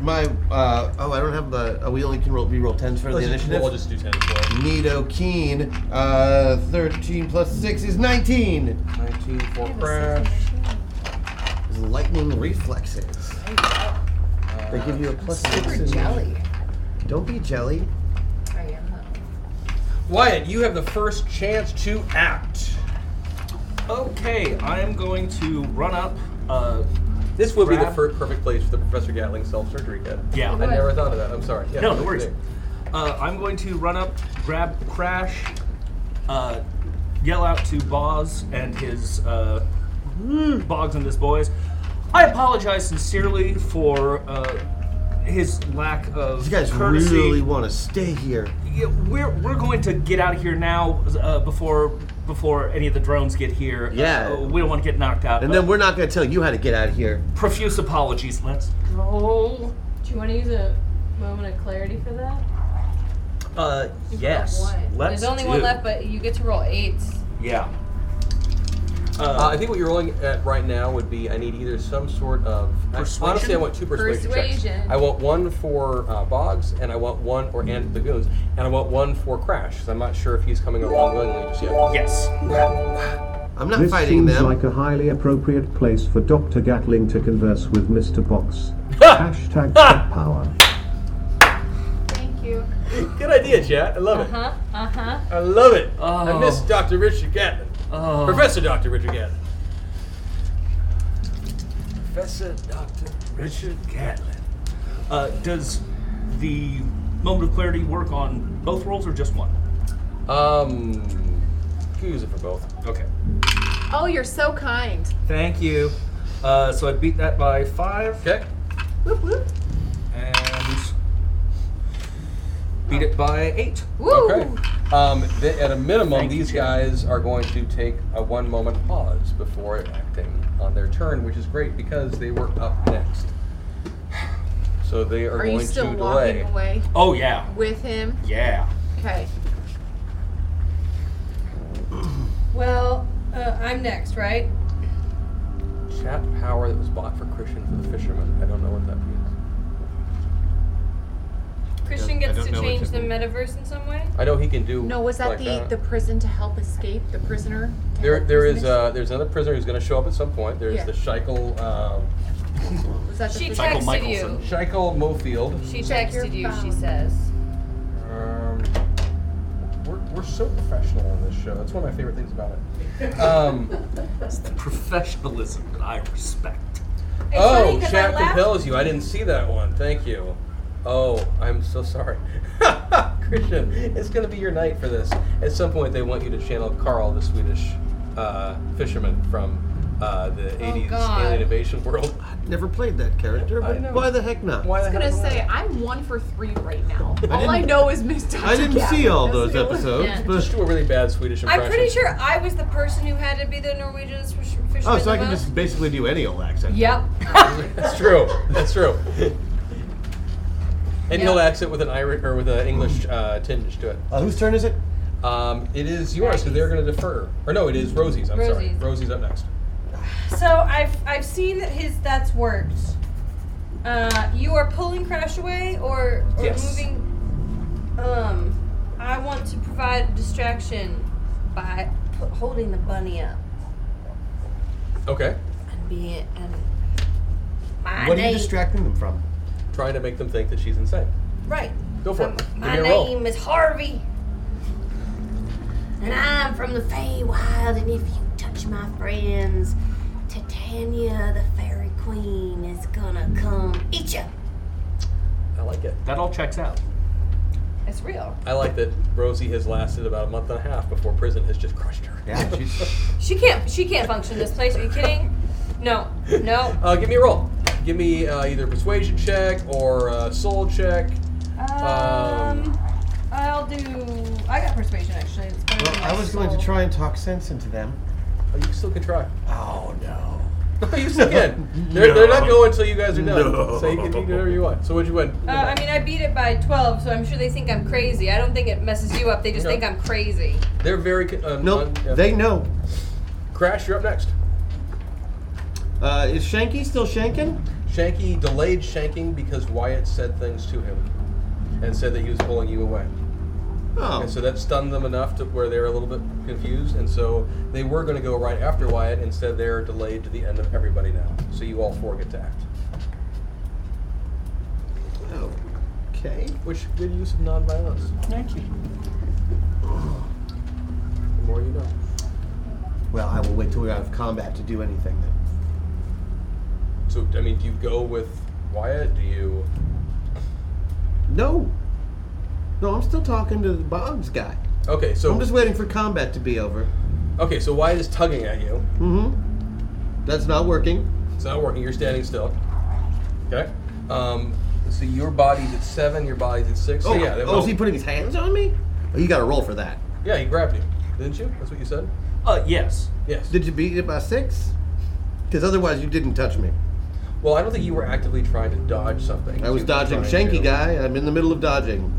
My. Uh, oh, I don't have the. Oh, we only can roll. We roll tens for
Let's
the
just-
initiative.
We'll just do 10 as well.
Nito Keen. Uh, Thirteen plus six is nineteen.
19 for Crash.
His lightning reflexes. They give you a plus six. in- Don't be jelly.
I am not.
Wyatt, you have the first chance to act.
Okay, I am going to run up Uh,
This would be the
grab-
fir- perfect place for the Professor Gatling self surgery kit.
Yeah.
I never thought of that. I'm sorry. Yeah,
no, no
please
worries.
do.
Uh, I'm going to run up, grab Crash, uh, yell out to Boz and his uh, Boggs and his boys. I apologize sincerely for uh, his lack of
You guys
courtesy.
really want to stay here.
Yeah, we're we're going to get out of here now uh, before before any of the drones get here.
Yeah.
Uh, we don't want to get knocked out. Uh,
And then we're not going to tell you how to get out of here.
Profuse apologies. Let's.
Oh. Do you want to use a moment of clarity for that?
Uh, yes. Let's
There's only
do.
one left, but you get to roll eights.
Yeah.
Uh, I think what you're rolling at right now would be I need either some sort of
Persuasion?
Honestly, I want two persuasion,
Persuasion.
checks. I want one for uh, Boggs, and I want one or and the goons, and I want one for Crash because I'm not sure if he's coming along willingly just yet.
Yes.
I'm
this seems like a highly appropriate place for Dr. Gatling to converse with Mr. Box. Hashtag cat power.
Thank you.
Good idea, chat. I love it.
Uh-huh, uh-huh.
I love it.
Oh.
I miss Dr. Richard Gatlin.
Oh.
Professor Dr. Richard Gatlin. Professor Dr.
Richard Gatlin. Uh, does the moment of clarity work on both rolls or just one?
Um, can use it for both.
Okay.
Oh, you're so kind.
Thank you. Uh, so I beat that by five.
Okay.
Whoop whoop.
And beat it by eight.
Woo!
Okay. Um, th- at a minimum, these guys are going to take a one moment pause before acting on their turn, which is great because they were up next. So they are,
Are
going
you still
to
walking
delay.
away?
Oh, yeah.
With him?
Yeah.
Okay.
Well, uh, I'm next, right?
Chat power that was bought for Christian for the fisherman. I don't know what that means.
Christian
I don't- I
gets
don't
to
know what
change
to
the
do.
metaverse in some way.
I know he can do.
No, was that
like
the
that.
the prison to help escape the prisoner? to
There,
help
there is
prisoners?
uh, there's another prisoner who's going to show up at some point. There's
Yeah.
the Scheichel. Um,
Was that the
She
prison-
Michael texted Michelson. you.
Scheichel Mofield.
She
Check your
texted you. She
phone.
says,
Um, we're, we're so professional on this show. That's one of my favorite things about it. Um,
It's the professionalism that I respect.
oh, chat compels you. I didn't see that one. Thank you. Oh, I'm so sorry. Christian, it's going to be your night for this. At some point, they want you to channel Carl, the Swedish uh, fisherman from uh, the 80s
God.
alien invasion world.
Never played that character,
I
but
know.
why the heck not?
Why
I was
the
gonna
heck not?
say I'm one for three right now.
I
All I
didn't-
know is Miss Dr.
I didn't
Gavin.
see all
That's
those
the only-
episodes.
Yeah.
But
Just do a really bad Swedish impression.
I'm pretty sure I was the person who had to be the Norwegian s- fisherman.
oh, so I
the
can
most.
just basically do any old accent.
Yep.
That's true. That's true. And he'll accent with an Irish or with an English uh, tinge to it.
Uh, whose turn is it?
Um, it is yours, so they're going to defer. Or no, it is Rosie's. I'm sorry.
Rosie's.
Rosie's up next.
So I've I've seen that his that's worked. Uh, you are pulling Crash away or, or
Yes.
moving. Um, I want to provide a distraction by pu- holding the bunny up
Okay.
and being and my
What are you
name
distracting them from?
Trying to make them think that she's insane.
right.
Go for
Um,
it. Give me
My
a roll.
name is Harvey, and I'm from the Feywild. And if you touch my friends, Titania, the Fairy Queen, is gonna come eat you.
I like it.
That all checks out.
It's real.
I like that Rosie has lasted about a month and a half before prison has just crushed her.
Yeah,
She can't. She can't function in this place. Are you kidding? No. No.
uh, give me a roll. Give me uh, either persuasion check or uh, soul check.
Um. I'll do. I got persuasion actually. It's better than
Well, I
my
was going to
soul.
try and talk sense into them.
Oh, you still can try.
Oh no.
you still can. They're, they're not
No.
going until you guys are done.
No.
So you can do whatever you want. So what'd you win?
Uh, I mean, I beat it by 12, so I'm sure they think I'm crazy. I don't think it messes you up. They just
Okay.
think I'm crazy.
They're very. co- Um,
Nope,
un- yeah.
they know.
Crash, you're up next.
Uh, is Shanky still shanking?
Shanky delayed shanking because Wyatt said things to him, and said that he was pulling you away.
Oh.
And so that stunned them enough to where they were a little bit confused, and so they were going to go right after Wyatt. Instead, they're delayed to the end of everybody now. So you all four get to act.
Okay.
Which good use of nonviolence.
Thank you.
The more you know.
Well, I will wait till we're out of combat to do anything then.
So, I mean, do you go with Wyatt? Do you?
No. No, I'm still talking to the bombs guy.
Okay, so
I'm just waiting for combat to be over. Oh,
Okay, so Wyatt is tugging at you.
Mm-hmm. That's not working.
It's not working. You're standing still. Okay. Um, so your body's at seven. Your body's at six. so
Oh,
yeah. that
oh,
will-
is he putting his hands on me? Oh, you got to roll for that.
Yeah, he grabbed you, didn't you? That's what you said.
Uh, yes.
Yes.
Did you beat it by six? Because otherwise, you didn't touch me.
Well, I don't think you were actively trying to dodge something.
I was
You were
dodging
trying
Shanky
to-
guy. I'm in the middle of dodging.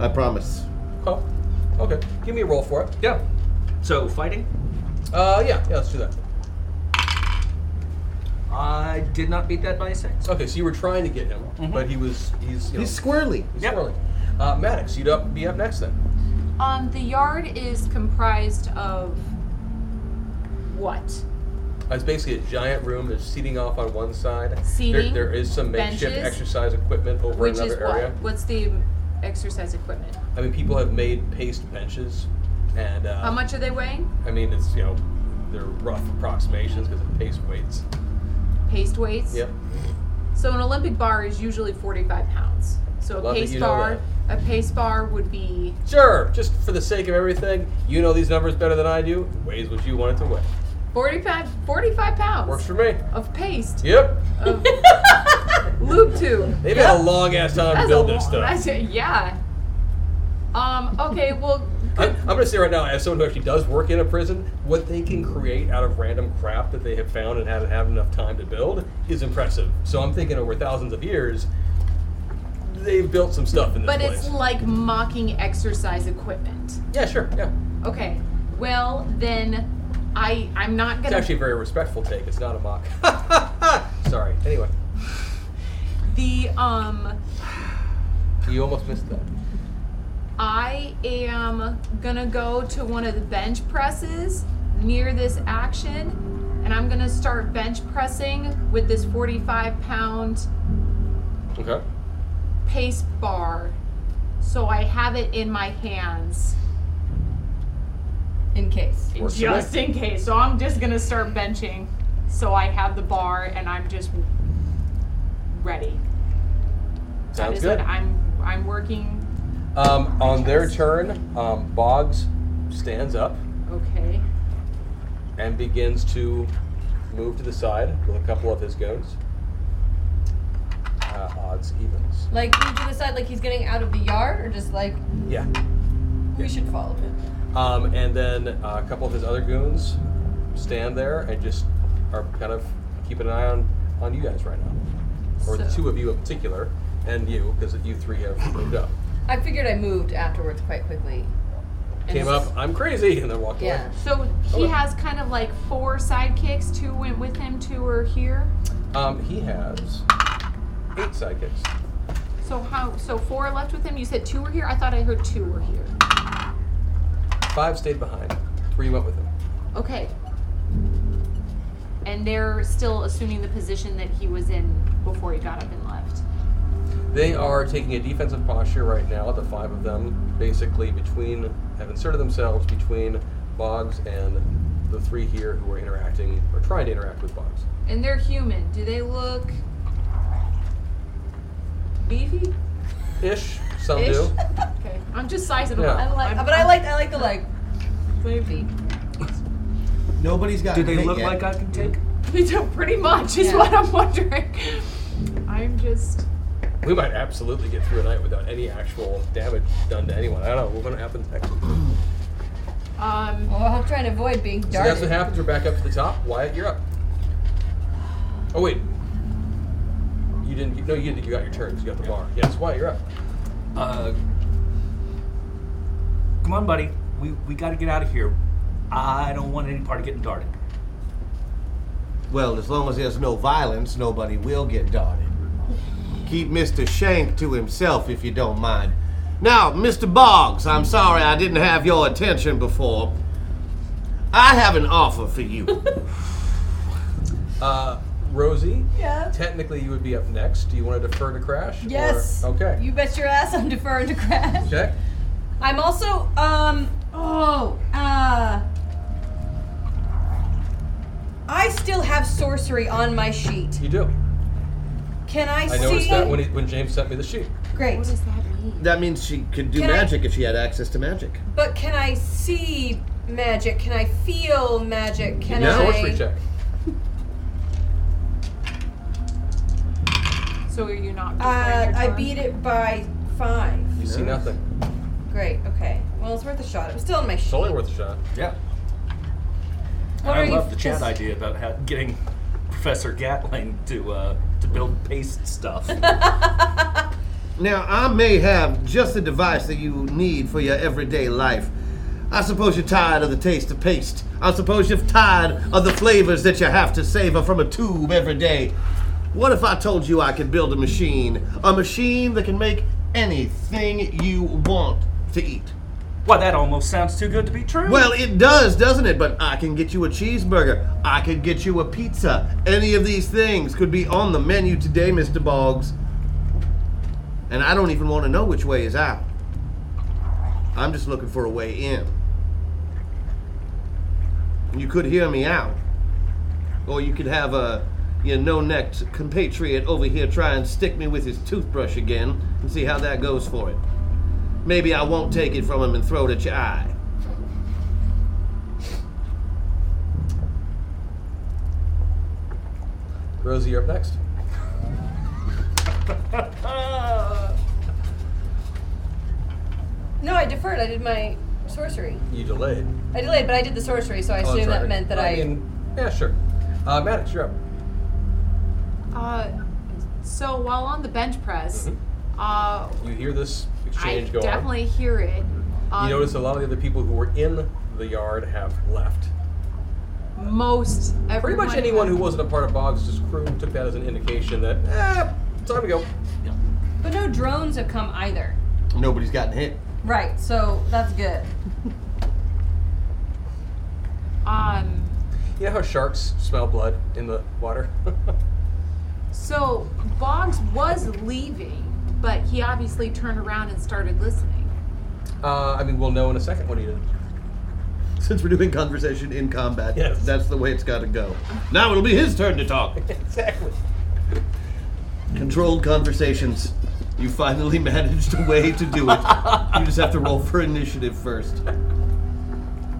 I promise.
Oh, okay. Give me a roll for it.
Yeah. So fighting.
Uh, yeah, yeah. Let's do that.
I did not beat that by six. Mm-hmm.
Okay, so you were trying to get him, but he was he's you know,
He's squirrely.
He's squirrely. Uh, Maddox, you'd up be up next then.
Um, the yard is comprised of what?
Uh, It's basically a giant room. There's seating off on one side. There-
Seating,
there is some makeshift
benches,
exercise equipment over
Which
another
is
area.
what? What's the exercise equipment?
I mean, people have made paste benches, and uh,
How much are they weighing?
I mean, it's you know, they're rough approximations because of paste weights.
Paste weights.
Yep.
So an Olympic bar is usually 45 pounds. So a
Love that
pace
you know
bar, a pace bar would be
Sure, just for the sake of everything, you know these numbers better than I do. It weighs what you want it to weigh.
45, 45 pounds.
Works for me.
Of paste,
Yep.
lube tube.
They've had a long ass time to
That's
build
a
this
long-
stuff.
that's a- yeah. Um. Okay. Well.
I, I'm going to say right now, as someone who actually does work in a prison, what they can create out of random crap that they have found and haven't had enough time to build is impressive. So I'm thinking over thousands of years, they've built some stuff in this
But
place.
it's like mocking exercise equipment.
Yeah, sure. Yeah.
Okay. Well, then I I'm not
It's
gonna
actually a very respectful take. It's not a mock. Sorry. Anyway,
the um
you almost missed that.
I am gonna go to one of the bench presses near this action, and I'm gonna start bench pressing with this 45 pound
Okay.
pace bar. So I have it in my hands.
In case.
Works for me.
Just in case. So I'm just gonna start benching. So I have the bar and I'm just ready.
Sounds
is
good.
It. I'm I'm working.
Um, on their turn, um, Boggs stands up
Okay.
and begins to move to the side with a couple of his goons. Uh, odds, evens.
Like move to the side, like he's getting out of the yard, or just like
Yeah.
we should follow him.
Um, and then uh, a couple of his other goons stand there and just are kind of keeping an eye on, on you guys right now. Or the
So-
two of you in particular, and you, because you three have moved up.
I figured I moved afterwards quite quickly.
Came up, I'm crazy, and then walked
Yeah.
So
Oh.
he has kind of like four sidekicks. Two went with him. Two are here.
away. Um, he has eight sidekicks.
So how? So four are left with him. You said two were here. I thought I heard two were here.
Five stayed behind. Three went with him.
Okay. And they're still assuming the position that he was in before he got up and left.
They are taking a defensive posture right now, the five of them, basically between, have inserted themselves between Boggs and the three here who are interacting, or trying to interact with Boggs.
And they're human. Do they look beefy?
Ish, some
Ish?
do.
Okay. I'm just sizing them
Yeah.
up.
I like, but I like, I like the like.
Maybe.
Nobody's got.
Do they
hit
look
yet.
like I can take?
They do pretty much is
Yeah.
what I'm wondering. I'm just.
We might absolutely get through a night without any actual damage done to anyone. I don't know what happens next. So
Um.
Well, Oh, I'll try and avoid being darted.
that's what happens. We're back up to the top. Wyatt, you're up. Oh wait, you didn't. No, you didn't. You got your turns. You got the bar. Yes, Wyatt, you're up.
Uh, come on, buddy. We we got to get out of here. I don't want any part of getting darted.
Well, as long as there's no violence, nobody will get darted. Keep Mr. Shank to himself if you don't mind. Now, Mr. Boggs, I'm sorry I didn't have your attention before. I have an offer for you.
Uh, Rosie,
Yeah.
technically you would be up next. Do you want to defer to Crash? or-
Yes.
okay.
You bet your ass I'm deferring to crash.
okay.
I'm also um oh uh I still have have sorcery on my sheet.
You do.
Can I,
I
see?
noticed that when, he, when James sent me the sheet.
Great. What does
that mean?
That means she could do
Can I-
magic if she had access to magic.
But can I see magic? Can I feel magic? Can
No.
I?
Sorcery check.
So are you not?
Uh, I beat it by five.
You see nothing.
Great. Okay. Well, it's worth a shot. I'm still in my
It's
sheet.
only worth a shot.
Yeah.
What
I
are you-
love the chat
just-
idea about how getting Professor Gatling to uh, to build paste stuff.
Now, I may have just the device that you need for your everyday life. I suppose you're tired of the taste of paste. I suppose you're tired of the flavors that you have to savor from a tube every day. What if I told you I could build a machine? A machine that can make anything you want to eat.
Well, that almost sounds too good to be true.
Well, it does, doesn't it? But I can get you a cheeseburger. I could get you a pizza. Any of these things could be on the menu today, Mr. Boggs. And I don't even want to know which way is out. I'm just looking for a way in. You could hear me out. Or you could have a your no-necked compatriot over here try and stick me with his toothbrush again and see how that goes for it. Maybe I won't take it from him and throw it at your eye.
Rosie, you're up next.
Uh, No, I deferred. I did my sorcery.
You delayed.
I delayed, but I did the sorcery, so I
Oh,
assume
sorry.
that meant that I.
mean, yeah, sure. Uh, Maddox, you're up.
Uh, so while on the bench press, uh,
You hear this
I
Mm-hmm. exchange go on.
definitely hear it. Um,
you notice a lot of the other people who were in the yard have left.
most
Pretty
everyone.
much anyone who wasn't a part of Boggs' crew took that as an indication that, eh, time to go.
But no drones have come either.
Nobody's gotten hit.
Right. So that's good.
Um.
You know how sharks smell blood in the water?
So Boggs was leaving, but he obviously turned around and started listening.
uh, I mean, we'll know in a second what he did.
Since we're doing conversation in combat,
Yes.
that's the way it's got to go. Now it'll be his turn to talk.
exactly.
Controlled conversations. You finally managed a way to do it. you just have to roll for initiative first.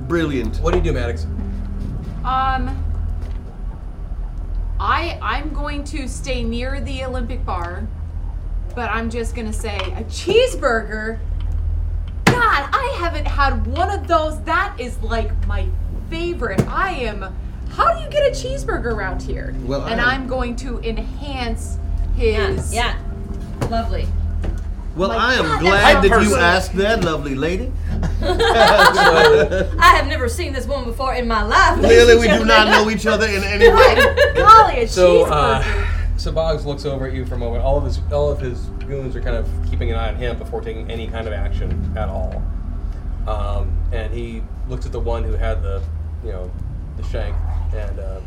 Brilliant.
What do you do, Maddox?
Um. I I'm going to stay near the Olympic bar, but I'm just gonna say a cheeseburger. God, I haven't had one of those. That is like my favorite. I am. How do you get a cheeseburger around here?
Well,
and
I-
I'm going to enhance his.
Yeah. Lovely.
Well,
My
I am
God,
glad
that's
that you
awesome.
asked that, lovely lady.
I have never seen this woman before in my life.
Clearly, we do not know each other in any way.
Golly, a
So, uh,
cheeseburger.
so Boggs looks over at you for a moment. All of his all of his goons are kind of keeping an eye on him before taking any kind of action at all. Um, and he looks at the one who had the, you know, the shank, and uh,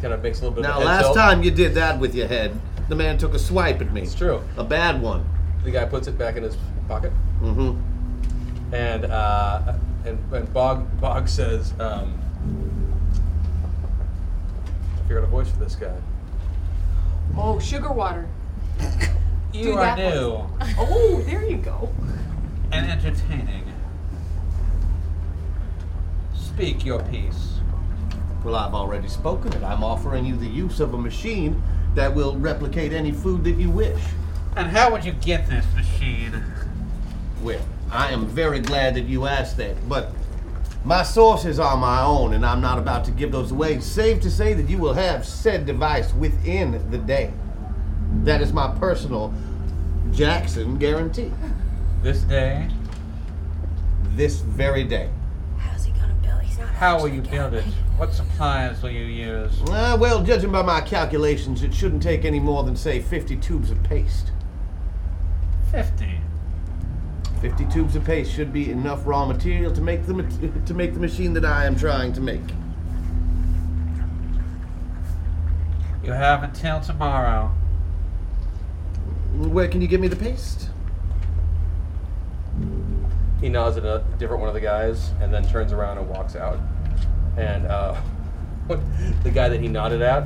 kind of makes a little bit of
Now,
a head
last
tilt.
time you did that with your head, the man took a swipe at me. It's
true.
A bad one.
The guy puts it back in his pocket,
Mm-hmm.
and uh, and, and Bog Bog says, um, "I figured out a voice for this guy.
Oh, sugar water.
You
Do
are
that
new
one. Oh, there you go.
and entertaining. Speak your piece."
Well, I've already spoken it. I'm offering you the use of a machine that will replicate any food that you wish.
And how would you get this machine?
Well, I am very glad that you asked that, but my sources are my own, and I'm not about to give those away, save to say that you will have said device within the day. That is my personal Jackson guarantee.
This day?
This very day.
How's he gonna build? He's not. How will you build it? What supplies will you use?
Uh, well, judging by my calculations, it shouldn't take any more than, say, 50 tubes of paste.
50.
50 tubes of paste should be enough raw material to make the mat- to make the machine that I am trying to make.
You have until tomorrow.
Where can you give me the paste?
He nods at a different one of the guys and then turns around and walks out. And uh, the guy that he nodded at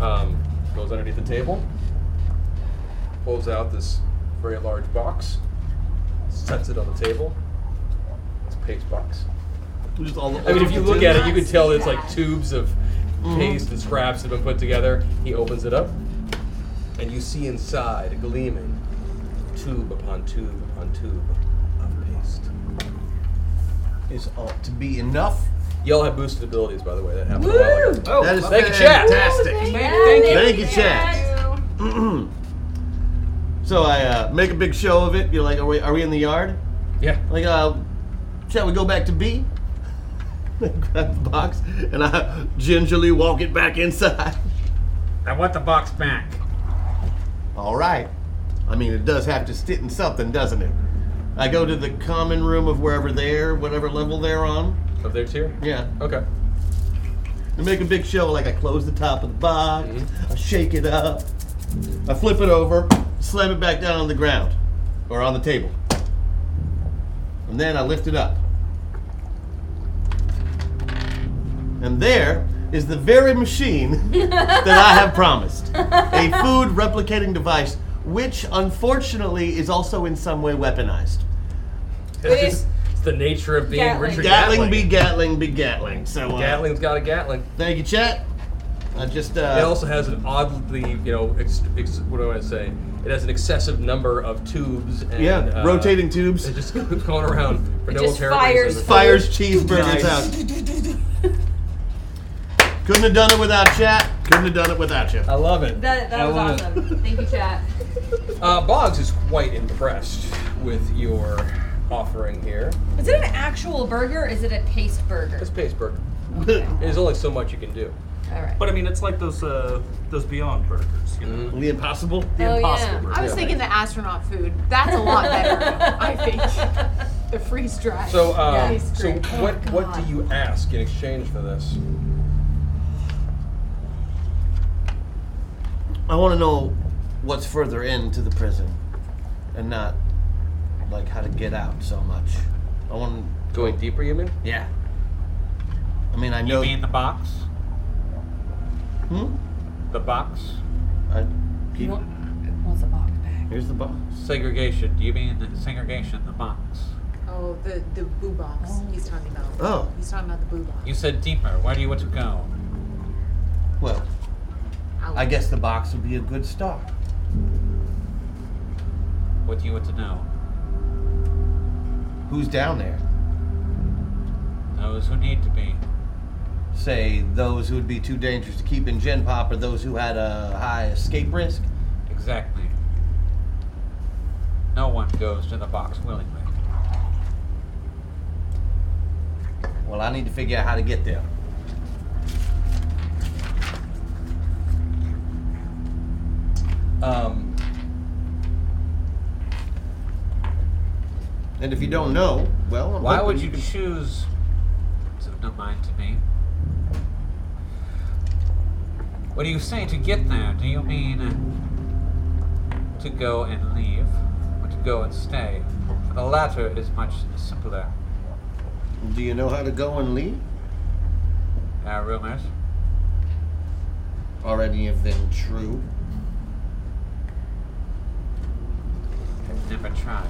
um, goes underneath the table, pulls out this very large box, sets it on the table. It's a paste box.
Just all the-
I mean, if you look at it, you can tell it's
Yeah.
like tubes of
Mhm.
paste and scraps that have been put together. He opens it up, and you see inside gleaming tube upon tube upon tube of paste.
Is ought to be enough.
Y'all have boosted abilities, by the way. That happened a while ago.
Woo! That is
thank you, chat.
fantastic. Woo,
Thank you.
Thank you, chat. so I uh, make a big show of it. You're like, are we, are we in the yard?
Yeah.
Like, uh, shall we go back to B? I grab the box and I gingerly walk it back inside.
I want the box back.
All right. I mean, it does have to sit in something, doesn't it? I go to the common room of wherever they're, whatever level they're on.
Of their tier?
Yeah.
Okay.
I make a big show, like I close the top of the box,
Mm-hmm.
I shake it up, I flip it over, slam it back down on the ground, or on the table. And then I lift it up. And there is the very machine that I have promised. A food replicating device, which unfortunately is also in some way weaponized.
It's, just- it's the nature of being Richard
Gatling
Gatling.
be Gatling be Gatling. So uh,
Gatling's got a Gatling.
Thank you, chat. I just uh,
it also has an oddly, you know, ex, ex, what do I say? It has an excessive number of tubes and
yeah,
uh,
rotating tubes.
It just keeps going around for
It
no
just
apparent
fires
reason.
food. Fires cheeseburgers Couldn't have done it without chat. Couldn't have done it without you. I
love it.
That, that
I
was
love it.
awesome. Thank you, chat.
Uh, Boggs is quite impressed with your offering here.
Is it an actual burger? Or is it a taste burger?
It's Paceburg. There's only so much you can do.
All right.
But I mean, it's like those uh, those Beyond Burgers, you
Mm-hmm.
know.
The Impossible.
The
Oh,
Impossible. Burger.
I was thinking the astronaut food. That's a lot better, I think. The freeze dried.
So, uh,
Freeze
so
dried.
what
Oh,
what do
God.
you ask in exchange for this?
I want to know what's further into the prison, and not like how to get out so much. I want
going deeper. You mean?
Yeah. I mean, I know.
You mean the box?
Hmm?
The box?
I keep.
What's the box back?
Here's the box.
Segregation. Do you mean the segregation? The box.
Oh, the, the boo box he's talking about.
Oh.
He's talking about the boo box.
You said deeper. Where do you want to go?
Well, I guess the box would be a good start.
What do you want to know?
Who's down there?
Those who need to be.
Say those who would be too dangerous to keep in Gen Pop, or those who had a high escape risk.
Exactly. No one goes to the box willingly.
Well, I need to figure out how to get there.
Um,
and if you don't know, well, I'm
Why
hoping
would you choose? It's of no mind to me. What do you say to get there? Do you mean uh, to go and leave, or to go and stay? The latter is much simpler.
Do you know how to go and leave?
There are rumors.
Are any of them true?
I've never tried.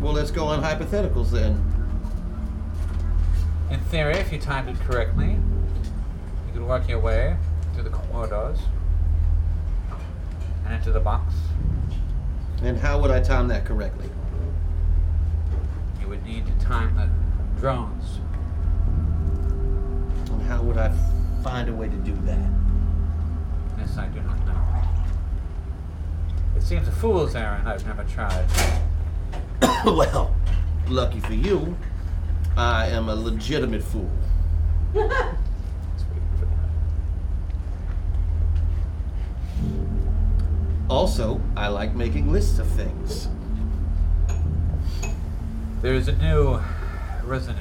Well, let's go on hypotheticals then.
In theory, if you timed it correctly, you could work your way through the corridors and into the box.
And how would I time that correctly?
You would need to time the drones.
And how would I find a way to do that?
This I do not know. It seems a fool's errand. I've never tried.
well, lucky for you, I am a legitimate fool. Also, I like making lists of things.
There is a new resident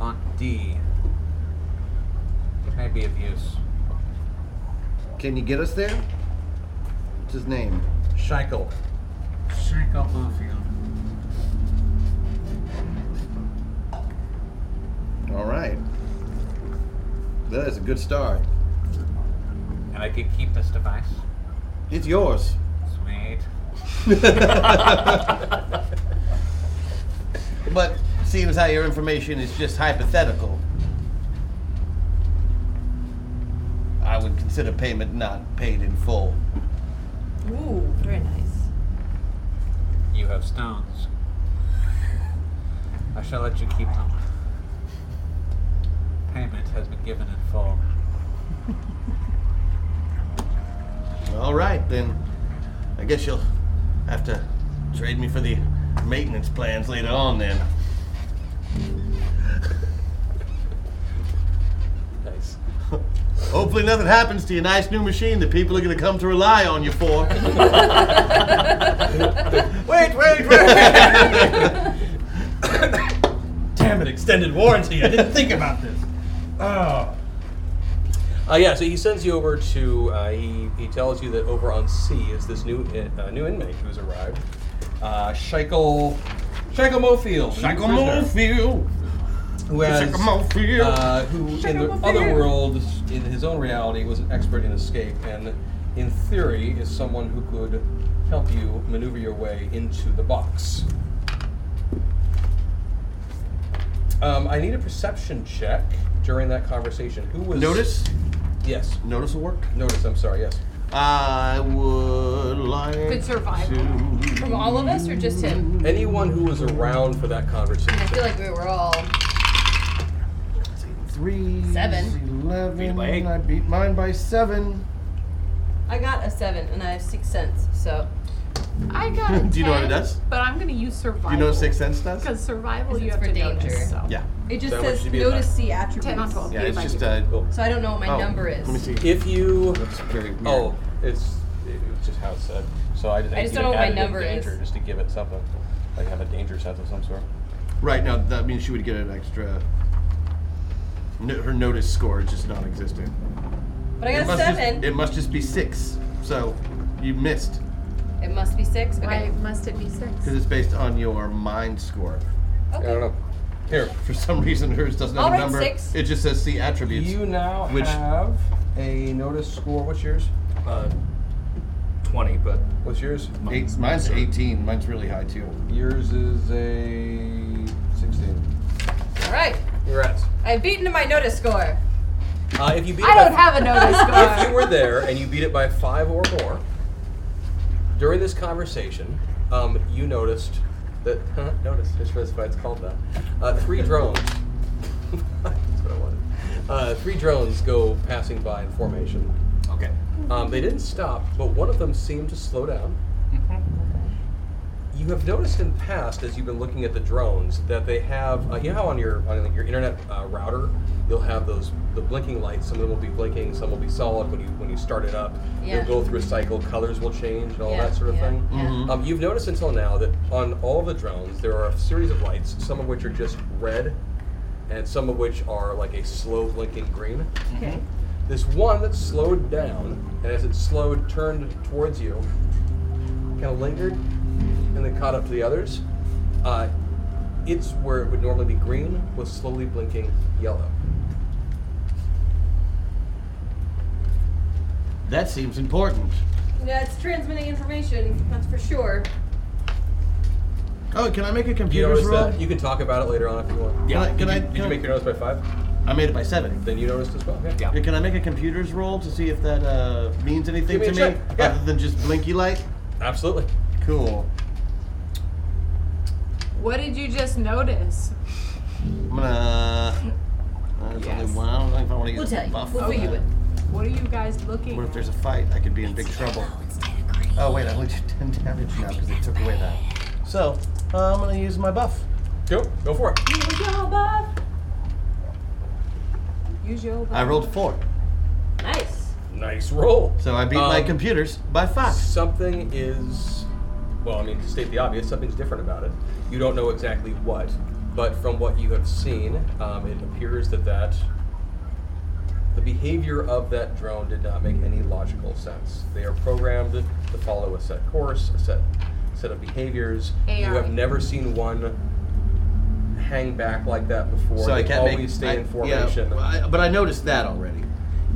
on D. It may be of use.
Can you get us there? What's his name?
Scheichel.
Shanko Bluefield.
That is a good start.
And I could keep this device.
It's yours.
Sweet.
But seeing as how your information is just hypothetical, I would consider payment not paid in full.
Ooh, very nice.
You have stones. I shall let you keep them. Payment has been given in full.
All right, then. I guess you'll have to trade me for the maintenance plans later on, then.
Nice.
Hopefully, nothing happens to your nice new machine that people are going to come to rely on you for.
Wait, wait, wait!
Damn it, extended warranty. I didn't think about this. Oh. Uh, yeah, so he sends you over to. Uh, he, he tells you that over on C is this new in- uh, new inmate who's arrived. Uh, Scheichel. Scheichel Mofield. a new
Scheichel
prisoner, Who has.
Scheichel Mofield.
Uh, who in the
Scheichel
other
Mofield.
world, in his own reality, was an expert in escape and, in theory, is someone who could help you maneuver your way into the box. Um, I need a perception check during that conversation. Who was
Notice?
Yes.
Notice will work.
Notice. I'm sorry. Yes.
I would like.
Good survival. From all of us or just him?
Anyone who was around for that conversation.
I feel like we were all
Three.
Seven.
Eleven. I beat mine by seven.
I got a seven and I have six cents, so.
I got a
Hmm, Do you know what it
10,
does?
But I'm gonna use survival.
Do you know what Sixth Sense does?
Because survival,
Because
you
it's
have
for
to
danger.
notice. So.
Yeah.
It just
So what
says
should be a
notice
nine?
the attributes.
10 on 12.
Yeah, it's just a.
So I don't know what my
uh, Oh,
number is.
If you.
That's very weird.
Oh, it's it's just how it's said. So I just.
I just
you
don't know what my
added in
number
danger
is.
Just to give it something, like have a danger sense of some sort.
Right now, that means she would get an extra. No, her notice score is just non-existent.
But I got
it
a
must just-
seven.
it must just be six. So you missed
It must be six? Okay.
Why must it be six?
because it's based on your mind score.
Okay.
I don't know. Here,
for some reason, hers doesn't have
I'll
a
write
number.
six.
It just says see attributes.
You now
Which-
have a notice score. What's yours?
Uh, Twenty, but
what's yours?
Eight, mine's 18. Mine's really high too.
Yours is a 16.
All right.
Congrats.
I've beaten my notice score.
Uh, if you beat
I
it by-
don't have a notice score.
If you were there and you beat it by five or more, during this conversation, um, you noticed that huh, notice just for why it's called that. Uh, three drones. That's what I wanted. Uh, three drones go passing by in formation.
Okay.
Um, they didn't stop, but one of them seemed to slow down. You have noticed in the past, as you've been looking at the drones, that they have. Uh, you know how on your on your internet uh, router, you'll have those the blinking lights. Some of them will be blinking, some will be solid when you when you start it up.
Yeah.
You'll go through a cycle, colors will change, and all
Yeah,
that sort of
yeah,
thing.
yeah. Mhm.
Um, you've noticed until now that on all the drones, there are a series of lights, some of which are just red, and some of which are like a slow blinking green.
Okay.
This one that slowed down, and as it slowed, turned towards you, kind of lingered, and then caught up to the others. Uh, it's where it would normally be green, was slowly blinking yellow.
That seems important.
Yeah, it's transmitting information, that's for sure.
Oh, can I make a
You
computer's
notice
roll?
that? You can talk about it later on if you want.
Yeah.
Did
Can I-
you-
can
did you
I-
make your notice by five?
I made it by seven.
Then you noticed as well. Okay.
Yeah, Can I make a computer's roll to see if that uh, means anything
Give me
to
a
me
check. Yeah.
other than just blinky light?
Absolutely.
Cool.
What did you just notice?
I'm gonna. Uh, there's only one. I don't know if I want to get buffed.
What are you guys looking
What if
at?
there's a fight? I could be in big trouble. Oh wait, I only did 10 damage now because they took away that. So uh, I'm gonna use my buff.
Go, go for it.
Use your buff.
Use your
I rolled four.
Nice.
Nice roll.
So I beat my
Um,
computers by five.
Something is, well, I mean, to state the obvious, something's different about it. You don't know exactly what, but from what you have seen, um, it appears that that the behavior of that drone did not make any logical sense. They are programmed to follow a set course, a set set of behaviors. You
AI.
have never seen one hang back like that before.
So I
They
can't make-
always stay
I-
in
yeah,
formation.
I- but I noticed that already.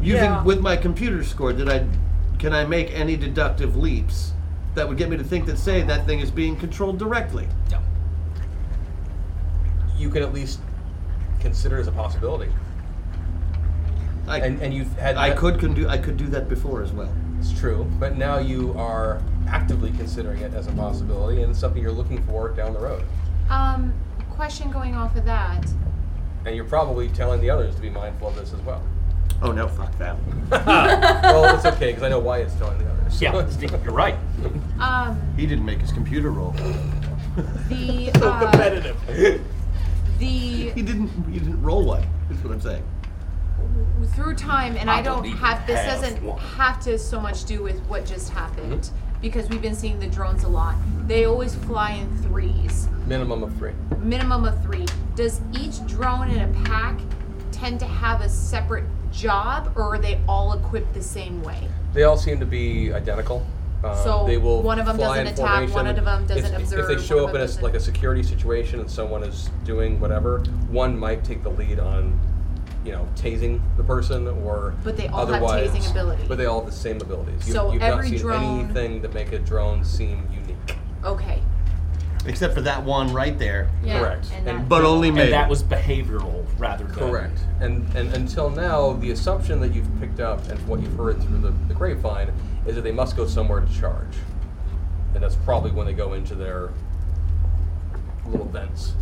Using
Yeah.
with my computer score, did I can I make any deductive leaps that would get me to think that say that thing is being controlled directly?
No.
You can at least consider it as a possibility.
I,
and, and you've had.
I
that-
could can do I could do that before as well.
It's true, but now you are actively considering it as a possibility, and it's something you're looking for down the road.
Um, question going off of that.
And you're probably telling the others to be mindful of this as well.
Oh no, fuck them.
well, it's okay because I know why it's telling the others.
Yeah, you're right.
Um,
He didn't make his computer roll.
the
so
uh,
competitive.
the
he didn't he didn't roll one. That's what I'm saying.
through time, and
I
I, don't
believe
have this
have
doesn't
one.
have to so much do with what just happened because we've been seeing the drones a lot. They always fly in threes,
Minimum of three.
minimum of three. Does each drone in a pack tend to have a separate job, or are they all equipped the same way?
They all seem to be identical. Um,
So
they will
one of 'em
fly
doesn't
in
attack,
formation.
one of 'em doesn't
if, If
observe,
they show
one
up
of
in
'em
a, like a security situation and someone is doing whatever, one might take the lead on, you know, tasing the person or
But they all have
otherwise,
tasing ability.
But they all have the same abilities. You,
So
you've not
every
seen
drone-
anything that make a drone seem unique.
Okay.
Except for that one right there.
Yeah, Correct. and that-
but only
And
made.
that
was behavioral rather than
Correct. And and until now, the assumption that you've picked up and what you've heard through the, the grapevine is that they must go somewhere to charge. And that's probably when they go into their little vents.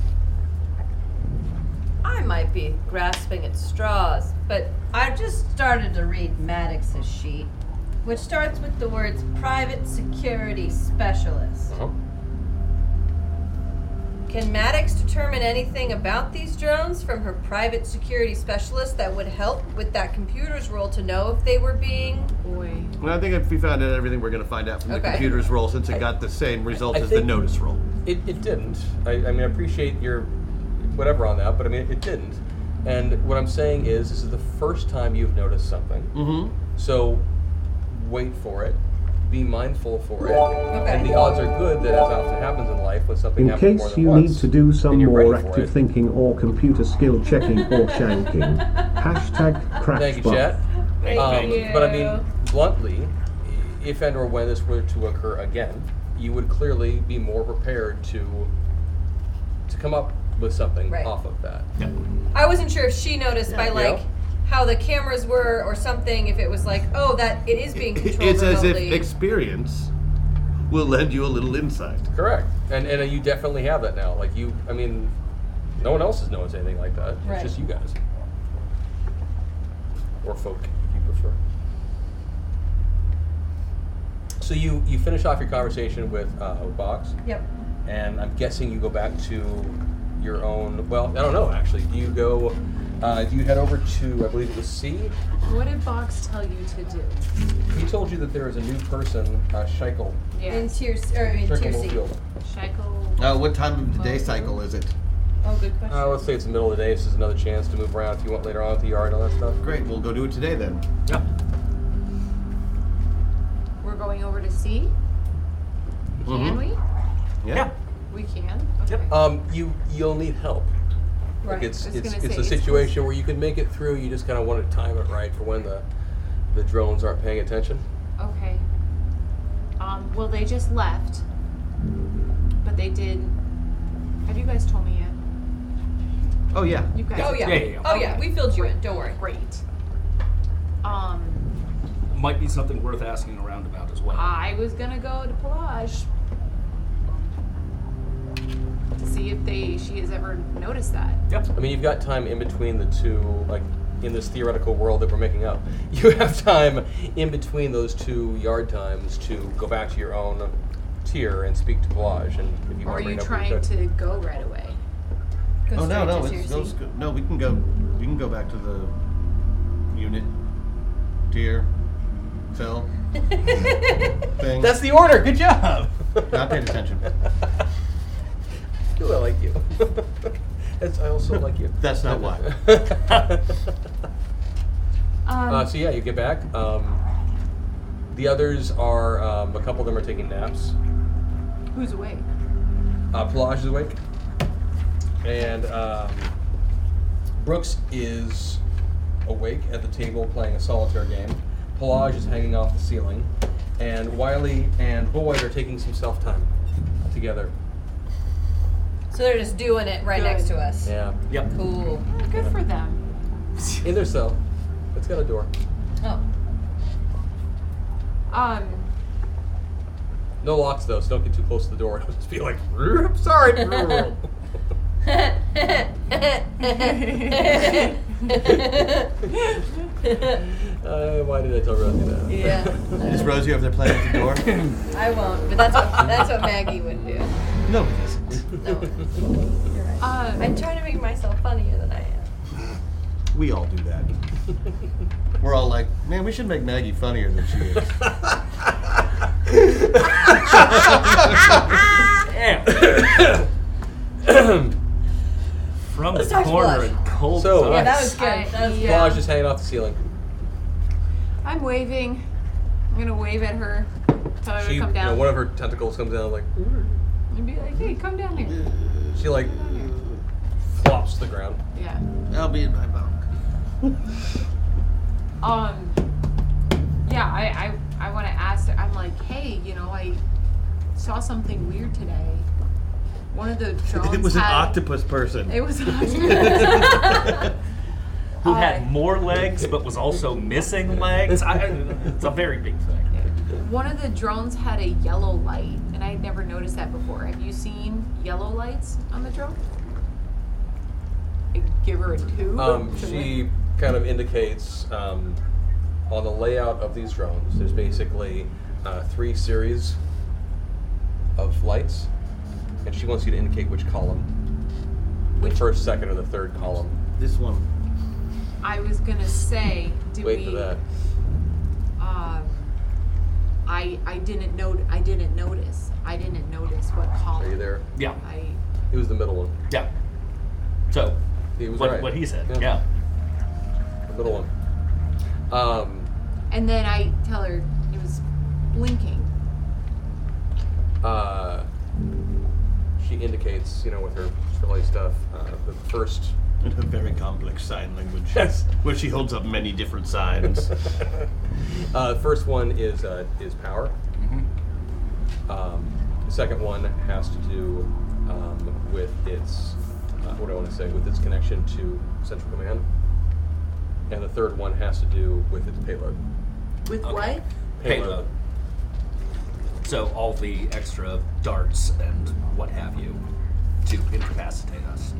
I might be grasping at straws, but I just started to read Maddox's sheet, which starts with the words private security specialist.
Uh-huh.
Can Maddox determine anything about these drones from her private security specialist that would help with that computer's role to know if they were being
boy
Well, I think if we found out everything we're going to find out from the
Okay.
computer's roll, since it got the same result
I
as the
think-
notice roll.
It, it didn't. I, I mean, I appreciate your whatever on that, but I mean, it didn't. And what I'm saying is, this is the first time you've noticed something.
Mhm.
So wait for it. Be mindful for it. And the odds are good that, as often happens in life, when something
In
happens more
case
than
you
once,
need to do some more
for
active
it.
thinking or computer skill checking or shanking. Hashtag
Thank
crash
you, Chet.
Thank
um,
you.
But I mean, bluntly, if and or when this were to occur again, you would clearly be more prepared to to come up with something
Right.
off of that.
I wasn't sure if she noticed by
Yeah.
like how the cameras were or something. If it was like, oh, that it is being controlled
It's as if
remotely.
experience will lend you a little insight.
Correct. And and you definitely have that now. Like you, I mean, no one else has noticed anything like that.
Right.
It's just you guys, or folk, if you prefer. So you you finish off your conversation with uh, Box.
Yep.
and I'm guessing you go back to your own. Well, I don't know actually. Do you go? Uh, do you head over to? I believe it was C.
What did Box tell you to do?
He told you that there is a new person, uh, Scheichel.
In tier C- or in
Scheichel
tier C.
Moorfield.
Shackle.
Uh, what time of the day cycle is it?
Oh, good question.
Uh, let's say it's the middle of the day, so there's another chance to move around if you want later on at the yard and all that stuff.
Great, we'll go do it today then.
Yeah.
We're going over to C. Can we?
Yeah.
We can.
Um, you you'll need help.
Right,
Like it's
I was
it's
gonna
it's a
say, it's-
situation where you can make it through. You just kind of want to time it right for when the the drones aren't paying attention.
Okay. Um, well, they just left, but they did. Have you guys told me yet?
Oh yeah.
You guys.
Oh yeah. Oh yeah. We filled you in. Don't worry.
Great. Um,
Might be something worth asking around about as well.
I was gonna go to Pelage to see if they she has ever noticed that.
Yep.
I mean, you've got time in between the two, like in this theoretical world that we're making up. You have time in between those two yard times to go back to your own tier and speak to Blage. And if you
Or
want
are
to bring
you
it up, we
trying
could.
to go right away?
oh no, no,
straight to
it's,
tier
no,
C?
it's good. no. We can go. We can go back to the unit tier cell thing.
That's the order. Good job.
Not paying attention.
Ooh, I like you. That's, I also like you.
That's not why.
Um,
uh, so yeah, you get back. Um, the others are um, a couple of them are taking naps.
Who's awake?
Uh, Pelage is awake. And um, Brooks is awake at the table playing a solitaire game. Pelage is hanging off the ceiling. And Wiley and Boyd are taking some self time together.
So they're just doing it right next to us.
Yeah. Yep.
Cool.
good
for
them.
In their cell. It's got a door.
Oh.
Um,
No locks though, so don't get too close to the door. It'll just be like, "Roop, sorry. uh, why did I tell Rosie that?
Yeah.
Is Rosie over there playing at the door?
I won't, but that's what, that's what Maggie would do.
no, it isn't.
You're right. I'm trying to make myself funnier than I am.
We all do that. We're all like, man, we should make Maggie funnier than she is.
From
Let's
the
talk to
corner
Blush.
in cold
So-
ice.
Yeah, that was good.
I-
That was good.
Pelage is hanging off the ceiling.
I'm waving. I'm gonna wave at her. Tell her
She,
to
you
come
know,
down.
one of her tentacles comes down like,
and be like, hey, come down here.
she like flops to the ground.
Yeah.
I'll be in my bunk.
Um. Yeah, I I, I want to ask. I'm like, hey, you know, I saw something weird today. One of the drones.
it was an
had-
octopus person.
It was an octopus.
Who had more legs but was also missing legs. I, it's a very big thing.
One of the drones had a yellow light, and I had never noticed that before. Have you seen yellow lights on the drone? I give her a two.
Um, she kind of indicates um, on the layout of these drones, there's basically uh, three series of lights, and she wants you to indicate which column. The first, second, or the third column.
This one.
I was gonna say, did
Wait
we?
for that.
Um, I I didn't note. I didn't notice. I didn't notice what column.
Are you there?
Yeah.
I
It was the middle one.
Yeah. So,
he was
what-
right.
what he said,
The middle one. Um,
and then I tell her it was blinking.
uh, she indicates, you know, with her relay stuff, uh, the first
In her very complex sign language.
Yes.
Where she holds up many different signs.
uh, first one is uh, is power.
Mm-hmm.
Um, the second one has to do um, with its uh, what do I want to say with its connection to Central Command, and the third one has to do with its payload.
With
what? Payload. So all the extra darts and what have you to incapacitate us.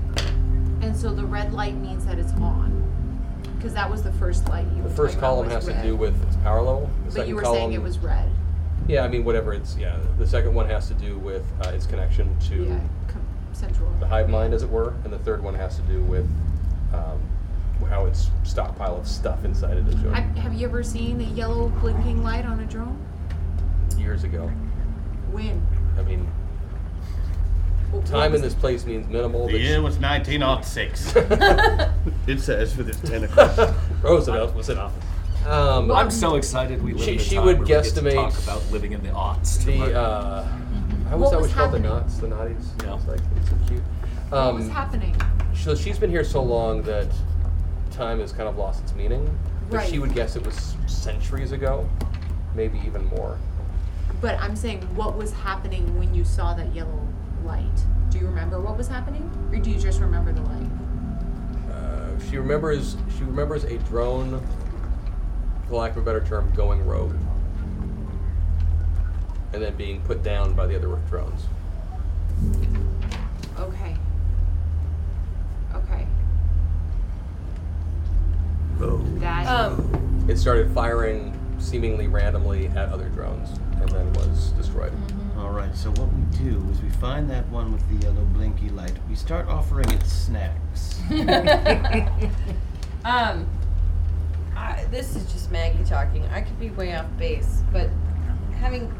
And so the red light means that it's on. Because that was the first light you
The
were
first
talking about
column
was
has to
red.
do with its power level. The
But
second
you were
column,
saying it was red.
Yeah, I mean whatever it's yeah. The second one has to do with uh, its connection to
Yeah, com- central.
the hive mind, as it were, and the third one has to do with um, how its stockpile of stuff inside it is doing.
I, have you ever seen a yellow blinking light on a drone?
Years ago,
When?
I mean,
What
time in
was-
this place means minimal.
The
but-
year was 1906. it says with its tentacles.
Roosevelt was in office. Um,
I'm so excited we live
she,
in a
she
time
would
where we get
guesstimate
to talk about living in the aughts.
the. Uh, I always
What
thought
was
we called the
happening?
knots, the naughties. It's like it's so cute.
what
um,
was happening?
So she's been here so long that time has kind of lost its meaning. But she
Right.
would guess it was centuries ago, maybe even more.
But I'm saying, what was happening when you saw that yellow light? Do you remember what was happening, or do you just remember the light?
Uh, she remembers. She remembers a drone, for lack of a better term, going rogue, and then being put down by the other drones.
Okay. Okay. That.
Um, It started firing seemingly randomly at other drones, and then was destroyed.
Mm-hmm.
All right, so what we do is we find that one with the yellow blinky light. We start offering it snacks.
um, I, this is just Maggie talking. I could be way off base, but having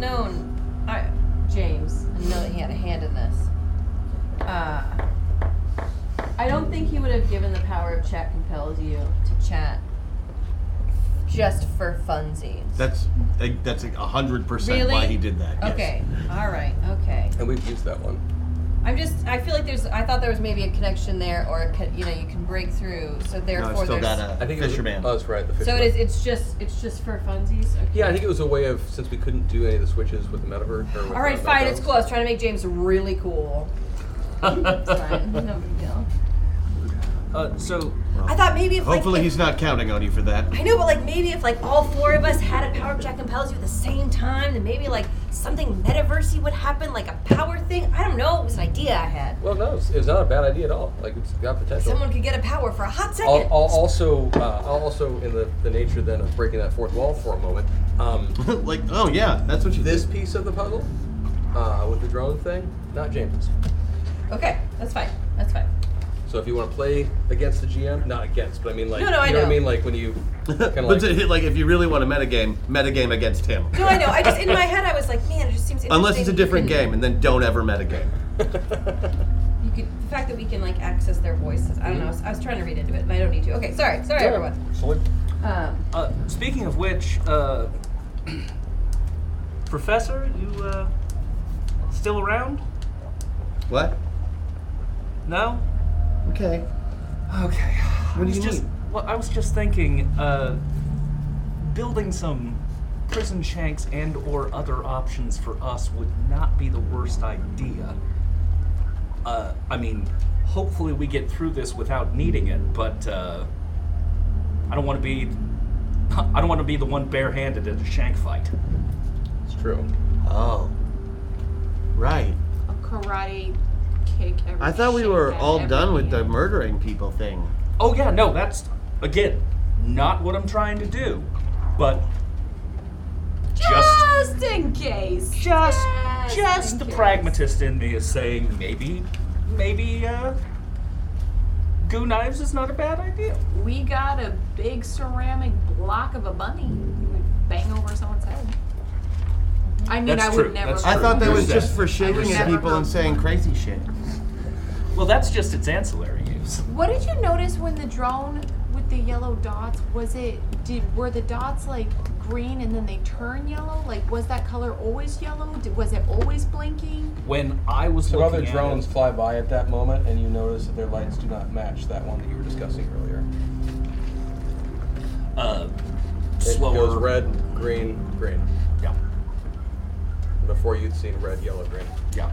known I, James and know that he had a hand in this, uh, I don't think he would have given the power of chat compels you to chat just for funsies.
That's that's a hundred percent
Really?
why he did that. yes.
Okay. All right. Okay.
And we've used that one.
I'm just. I feel like there's. I thought there was maybe a connection there, or a, co- you know, you can break through. So therefore, there's.
uh,
I think it was-
fisherman.
Oh, that's right. The
so
fisherman.
it is. It's just. It's just for funsies. Okay.
Yeah, I think it was a way of since we couldn't do any of the switches with the metaverse. Or with
All right,
the
fine. It's cool. I was trying to make James really cool. It's fine. No big deal.
Uh, so
I thought maybe if
Hopefully
like.
he's not counting on you for that.
I know, but like maybe if like all four of us had a power of Jack and Palsy at the same time, then maybe like something metaversy would happen, like a power thing. I don't know. It was an idea I had.
Well, no, it's, it's not a bad idea at all. Like it's got potential.
Someone could get a power for a hot second.
Al- al- also, uh, also in the, the nature then of breaking that fourth wall for a moment. Um,
like, oh yeah, that's what you.
This piece of the puzzle, uh, with the drone thing, not James's.
Okay, that's fine. That's fine.
So if you want to play against the GM, not against, but I mean like
No, no, I
you know, what I
know.
mean like when you kind of
But
like
to- like, if you really want to metagame, metagame against him.
No, I know. I just in my head I was like, man, it just seems interesting.
Unless it's a
You
different
can-
game, and then don't ever metagame.
You could the fact that we can like access their voices. I don't know. I was, I was trying to read into it, but I don't need to. Okay, sorry, sorry
Yeah.
everyone. Um,
Uh, speaking of which, uh, Professor, you uh, still around?
What?
No.
Okay.
Okay. I
What do
was
you
just,
need?
Well, I was just thinking, uh, building some prison shanks and or other options for us would not be the worst idea. Uh, I mean, hopefully we get through this without needing it, but uh, I don't want to be, I don't want to be the one barehanded at a shank fight.
It's true.
Oh. Right.
A karate kick. Every
I thought we
shit
were
out of
all
every-
done with the murdering people thing.
Oh yeah, no, that's again not what I'm trying to do, but just
Just in case.
Just,
just
the pragmatist in me is saying maybe, maybe uh, goo knives is not a bad idea.
We got a big ceramic block of a bunny. You would bang over someone's head. I mean,
That's
I
true.
would never.
That's
I
true.
thought that
There's
was
that.
just for
I
shaking
would
at
never
people and saying crazy shit.
Well, that's just its ancillary use.
What did you notice when the drone with the yellow dots was it did were the dots like green and then they turn yellow? Like was that color always yellow? Did, was it always blinking?
When I was
so
looking
other
at
drones
it-
fly by at that moment, and you notice that their lights do not match that one that you were discussing earlier.
Uh,
It
slower.
goes red, green, green.
Yeah.
Before you'd seen red, yellow, green.
Yeah.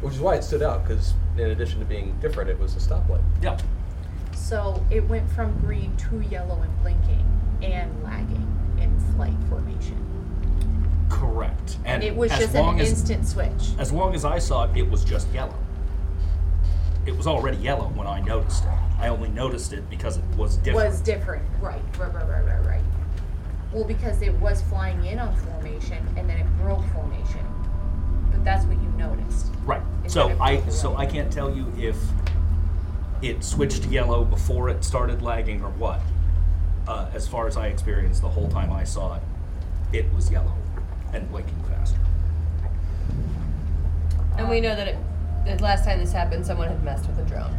Which is why it stood out because in addition to being different, it was a stoplight.
Yeah.
So it went from green to yellow and blinking and lagging in flight formation.
Correct. And
it was
as
just
long
an
as,
instant switch.
As long as I saw it, it was just yellow. It was already yellow when I noticed it. I only noticed it because it was different.
Was different. Right, right, right, right, right, right. Well, because it was flying in on formation and then it broke formation. But that's what you noticed.
Right.
It's
So
like a
I so I can't tell you if it switched to yellow before it started lagging or what. Uh, as far as I experienced the whole time I saw it, it was yellow and blinking faster.
and we know that it, the last time this happened, someone had messed with a drone.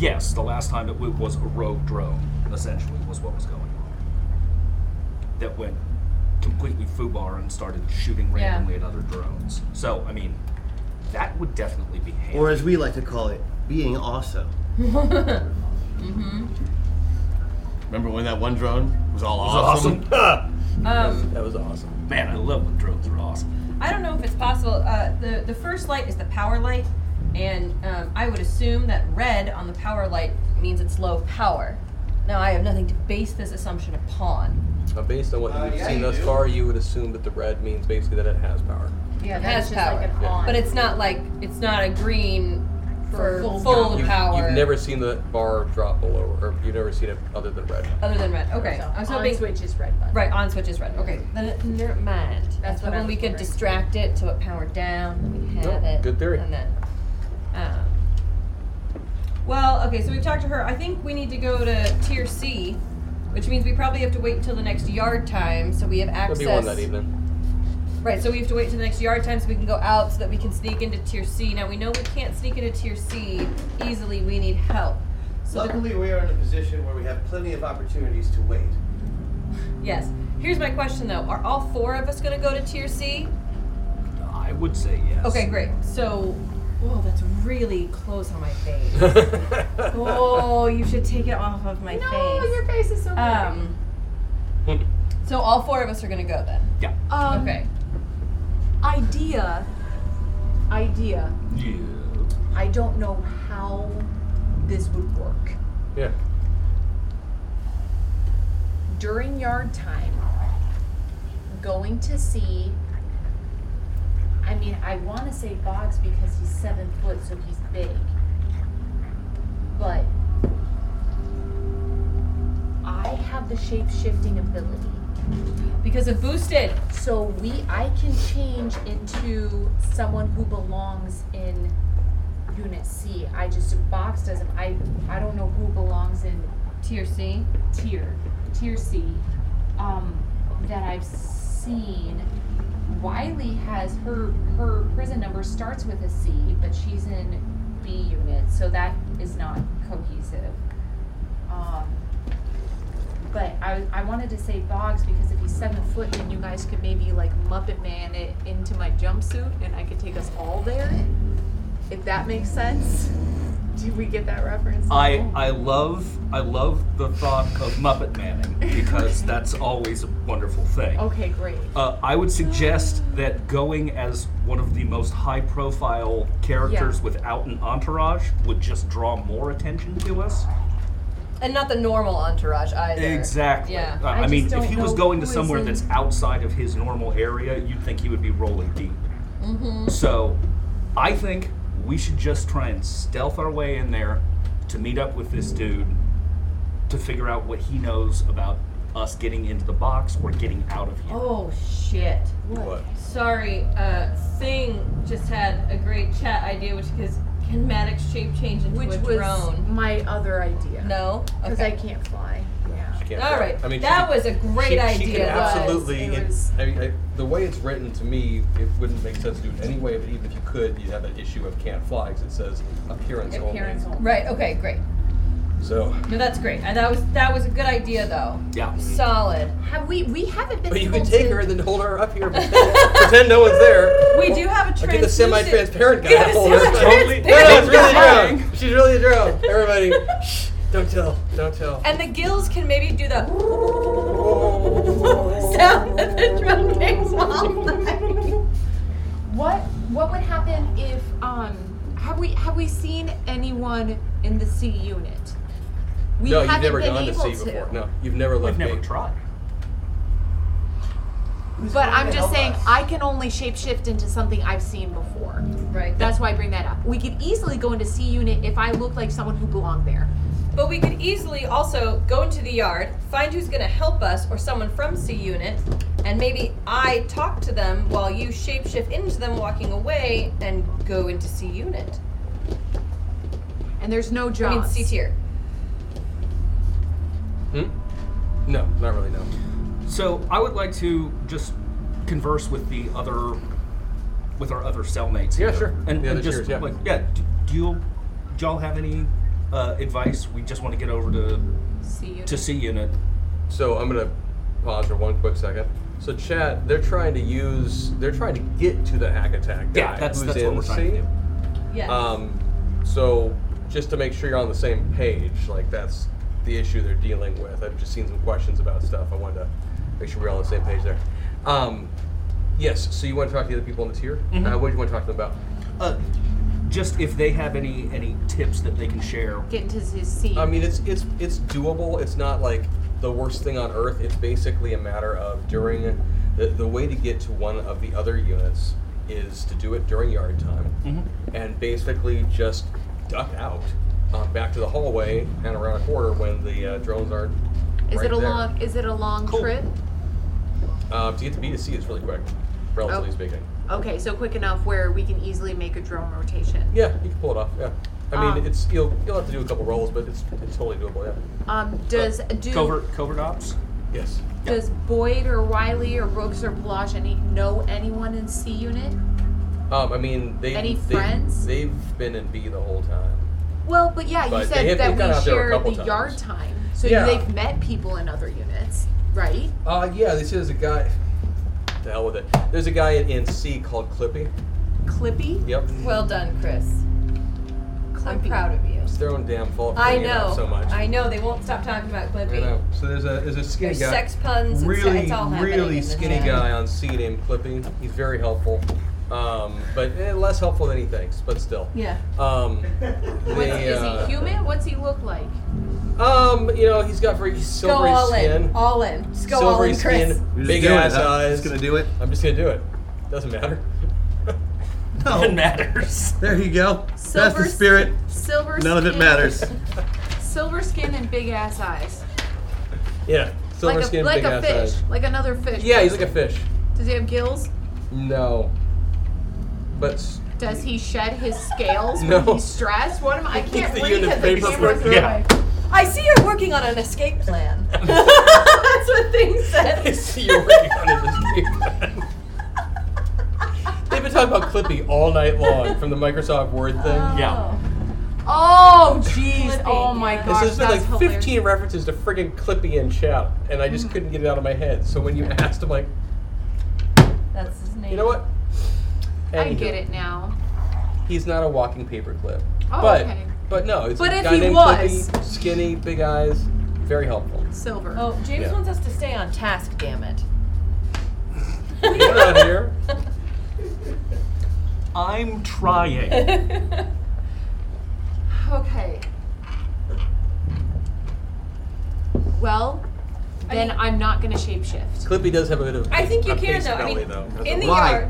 Yes, the last time it w- was a rogue drone, essentially, was what was going on. That went completely foobar and started shooting
Yeah.
randomly at other drones. So, I mean, that would definitely be handy.
Or as we like to call it, being awesome.
Mm-hmm.
Remember when that one drone was all
It was
awesome?
Um,
that was awesome.
Man, I love when drones are awesome.
I don't know if it's possible. Uh, the the first light is the power light, and um, I would assume that red on the power light means it's low power. Now I have nothing to base this assumption upon.
Now, based on what
Uh,
you've
yeah,
seen
you
thus
do.
far, you would assume that the red means basically that it has power.
Yeah,
it
that's
has
just
power,
like an on.
but it's not like it's not a green for full,
You've-
power.
You've never seen the bar drop below, or you've never seen it other than red.
other than red. Okay,
So
I was
on
hoping
switch is red button.
right on switch is red. Okay, then never mind.
That's what I
when we
was
could
wondering.
distract it so it powered down. then We have
No,
it.
good theory.
And then. Um, well, okay, so we've talked to her. I think we need to go to tier C, which means we probably have to wait until the next yard time so we have
There'll
access.
be one that evening.
Right, so we have to wait till the next yard time so we can go out so that we can sneak into tier C. Now we know we can't sneak into tier C easily. We need help. So the-
Luckily, we are in a position where we have plenty of opportunities to wait.
yes. Here's my question though: Are all four of us going to go to tier C?
I would say yes.
Okay, great. So, oh, that's really close on my face. oh, you should take it off of my face.
No, your face is so pretty.
Um, so all four of us are gonna go then.
Yeah.
Um,
okay.
Idea. Idea.
Yeah.
I don't know how this would work.
Yeah.
During yard time, going to see. I mean, I want to say Boggs because he's seven foot, so he's big. But I have the shape shifting ability.
Because it boosted.
So we I can change into someone who belongs in unit C. I just box doesn't I I don't know who belongs in
tier C.
Tier. Tier C. Um that I've seen. Wiley has her her prison number starts with a C, but she's in B unit, so that is not cohesive. Um but I, I wanted to say Boggs because if he's seven foot, then you guys could maybe like Muppet Man it into my jumpsuit, and I could take us all there. If that makes sense. Did we get that reference?
I, I love I love the thought of Muppet Manning because that's always a wonderful thing.
Oh.
Okay, great.
Uh, I would suggest that going as one of the most high profile characters
Yeah.
without an entourage would just draw more attention to us.
And not the normal entourage either.
Exactly.
Yeah.
Uh, I, mean, if he was going to somewhere that's outside of his normal area, you'd think he would be rolling deep.
hmm
So, I think we should just try and stealth our way in there to meet up with this dude to figure out what he knows about us getting into the box or getting out of here.
Oh shit.
What?
Sorry, uh, Singh just had a great chat idea, which is can Maddox shape change into
Which
a
was
drone?
my other idea.
No,
Because
okay.
I can't fly. Yeah.
Can't
All
fly.
right,
I mean, she
that
could-
was a great
she,
idea.
She could
guys.
absolutely. It I mean, I, the way it's written to me, it wouldn't make sense to do it anyway. But even if you could, you'd have an issue of can't fly because it says appearance,
Appearance only. Right. Okay. Great.
only. So,
No, that's great. And that was that was a good idea though.
yeah.
Solid.
Have we we haven't been
But you
able
can take
to-
her and then hold her up here, pretend, pretend no one's there.
We do have
I
a
get the
translucent-
semi-transparent guy
Get
to
a
hold her. up.
semi-transparent
no, no, it's really a
guy.
drone. She's really a drone. Everybody, shh, don't tell, don't tell.
And the gills can maybe do the
Oh.
sound that the drum makes while playing.
What what would happen if um have we have we seen anyone in the C unit? We
no, you've
haven't
never
been
gone to
able
sea before. No, you've never left.
never
me.
tried.
But I'm
to
just
help
saying
us?
I can only shapeshift into something I've seen before.
Right.
That's why I bring that up. We could easily go into C unit if I look like someone who belonged there.
But we could easily also go into the yard, find who's going to help us or someone from C Unit, and maybe I talk to them while you shapeshift into them walking away and go into C Unit.
And there's no
I mean
jobs.
C tier.
Hmm? No, not really. No.
So I would like to just converse with the other, with our other cellmates.
Yeah,
here.
sure.
And,
The
and
other
just
tiers, yeah.
like yeah, do, do you, do y'all have any uh, advice? We just want to get over to
C unit.
to C unit.
So I'm gonna pause for one quick second. So Chad, they're trying to use, they're trying to get to the hack attack guy
Yeah, that's-
who's
that's
in
what we're trying
C.
to do.
Yes.
Um, so just to make sure you're on the same page, like that's the issue they're dealing with. I've just seen some questions about stuff. I wanted to make sure we're all on the same page there. Um, yes. So you want to talk to the other people in the tier? Uh, what do you want to talk to them about?
Mm-hmm. Uh, just if they have any any tips that they can share.
Get into his C.
I mean, it's it's it's doable. It's not like the worst thing on earth. It's basically a matter of during the the way to get to one of the other units is to do it during yard time,
Mm-hmm.
and basically just duck out um, back to the hallway and around a corner when the uh, drones aren't.
is
right
it a
there.
long is it a long trip?
Uh, to get to B to C is really quick, relatively
Oh.
speaking.
Okay, so quick enough where we can easily make a drone rotation.
Yeah, you can pull it off. Yeah, I mean,
Um,
it's you'll you'll have to do a couple rolls, but it's it's totally doable. Yeah.
Um, does do
Covert covert ops.
Yes.
does Boyd or Wiley or Brooks or Blage any know anyone in C unit?
Um, I mean, they
Any
they-
friends?
They've been in B the whole time.
Well, but yeah, you
But
said
they have-
that
they've gone
we
out there a
share the
couple times.
yard time, so
Yeah.
they've met people in other units, right?
Uh, yeah, they say there's a guy. The hell with it. There's a guy in, in C called Clippy.
Clippy.
Yep.
Well done, Chris. I'm proud of you.
It's their own damn fault. for
I
bringing it up
know.
so much.
I know. They won't stop talking about Clippy.
You know, so there's a there's a skinny
There's
guy,
sex puns, it's-
really
it's all happening
really
in this
skinny
chat.
guy on C named Clippy. He's very helpful, um, but eh, less helpful than he thinks. But still,
Yeah.
Um,
What's,
they,
is
uh,
he human? What's he look like?
Um, you know, he's got very
Go
silvery
all
skin,
in. All in. Just go all
silvery
in, Chris.
skin,
Just
big
do it,
ass
huh?
eyes.
Just gonna do it.
I'm just gonna do it. Doesn't matter.
Nothing
matters.
There you go. That's
Silver
the
s-
spirit.
Silver
None of it
skin-
matters.
Silver skin and big ass eyes.
Yeah, silver
like a,
skin,
like
big
a
ass
fish.
eyes.
Like another fish.
Yeah, he's like a fish.
Does he have gills?
No, but s-
Does he shed his scales
No.
when he's stressed? What am I? I can't
the
read
unit
because the
paper
camera's
for-
in the
Yeah.
way.
I see you're working on an escape plan. That's what things said. I
see you're working on an escape plan. They've been talking about Clippy all night long from the Microsoft Word thing. Yeah.
Oh jeez! Oh my gosh!
There's been
that's
like 15 references to friggin' Clippy and chat, and I just
Hmm.
couldn't get it out of my head. So when you asked, I'm like,
That's his name.
you know what?
I
Anywho,
get it now.
He's not a walking paperclip.
Oh,
but,
okay.
But no, it's
But
a
if
guy
he
named
was-
Clippy, skinny, big eyes, very helpful.
Silver.
Oh, James
Yeah.
wants us to stay on task, damn it.
Get out of here.
I'm trying.
Okay. Well, then I'm not gonna shapeshift.
Clippy does have a bit of.
I think you
a
can
base
though. I
Belly,
mean,
though.
in the yard.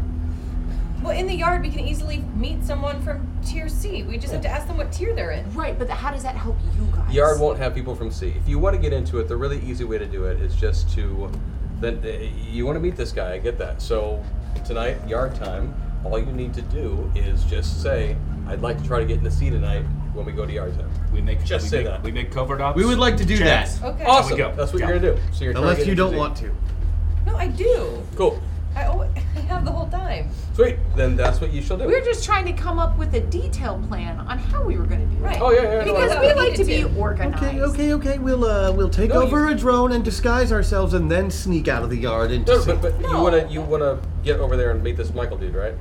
Well, in the yard, we can easily meet someone from tier C. We just have to ask them what tier they're in.
Right, but how does that help
Oh,
you guys?
Yard won't have people from C. If you want to get into it, the really easy way to do it is just to then uh, you want to meet this guy. I get that. So tonight, yard time. All you need to do is just say, "I'd like to try to get in the C tonight." When we go to yard time, we make just say that we make covert ops.
We would like to do that. checks. Okay.
Awesome.
There we go.
That's what
Yeah.
you're gonna do. So you're trying
Unless
to get
you
into
don't
Z.
want
to.
No, I do.
Cool.
I, always, I have the whole time.
Sweet. Then that's what you shall do.
We were just trying to come up with a detailed plan on how we were going to do
Right.
it.
Oh, yeah, yeah, no,
Because
I-
we
I
like to
needed
be
to.
organized.
Okay, okay, okay. We'll uh, we'll take
No,
over a drone and disguise ourselves, and then sneak out of the yard into.
No, but, but you wanna you wanna get over there and meet this Michael dude, right?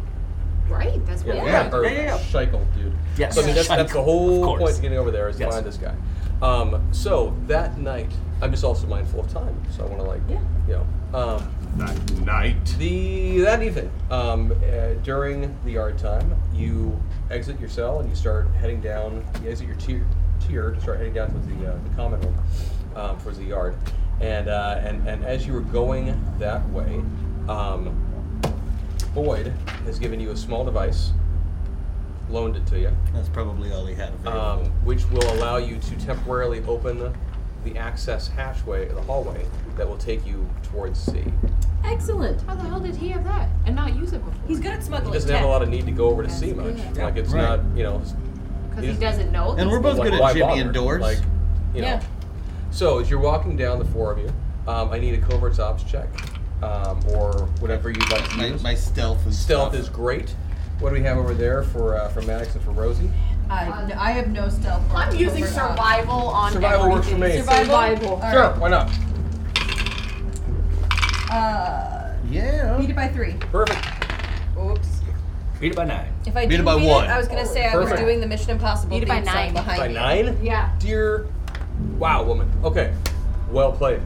Right. That's what.
Yeah,
we
or
like.
Scheichel, dude.
Yes.
So I mean, that's, that's the whole
Of course.
point of getting over there is to
Yes.
find this guy. Um, so that night, I'm just also mindful of time, so I want to like, you know, um, that night, the that evening, um, uh, during the yard time, you exit your cell and you start heading down. You exit your tier, tier to start heading down towards the, uh, the common room, um, towards the yard, and uh, and and as you were going that way. Um, Boyd has given you a small device, loaned it to you,
That's probably all he had available.
um, which will allow you to temporarily open the access hatchway, the hallway that will take you towards C.
Excellent.
How the hell did he have that and not use it before?
He's good at
He
smuggling.
doesn't have a lot of need to go over to C much.
Yeah.
Like it's
Right.
not, you know. it's-
Because
it
he
is-
doesn't know.
And we're both
like,
good at
why
jimmy
bother?
and doors.
Like, you know.
Yeah.
So as you're walking down, the four of you, um, I need a covert ops check, um, or whatever you'd like to
My-
use.
my stealth is
stealth
tough.
is great. What do we have over there for uh, for Maddox and for Rosie?
I, I have no stealth.
I'm using
Over-
survival on
Survival works for me.
everything. Survival.
All
Sure,
right.
why not?
Uh,
yeah.
Beat it by three.
Perfect.
Oops.
Beat it by nine.
If I
Beat it
didn't
by
beat
one.
I was gonna say I was
Perfect.
doing the Mission Impossible
Beat it by
theme song
nine.
behind
By
me.
nine?
Yeah.
Dear, wow, woman. Okay, well played.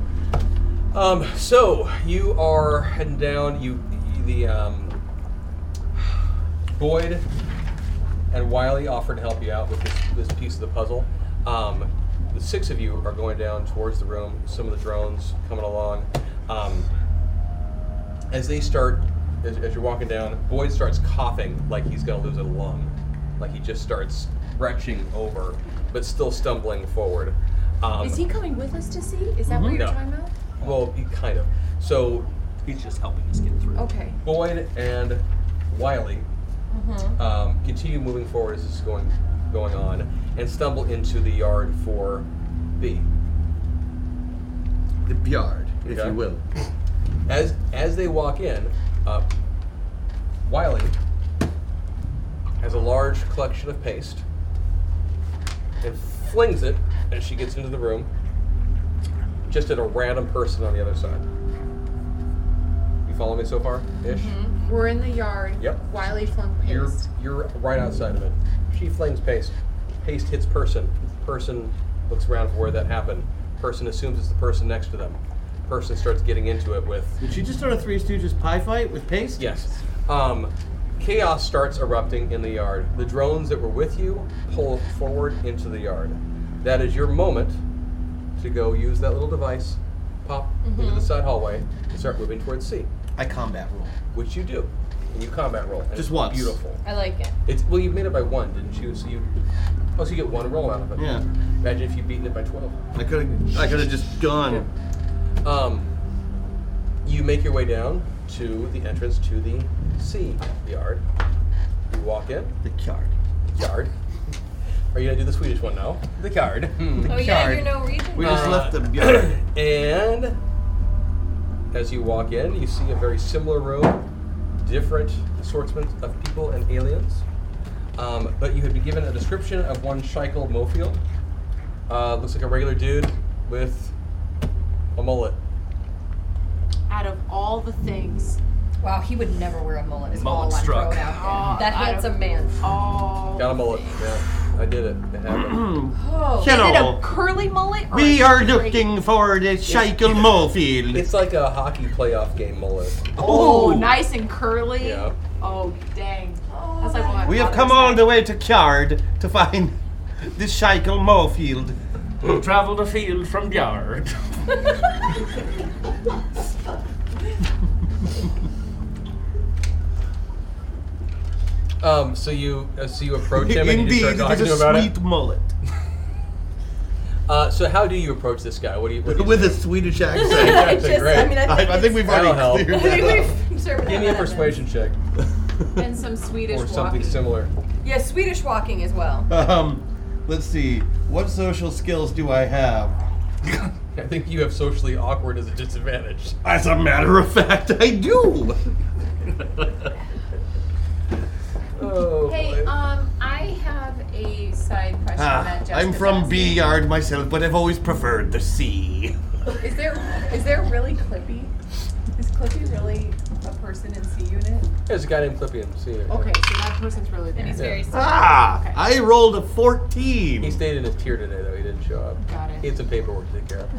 Um, so you are heading down. You, the um, Boyd and Wiley offered to help you out with this, this piece of the puzzle. Um, the six of you are going down towards the room. Some of the drones coming along. Um, as they start, as, as you're walking down, Boyd starts coughing like he's gonna lose a lung, like he just starts retching over, but still stumbling forward. Um,
Is he coming with us to see? Is that what
Mhm.
you're
No.
talking about?
Well, he kind of. So
he's just helping us get through.
Okay. Uh-huh.
Boyd and Wiley um, continue moving forward as this is going going on, and stumble into the yard for B.
The yard, if you will.
As as they walk in, uh, Wiley has a large collection of paste and flings it as she gets into the room, just at a random person on the other side. You follow me so far, ish?
Mm-hmm. We're in the yard.
Yep.
Wiley flung paste.
You're you're right outside of it. She flings paste. Haste hits person. Person looks around for where that happened. Person assumes it's the person next to them. Person starts getting into it with.
Did she just start a Three Stooges pie fight with Paste?
Yes. Um, chaos starts erupting in the yard. The drones that were with you pull forward into the yard. That is your moment to go use that little device, pop into the side hallway, and start moving towards C.
I combat roll.
Which you do. And you combat roll. And
Just
it's
once.
Beautiful.
I like it.
It's well, you made it by one, didn't you? So you, oh, so you get one roll out of it.
Yeah.
Imagine if you beaten it by twelve.
I could have. I could have just gone.
Um, you make your way down to the entrance to the sea yard. You walk in.
The yard.
Yard. Are you gonna do the Swedish one now? The yard.
Oh, yeah, you're Norwegian.
We just
Uh,
left the yard.
and as you walk in, you see a very similar room, different assortment of people and aliens. Um, but you had been given a description of one Scheichel Mofield. Uh, looks like a regular dude with a mullet.
Out of all the things.
Wow, he would never wear a mullet. Is
Mullet
all I'm
struck.
throwing out
Oh,
there. That
I
handsome man.
Oh.
Got a mullet. Yeah, I did it. It happened.
Oh.
Is it
Hello.
a curly mullet? Or
We
a
are
straight-
looking for the Shackle Mofield.
it's like a hockey playoff game mullet.
Oh, nice and curly.
Yeah. Oh,
Oh, dang. That's like one of my
We have come all the way to Kyard to find the Shackle Mofield.
Traveled afield from Yard.
Um, so you uh, so you approach him and you
Indeed,
start
it
talking
is
to him
a
about
sweet
it.
mullet.
Uh, so how do you approach this guy? What do you? What do you
With
say?
a Swedish accent.
Exactly,
Just- I
great.
mean, I think
we've
That'll
already
help.
cleared
I think we've served
Give me a
that.
persuasion check
And some Swedish
or something
walking.
similar.
Yeah, Swedish walking as well.
Um, let's see. What social skills do I have?
I think you have socially awkward as a disadvantage.
As a matter of fact, I do.
Oh,
Hey, um, I have a side question that
Ah,
Jessica
I'm from
asked.
B Yard myself, but I've always preferred the sea.
Is there is there really Clippy? Is Clippy really a person in C unit?
There's a guy named Clippy in C.
Okay, so that person's really there.
he's very Yeah.
Ah, I rolled a 14.
He stayed in his tier today though. He didn't show up.
Got it.
He had some paperwork to take care of.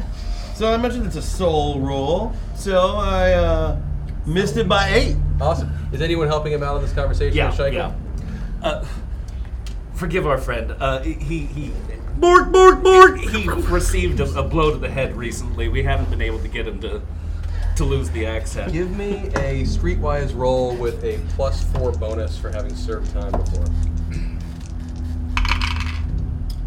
So I mentioned it's a soul roll. So I uh, missed it by eight.
Awesome. Is anyone helping him out in this conversation?
Yeah,
with Shaika?
yeah. Uh, forgive our friend. Uh, he he.
Bork, bork, bork.
He received a, a blow to the head recently. We haven't been able to get him to to lose the accent.
Give me a streetwise roll with a plus four bonus for having served time before.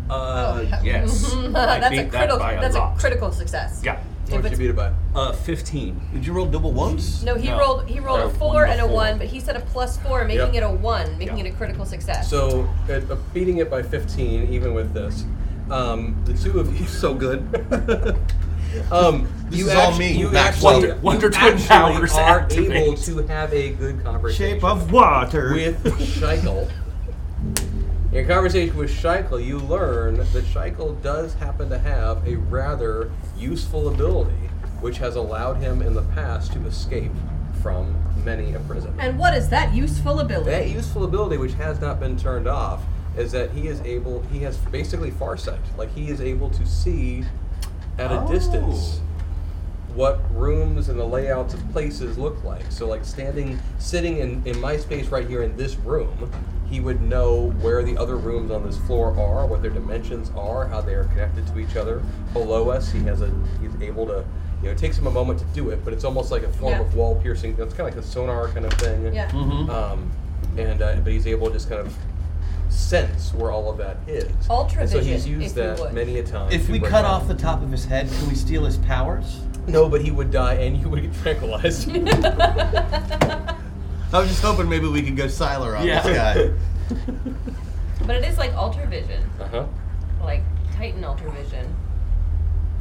Uh, yes. I
Oh, that's a
beat that
critical.
by a
that's
lot.
a critical success.
Yeah.
What did you beat it by?
Uh, fifteen.
Did you roll double ones?
No, he
No.
rolled. He rolled
Uh,
a four and a
wonderful.
one, but he said a plus four, making
Yep.
it a one, making it a critical success.
So, uh, uh, beating it by 15, even with this, um, the two of you.
So good.
um,
This
you
is all
actu-
me.
You
Max
actually,
Wonder-
you
Wonder Twin
actually
powers
are
activate.
able to have a good conversation
Shape of water.
with Scheichel. In your conversation with Scheichel, you learn that Scheichel does happen to have a rather useful ability, which has allowed him in the past to escape from many a prison.
and what is that useful
That
ability?
useful ability, which has not been turned off, is that he is able. He has basically farsight. Like he is able to see at a distance what rooms and the layouts of places look like. So, like standing, sitting in in my space right here in this room, he would know where the other rooms on this floor are, what their dimensions are, how they are connected to each other. Below us, he has a. He's able to. You know, it takes him a moment to do it, but it's almost like a form
Yeah.
of wall piercing. That's kind of like a sonar kind of thing.
Yeah.
Mhm.
Um, and uh, but he's able to just kind of sense where all of that is.
Ultra
And so he's
vision,
used
if you
that
would.
many a time.
If
to
we
bring
cut
up-
off the top of his head, can we steal his powers?
no, but he would die and you would get tranquilized.
I was just hoping maybe we could go Siler on
Yeah.
this guy.
But it is like ultra vision,
uh
Uh-huh.
huh.
like Titan ultra vision.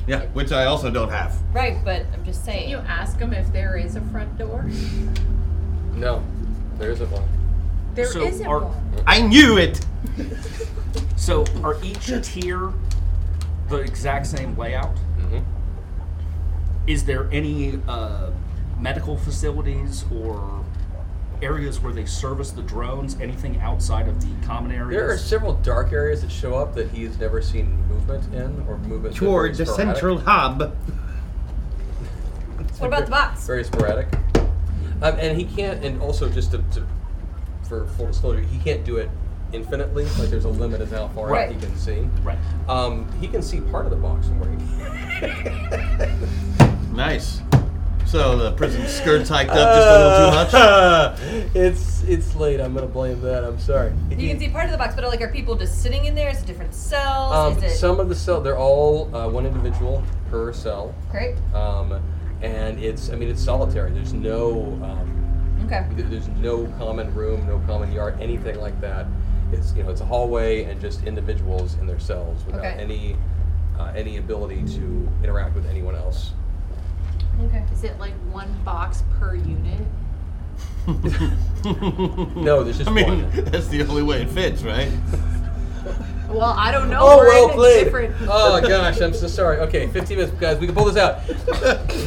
Yeah, which I also don't have.
Right, but I'm just saying.
Can you ask him if there is a front door?
No, there isn't one.
There
So
not
are-
one.
I knew it.
So are each tier the exact same layout?
Mm-hmm.
Is there any uh, medical facilities or areas where they service the drones? Anything outside of the common areas?
There are several dark areas that show up that he's never seen movement in or movement that's
Toward
very
the
sporadic.
central hub.
What about the box?
Very sporadic. Um, and he can't, and also just to, to, for full disclosure, he can't do it infinitely. Like there's a limit as how far
Right.
out he can see.
Right.
Um, he can see part of the box from where he
Nice. So the prison skirt's hiked up just a little too much.
too much. Uh, it's it's late. I'm gonna blame that. I'm sorry.
You can see part of the box, but like, are people just sitting in there? Is it different cells?
Um,
is it
some of the cell, they're all uh, one individual per cell.
great?
Um, and it's, I mean, it's solitary. There's no, um,
Okay.
th- there's no common room, no common yard, anything like that. It's, you know, it's a hallway and just individuals in their cells without
Okay.
any, uh, any ability to interact with anyone else.
Okay.
Is it like one box per unit?
No, there's just
I mean,
one.
that's the only way it fits, right?
Well, I don't know.
Oh,
We're
well
in a
played.
different-
Oh, gosh, I'm so sorry. Okay, 15 minutes, guys. We can pull this out.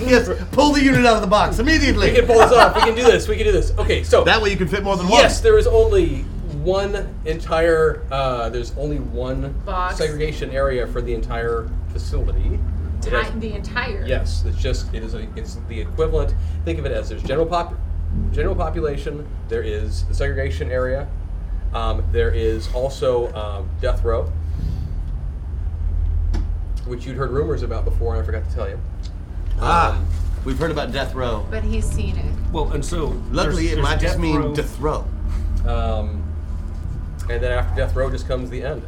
yes, pull the unit out of the box immediately.
We can pull this off. We can do this. We can do this. Okay, so
that way you can fit more than one.
Yes, there is only one entire. Uh, there's only one
Box.
segregation area for the entire facility. It has-
Ti- the entire.
yes, it's just it is a, it's the equivalent. Think of it as there's general pop, general population. There is the segregation area. Um, there is also um, death row, which you'd heard rumors about before, and I forgot to tell you. Um,
Ah, we've heard about death row.
But he's seen it.
Well, and so
Luckily, it might just mean
death
row.
Um, and then after death row just comes the end.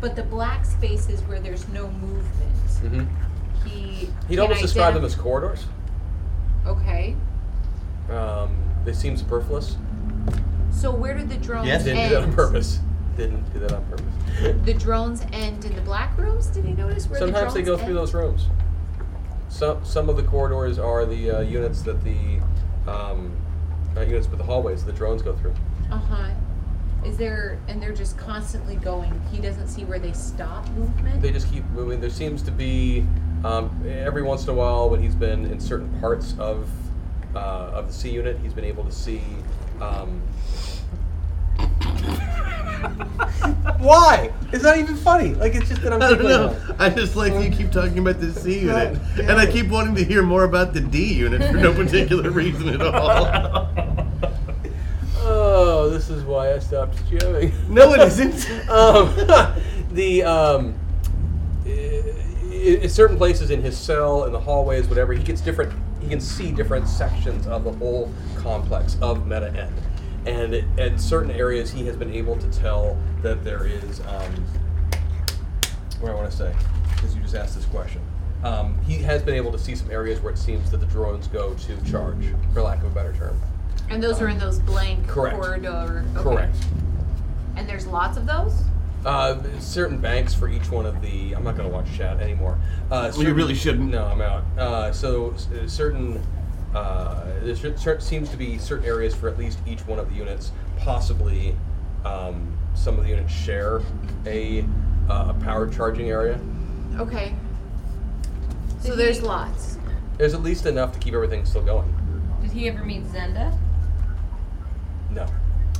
But the black spaces where there's no movement,
Mm-hmm.
he.
He'd
can
almost describe them
identif-
as corridors.
Okay.
Um, they seem superfluous.
So where did the drones
didn't
end?
do that on purpose. Didn't do that on purpose.
The drones end in the black rooms. Did he notice where
Sometimes
the
they
drones
go through
end?
those rooms. Some some of the corridors are the uh, units that the um, not units, but the hallways the drones go through.
Uh huh. Is there and they're just constantly going. He doesn't see where they stop movement.
They just keep moving. There seems to be um, every once in a while when he's been in certain parts of uh, of the C unit, he's been able to see. Um, Why? It's not even funny. Like it's just that I'm.
I don't
giggling now.
know. I just like you keep talking about the C unit, and I keep wanting to hear more about the D unit for no particular reason at all.
Oh, this is why I stopped jamming.
No, it isn't.
um, the um, i- i- certain places in his cell, in the hallways, whatever, he gets different. He can see different sections of the whole complex of Meta End, and it- at certain areas, he has been able to tell that there is. Um, what do I want to say? Because you just asked this question. Um, he has been able to see some areas where it seems that the drones go to charge, for lack of a better term.
And those are in those blank
Correct.
corridor. Okay.
Correct.
And there's lots of those.
Uh, certain banks for each one of the. I'm not going to watch chat anymore. Uh,
Well, you really
shouldn't. No, I'm out. Uh, so s- uh, certain. Uh, there cer- cer- seems to be certain areas for at least each one of the units. Possibly, um, some of the units share a, uh, a power charging area.
Okay. So there's lots.
There's at least enough to keep everything still going.
Did he ever meet Zenda?
No,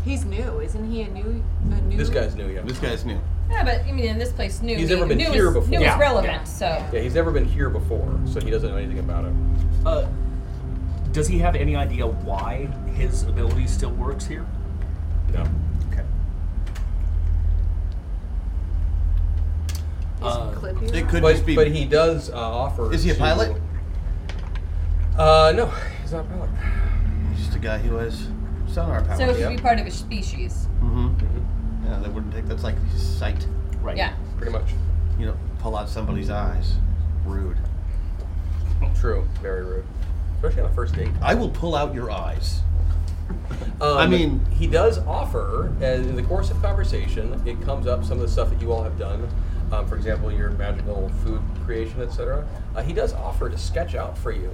He's new, isn't he? A new, a new.
this guy's new. Yeah, this
guy's new.
Yeah, but I mean, in this place, new.
He's
new,
never been
new
here
is,
before.
New
Yeah.
is relevant,
Yeah.
so.
Yeah, he's never been here before, so he doesn't know anything about it.
Uh, does he have any idea why his ability still works here?
No.
Okay.
Uh,
Clip
it could
but,
just be.
But he does uh, offer.
Is he a
to-
pilot?
Uh, no, he's not a pilot.
Just a guy who has sonar power.
So it should be part of a species.
Mm-hmm. Yeah, that wouldn't take. That's like sight.
Right.
Yeah.
Pretty much.
You know, pull out somebody's eyes. Rude.
True. Very rude. Especially on a first date.
I will pull out your eyes.
Um,
I mean-
he does offer, and in the course of conversation, it comes up some of the stuff that you all have done. Um, for example, your magical food creation, etc. Uh, he does offer to sketch out for you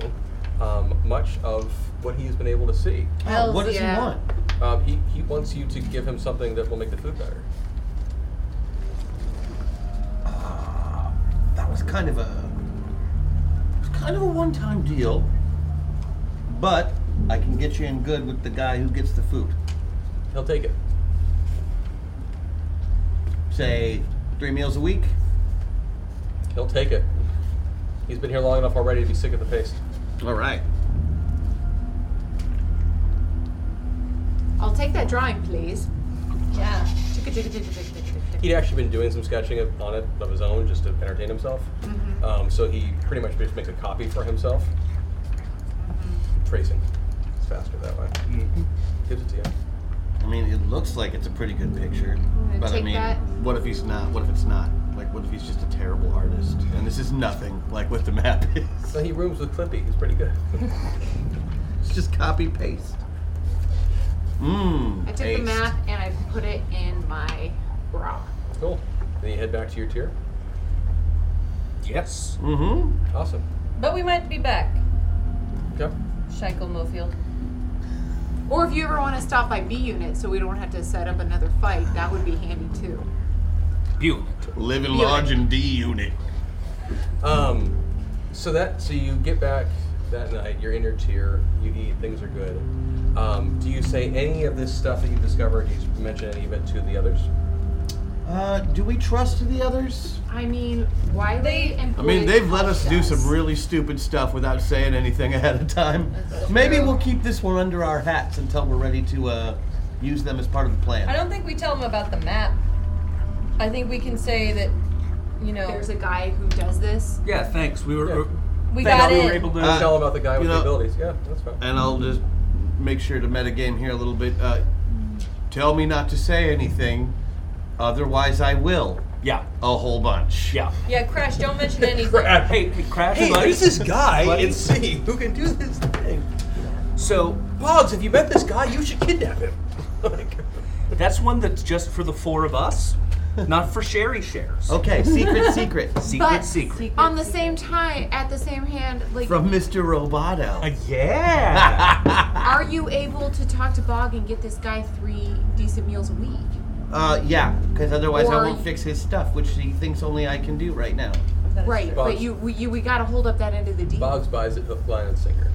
um, much of what he has been able to see.
Hells what does he yeah. want?
Um, he, he wants you to give him something that will make the food better.
Uh,
That was kind of a. It was kind of a one-time deal, but
I can get you in good with the guy who gets the food.
He'll take it.
Say three meals a week.
He'll take it. He's been here long enough already to be sick of the paste.
All right.
I'll take that drawing, please. Mm-hmm. Yeah. Chicka, chicka, chicka, chicka, chicka, chicka.
He'd actually been doing some sketching of- on it of his own just to entertain himself.
Mhm.
Um, so he pretty much just makes a copy for himself. Tracing. It's faster that way. Gives it to you.
I mean, it looks like it's a pretty good picture,
gonna
but I
take
mean,
that.
what if he's not? What if it's not? Like, what if he's just a terrible artist? And this is nothing like what the map is.
So he rooms with Clippy. He's pretty good.
it's just copy paste. Mmm.
I took the map and I put it in my bra.
Cool. Then you head back to your tier.
Yes.
Mm-hmm. Awesome.
But we might be back.
Okay.
Shankle Mofield.
Or if you ever want to stop by B unit so we don't have to set up another fight, that would be handy too.
Unit.
Living large in D unit.
Um, so that so you get back that night. You're in your tier. You eat. Things are good. Um, do you say any of this stuff that you discovered? Do you mention any of it to the others?
Uh, do we trust the others?
I mean, why they
I mean, they've let us do some really stupid stuff without saying anything ahead of time. Maybe we'll keep this one under our hats until we're ready to uh, use them as part of the plan.
I don't think we tell them about the map. I think we can say that, you know.
There's a guy who does this.
Yeah, thanks. We were.
We
thanks,
got
we
it.
were able to
Uh,
tell about the guy
you
with the
know-
abilities. Yeah, that's fine.
and I'll just make sure to metagame here a little bit. Uh, tell me not to say anything, otherwise I will.
Yeah.
A whole bunch.
Yeah. Uh,
Yeah, Crash, don't mention anything.
Hey, hey, Crash.
Hey,
buddy.
there's this guy
Buddy.
in
C who can do this thing.
So,
Pogs, if you met this guy, you should kidnap him.
that's one that's just for the four of us, not for Sherry shares.
Okay, secret, secret.
secret,
But-
secret.
On the same time, at the same hand, like,
From Mr. Roboto.
Uh, yeah.
are you able to talk to Bog and get this guy three decent meals a week?
uh, yeah, because otherwise I
Or-
won't fix his stuff, which he thinks only I can do right now.
Right, but
Boggs.
you we, you we gotta hold up that end of the deal.
Boggs buys it hook, line, and sinker.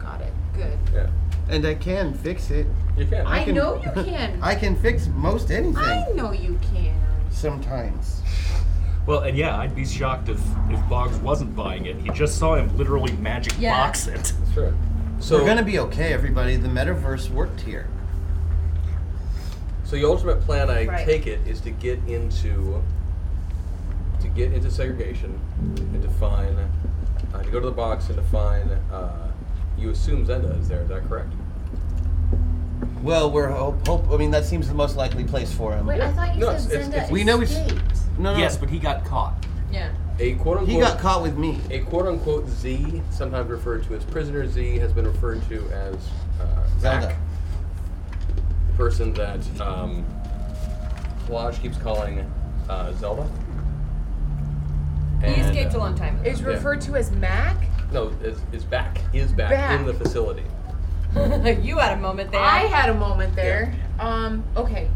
Got it. Good.
Yeah.
And I can fix it.
You can.
I know you can.
I can fix most anything.
I know you can.
Sometimes.
Well, and yeah, I'd be shocked if if Boggs wasn't buying it. He just saw him literally magic
Yeah.
box it.
Sure.
We're gonna be okay, everybody. The metaverse worked here.
So the ultimate plan, I
Right.
take it, is to get into to get into segregation and to find uh, to go to the box and to find. Uh, you assume Zenda is there. Is that correct?
Well, we're hope, hope. I mean, that seems the most likely place for him.
Wait, I thought you
No,
said
it's-
Zenda
it's-
we know he's-
escaped.
No, no.
Yes, but he got caught.
Yeah.
A quote unquote.
He got caught with me.
A quote unquote Z, sometimes referred to as prisoner Z, has been referred to as uh,
Zelda.
Zack, the person that um, Lodge keeps calling uh, Zelda.
He
And,
escaped a
uh,
long time ago.
Is
Yeah.
referred to as Mac?
No, is, is back. He is back,
Back.
in the facility.
you had a moment there.
I had a moment there. Um, okay.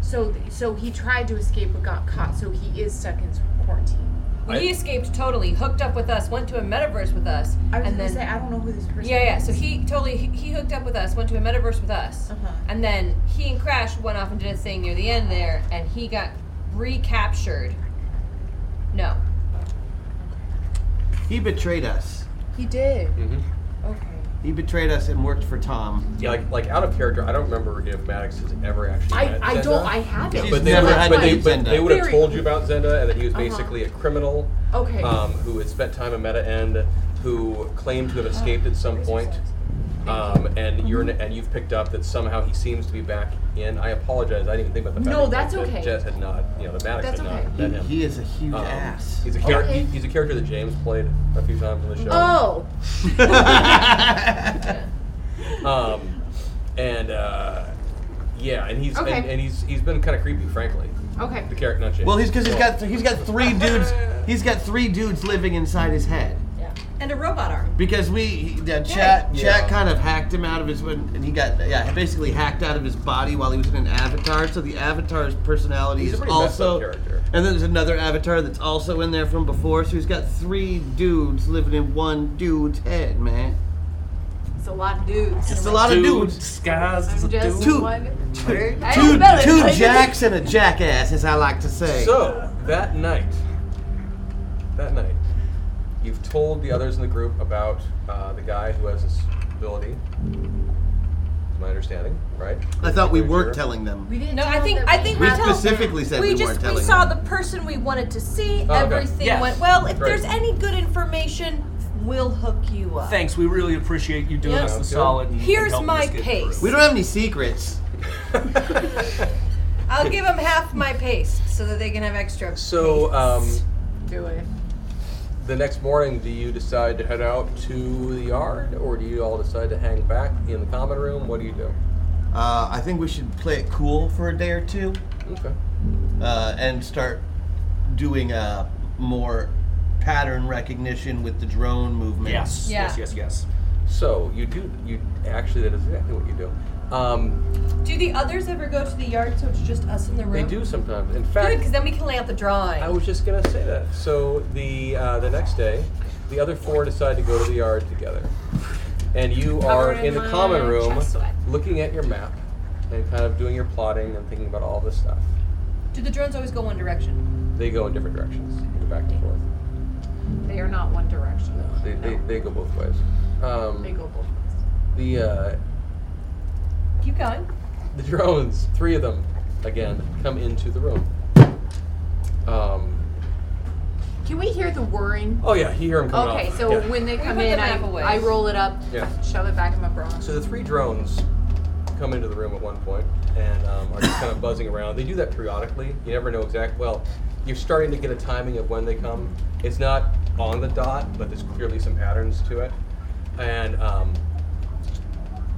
So th- so he tried to escape but got caught, so he is stuck in quarantine.
Well, he escaped totally, hooked up with us, went to a metaverse with us,
I was
and
gonna
then
say I don't know who this person is.
yeah, yeah. So he totally he, he hooked up with us, went to a metaverse with us,
Uh-huh.
and then he and Crash went off and did a thing near the end there, and he got recaptured. No,
He betrayed us.
He did.
Mm-hmm.
Okay.
He betrayed us and worked for Tom.
Yeah, like like out of character. I don't remember if Maddox has ever actually.
I-
met
I
Zenda.
don't- I haven't.
She's
But they,
never
would,
had
but
to
they,
meet
but
Zenda.
they would have
Very-
told you about Zenda and that he was
Uh-huh.
basically a criminal.
Okay.
Um, who had spent time in Meta End, who claimed to have
Uh-huh.
escaped at some point. Um,
Mm-hmm.
and you're and you've picked up that somehow he seems to be back in. I apologize. I didn't even think about the fact
No,
that-
that's
that
okay.
Jess had not, you know, the Maddox
That's
had
okay.
not met him.
He is a huge
Um,
ass.
He's a character.
Okay.
He's a character that James played a few times on the show.
Oh.
Um, and uh, yeah, and he's and,
Okay.
and he's he's been kind of creepy, frankly.
Okay.
The character, not James.
Well, he's because he's
So-
got he's got three dudes. He's got three dudes living inside his head.
and a robot arm.
Because we, he- yeah, chat,
Yeah.
chat kind of hacked him out of his, when- and he got, yeah, basically hacked out of his body while he was in an avatar. So the avatar's personality
He's a
is
pretty messed up
also,
character.
and then there's another avatar that's also in there from before. So he's got three dudes living in one dude's head, man.
It's a lot of dudes.
Just a lot of dudes.
Disguised
I'm just
Two-
one.
Two,
I am better
two
than-
jacks and a jackass, as I like to say.
So that night, that night, you've told the others in the group about uh, the guy who has this ability. Is my understanding right?
I thought we weren't telling them.
We didn't.
No, I think I think
We
we, told-
specifically said we
just
weren't
we
telling
saw the person we wanted to see.
Oh, okay.
Everything
Yes.
went well. If
Right.
there's any good information, we'll hook you up.
Thanks, we really appreciate you doing
Yep.
us the solid. And, and
Here's
helping
my
us get
pace.
through.
We don't have any secrets.
I'll give them half my pace so that they can have extra.
So um,
Do it.
the next morning, do you decide to head out to the yard, or do you all decide to hang back in the common room? What do you do?
Uh, I think we should play it cool for a day or two.
Okay.
Uh, and start doing uh, more pattern recognition with the drone movement.
Yes, yes, yes, yes.
So you do you actually that is exactly what you do. Um,
Do the others ever go to the yard so it's just us in the room?
they do sometimes. In
Good,
fact,
because then we can lay out the drawing.
I was just gonna say that. So the uh, the next day, the other four decide to go to the yard together, and you are
Covered
in,
in
the
my
common room,
chest sweat.
looking at your map, and kind of doing your plotting and thinking about all this stuff.
Do the drones always go one direction?
They go in different directions, they go back and forth.
They are not one direction. No,
They, they, they go both ways. Um,
Oh. They go both ways.
The uh,
Keep going.
the drones, three of them, again, come into the room. Um,
Can we hear the whirring?
oh yeah, you hear them coming.
Okay,
off.
so
Yeah.
when they
We
come
put the
in, I,
map away.
I roll it up,
Yeah.
shove it back in my bra.
So the three drones come into the room at one point and um, are just kind of buzzing around. They do that periodically. You never know exact. Well, you're starting to get a timing of when they come. It's not on the dot, but there's clearly some patterns to it. And um,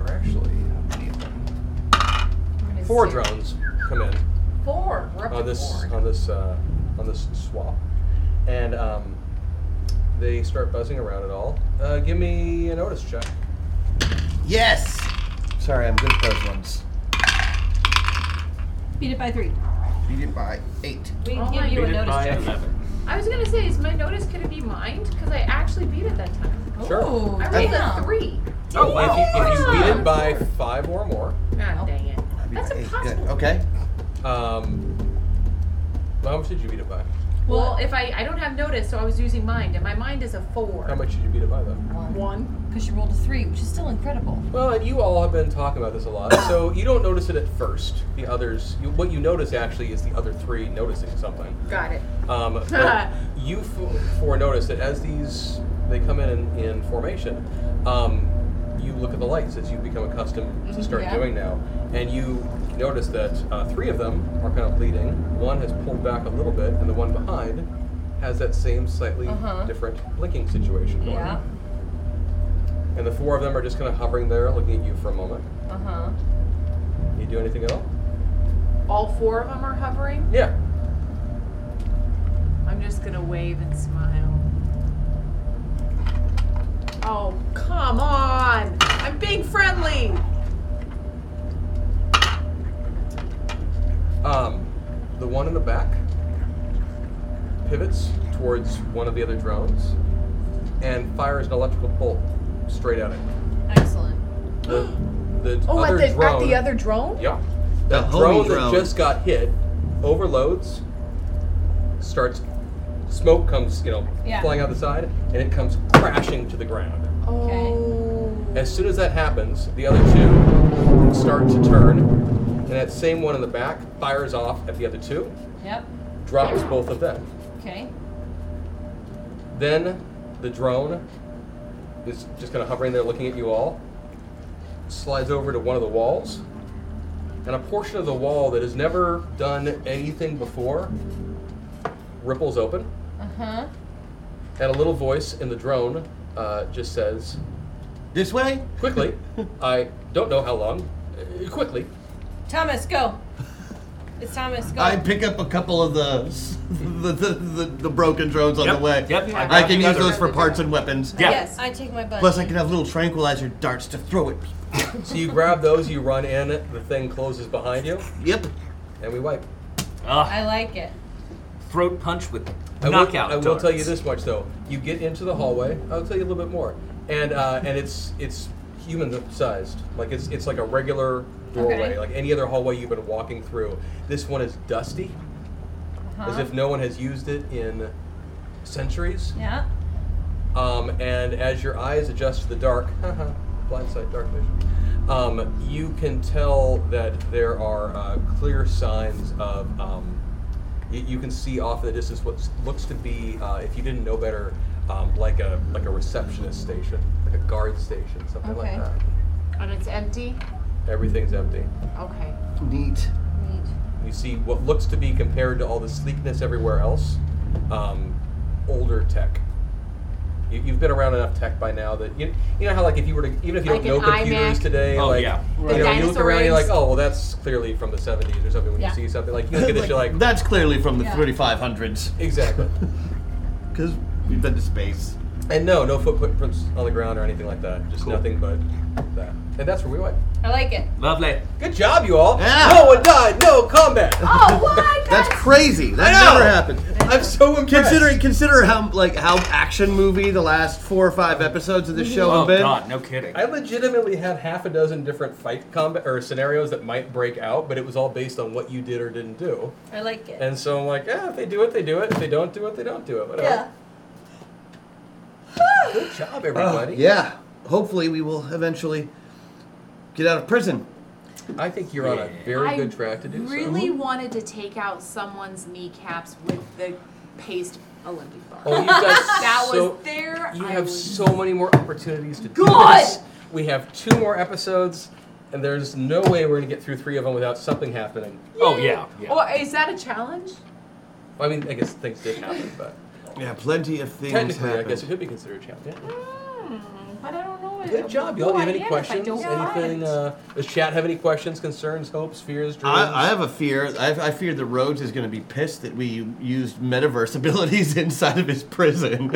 or actually, how many of them? Four drones come in
Four. We're
on
up to
Oh, this
four.
on this uh, on this swap, and um, they start buzzing around it all. Uh, give me a notice check.
Yes! Sorry, I'm good at those ones.
Beat it by three.
Beat it by eight.
We
Oh
can
my
give you a
Beat it
notice
by
check.
I was gonna say, is my notice gonna be mined? Because I actually beat it that time.
Oh,
Sure.
I rolled a three.
Oh, if you, if you beat
Yeah.
it by five or more,
Oh.
God dang it. That's
Good.
impossible.
Oh.
Okay.
um, well, how much did you beat it by?
Well, if I I don't have notice, so I was using mind, and my mind is a four.
How much did you beat it by, though?
One.
Because you rolled a three, which is still incredible.
Well, and you all have been talking about this a lot, so you don't notice it at first. The others, you, what you notice actually is the other three noticing something.
Got it.
Um, but you f- four notice that as these they come in in, in formation, um, you look at the lights as you become accustomed
Mm-hmm,
to
Mhm,
start
yeah.
doing now, and you notice that uh, three of them are kind of bleeding. One has pulled back a little bit, and the one behind has that same slightly
Uh-huh.
different blinking situation going.
Yeah.
And the four of them are just kind of hovering there, looking at you for a moment.
Uh huh.
You do anything at all?
All four of them are hovering.
Yeah.
I'm just gonna wave and smile. Oh, come on! I'm being friendly!
Um, the one in the back pivots towards one of the other drones and fires an electrical bolt straight at it.
Excellent.
The, the
Oh,
other
at, the,
drone,
at the other drone?
yeah,
The
that
homing
drone,
drone.
that just got hit overloads, starts smoke comes you know
Yeah.
flying out the side and it comes crashing to the ground. As soon as that happens, the other two start to turn, and that same one in the back fires off at the other two,
Yep.
drops both of them.
Okay.
Then the drone is just kind of hovering there looking at you all, slides over to one of the walls, and a portion of the wall that has never done anything before ripples open,
Uh huh.
and a little voice in the drone uh, just says,
This way?
Quickly, I don't know how long, uh, quickly.
Thomas, go. It's Thomas. Go.
I pick up a couple of the s- the, the, the, the broken drones on
Yep,
the way.
yep, I
I,
grabbed
can use
another.
those for parts and weapons.
Yes. I take my butt.
Plus, I can have little tranquilizer darts to throw at people.
So you grab those, you run in, the thing closes behind you,
Yep.
and we wipe.
Ah,
I like it.
throat punch with
I will,
knockout.
I will tell you
darts.
this much though: you get into the hallway. I'll tell you a little bit more, and uh, and it's it's human sized. Like it's it's like a regular doorway,
Okay.
like any other hallway you've been walking through. This one is dusty, as
Uh-huh.
if no one has used it in centuries.
Yeah.
Um, and as your eyes adjust to the dark, blindside dark vision, um, you can tell that there are uh, clear signs of. Um, you, you can see off in the distance what s- looks to be, uh, if you didn't know better, um, like a like a receptionist station, like a guard station, something like
Okay.
that.
And it's empty?
Everything's empty.
Okay.
Neat.
Neat.
You see what looks to be, compared to all the sleekness everywhere else, um, older tech. You, you've been around enough tech by now that you, you know how like if you were to even if you
Like
don't know
an
computers
iMac.
today,
Oh,
like
yeah.
you
The
know you look around and you're like,
dinosaurs.
oh well, that's clearly from the 70s or something. When
Yeah.
you see something like you look at this, you're like,
that's clearly from the
Yeah.
3500s.
Exactly.
Because we've been to space.
and no, no footprints on the ground or anything like that. Just nothing but that. And that's where we went.
I like it.
Lovely.
Good job, you all.
Yeah.
No one died. No combat.
Oh, what?
That's crazy. That
I know.
never happened.
I'm so impressed.
Considering consider how like how action movie the last four or five episodes of
Mm-hmm.
this show
Oh,
have been.
Oh, no kidding.
I legitimately had half a dozen different fight combat or scenarios that might break out, but it was all based on what you did or didn't do.
I like it.
And so I'm like, yeah, if they do it, they do it. If they don't do it, they don't do it. Whatever.
Yeah.
Good job, everybody.
Oh, yeah. Hopefully we will eventually get out of prison.
I think you're on a
I Really
so.
wanted to take out someone's kneecaps with the paste Olympic bar.
Oh, you guys
that
so-
was there.
You
I
have
was-
so many more opportunities to do
God!
this. We have two more episodes, and there's no way we're going to get through three of them without something happening.
Oh, yeah.
Or is that a challenge?
Well, I mean, I guess things did happen, but.
Yeah, plenty of things
Technically, I
happened.
guess it could be considered a challenge. yeah.
But Hmm, I don't know.
Good job, y'all. Do you have any questions? Anything? Uh, does chat have any questions, concerns, hopes, fears, dreams?
I, I have a fear. I, I fear the Rhodes is going to be pissed that we used metaverse abilities inside of his prison.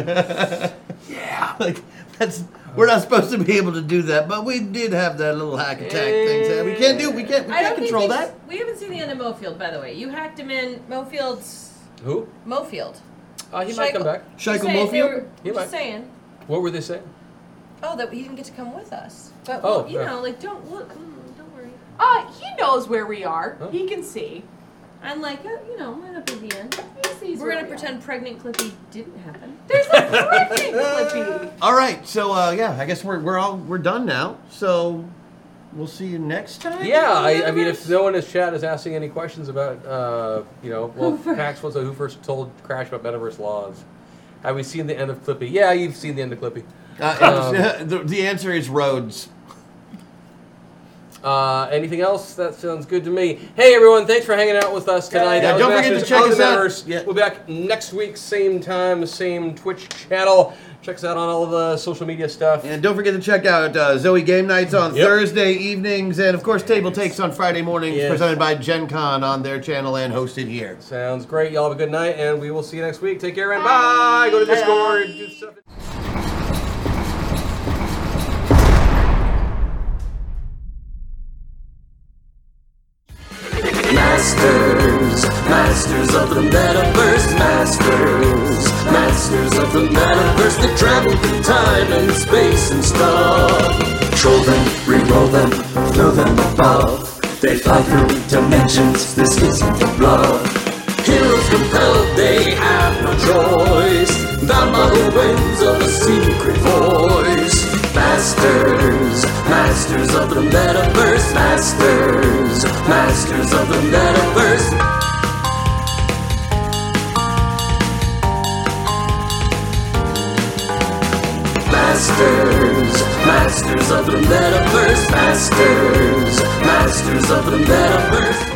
yeah, like that's we're not supposed to be able to do that, but we did have that little hack attack thing. That we can't do. We can't. We
I
can't
don't think
control
we've-
that.
We haven't seen the end of Mofield, by the way. You hacked him in Mofield's.
Who?
Mofield.
Uh, he might come back.
Just
Shackle
saying, they
Mofield?
were-
He might.
Just saying.
What were they saying?
Oh, that he didn't get to come with us. But
Oh,
you
yeah.
know, like don't look. mm, Don't worry.
Uh, he knows where we are. He can see.
I'm like, oh, you know, might not be the end. We're
where
gonna
we
pretend pregnant Clippy didn't happen.
All right. So uh, yeah, I guess we're we're all we're done now. So we'll see you next time.
Yeah, I, I mean, if no one in chat is asking any questions about, uh, you know, well, Pax was the who first told Crash about metaverse laws. Have we seen the end of Clippy? Yeah, you've seen the end of Clippy. Um,
Uh, the, the answer is Rhodes.
Uh, anything else? That sounds good to me. Hey, everyone, thanks for hanging out with us tonight.
Yeah,
That was
don't forget to
Masters
check
on
us
the
out.
Metaverse. We'll be back next week, same time, same Twitch channel. Check us out on all the social media stuff.
And don't forget to check out uh, Zoe Game Nights on
Yep.
Thursday evenings, and of course Table Takes on Friday mornings,
Yes.
presented by Gen Con on their channel and hosted here.
Sounds great. Y'all have a good night, and we will see you next week. Take care and bye. Go to
Bye.
Discord. Do stuff.
Masters, masters of the metaverse, masters, masters of the metaverse that travel through time and space and stuff. Troll them, re-roll them, throw them above. They fly through dimensions, this isn't the bluff. Heroes compelled, they have no choice. Bound by the winds of a secret voice. Masters, masters of the metaverse, masters, masters of the metaverse. Masters, masters of the metaverse, masters, masters of the metaverse.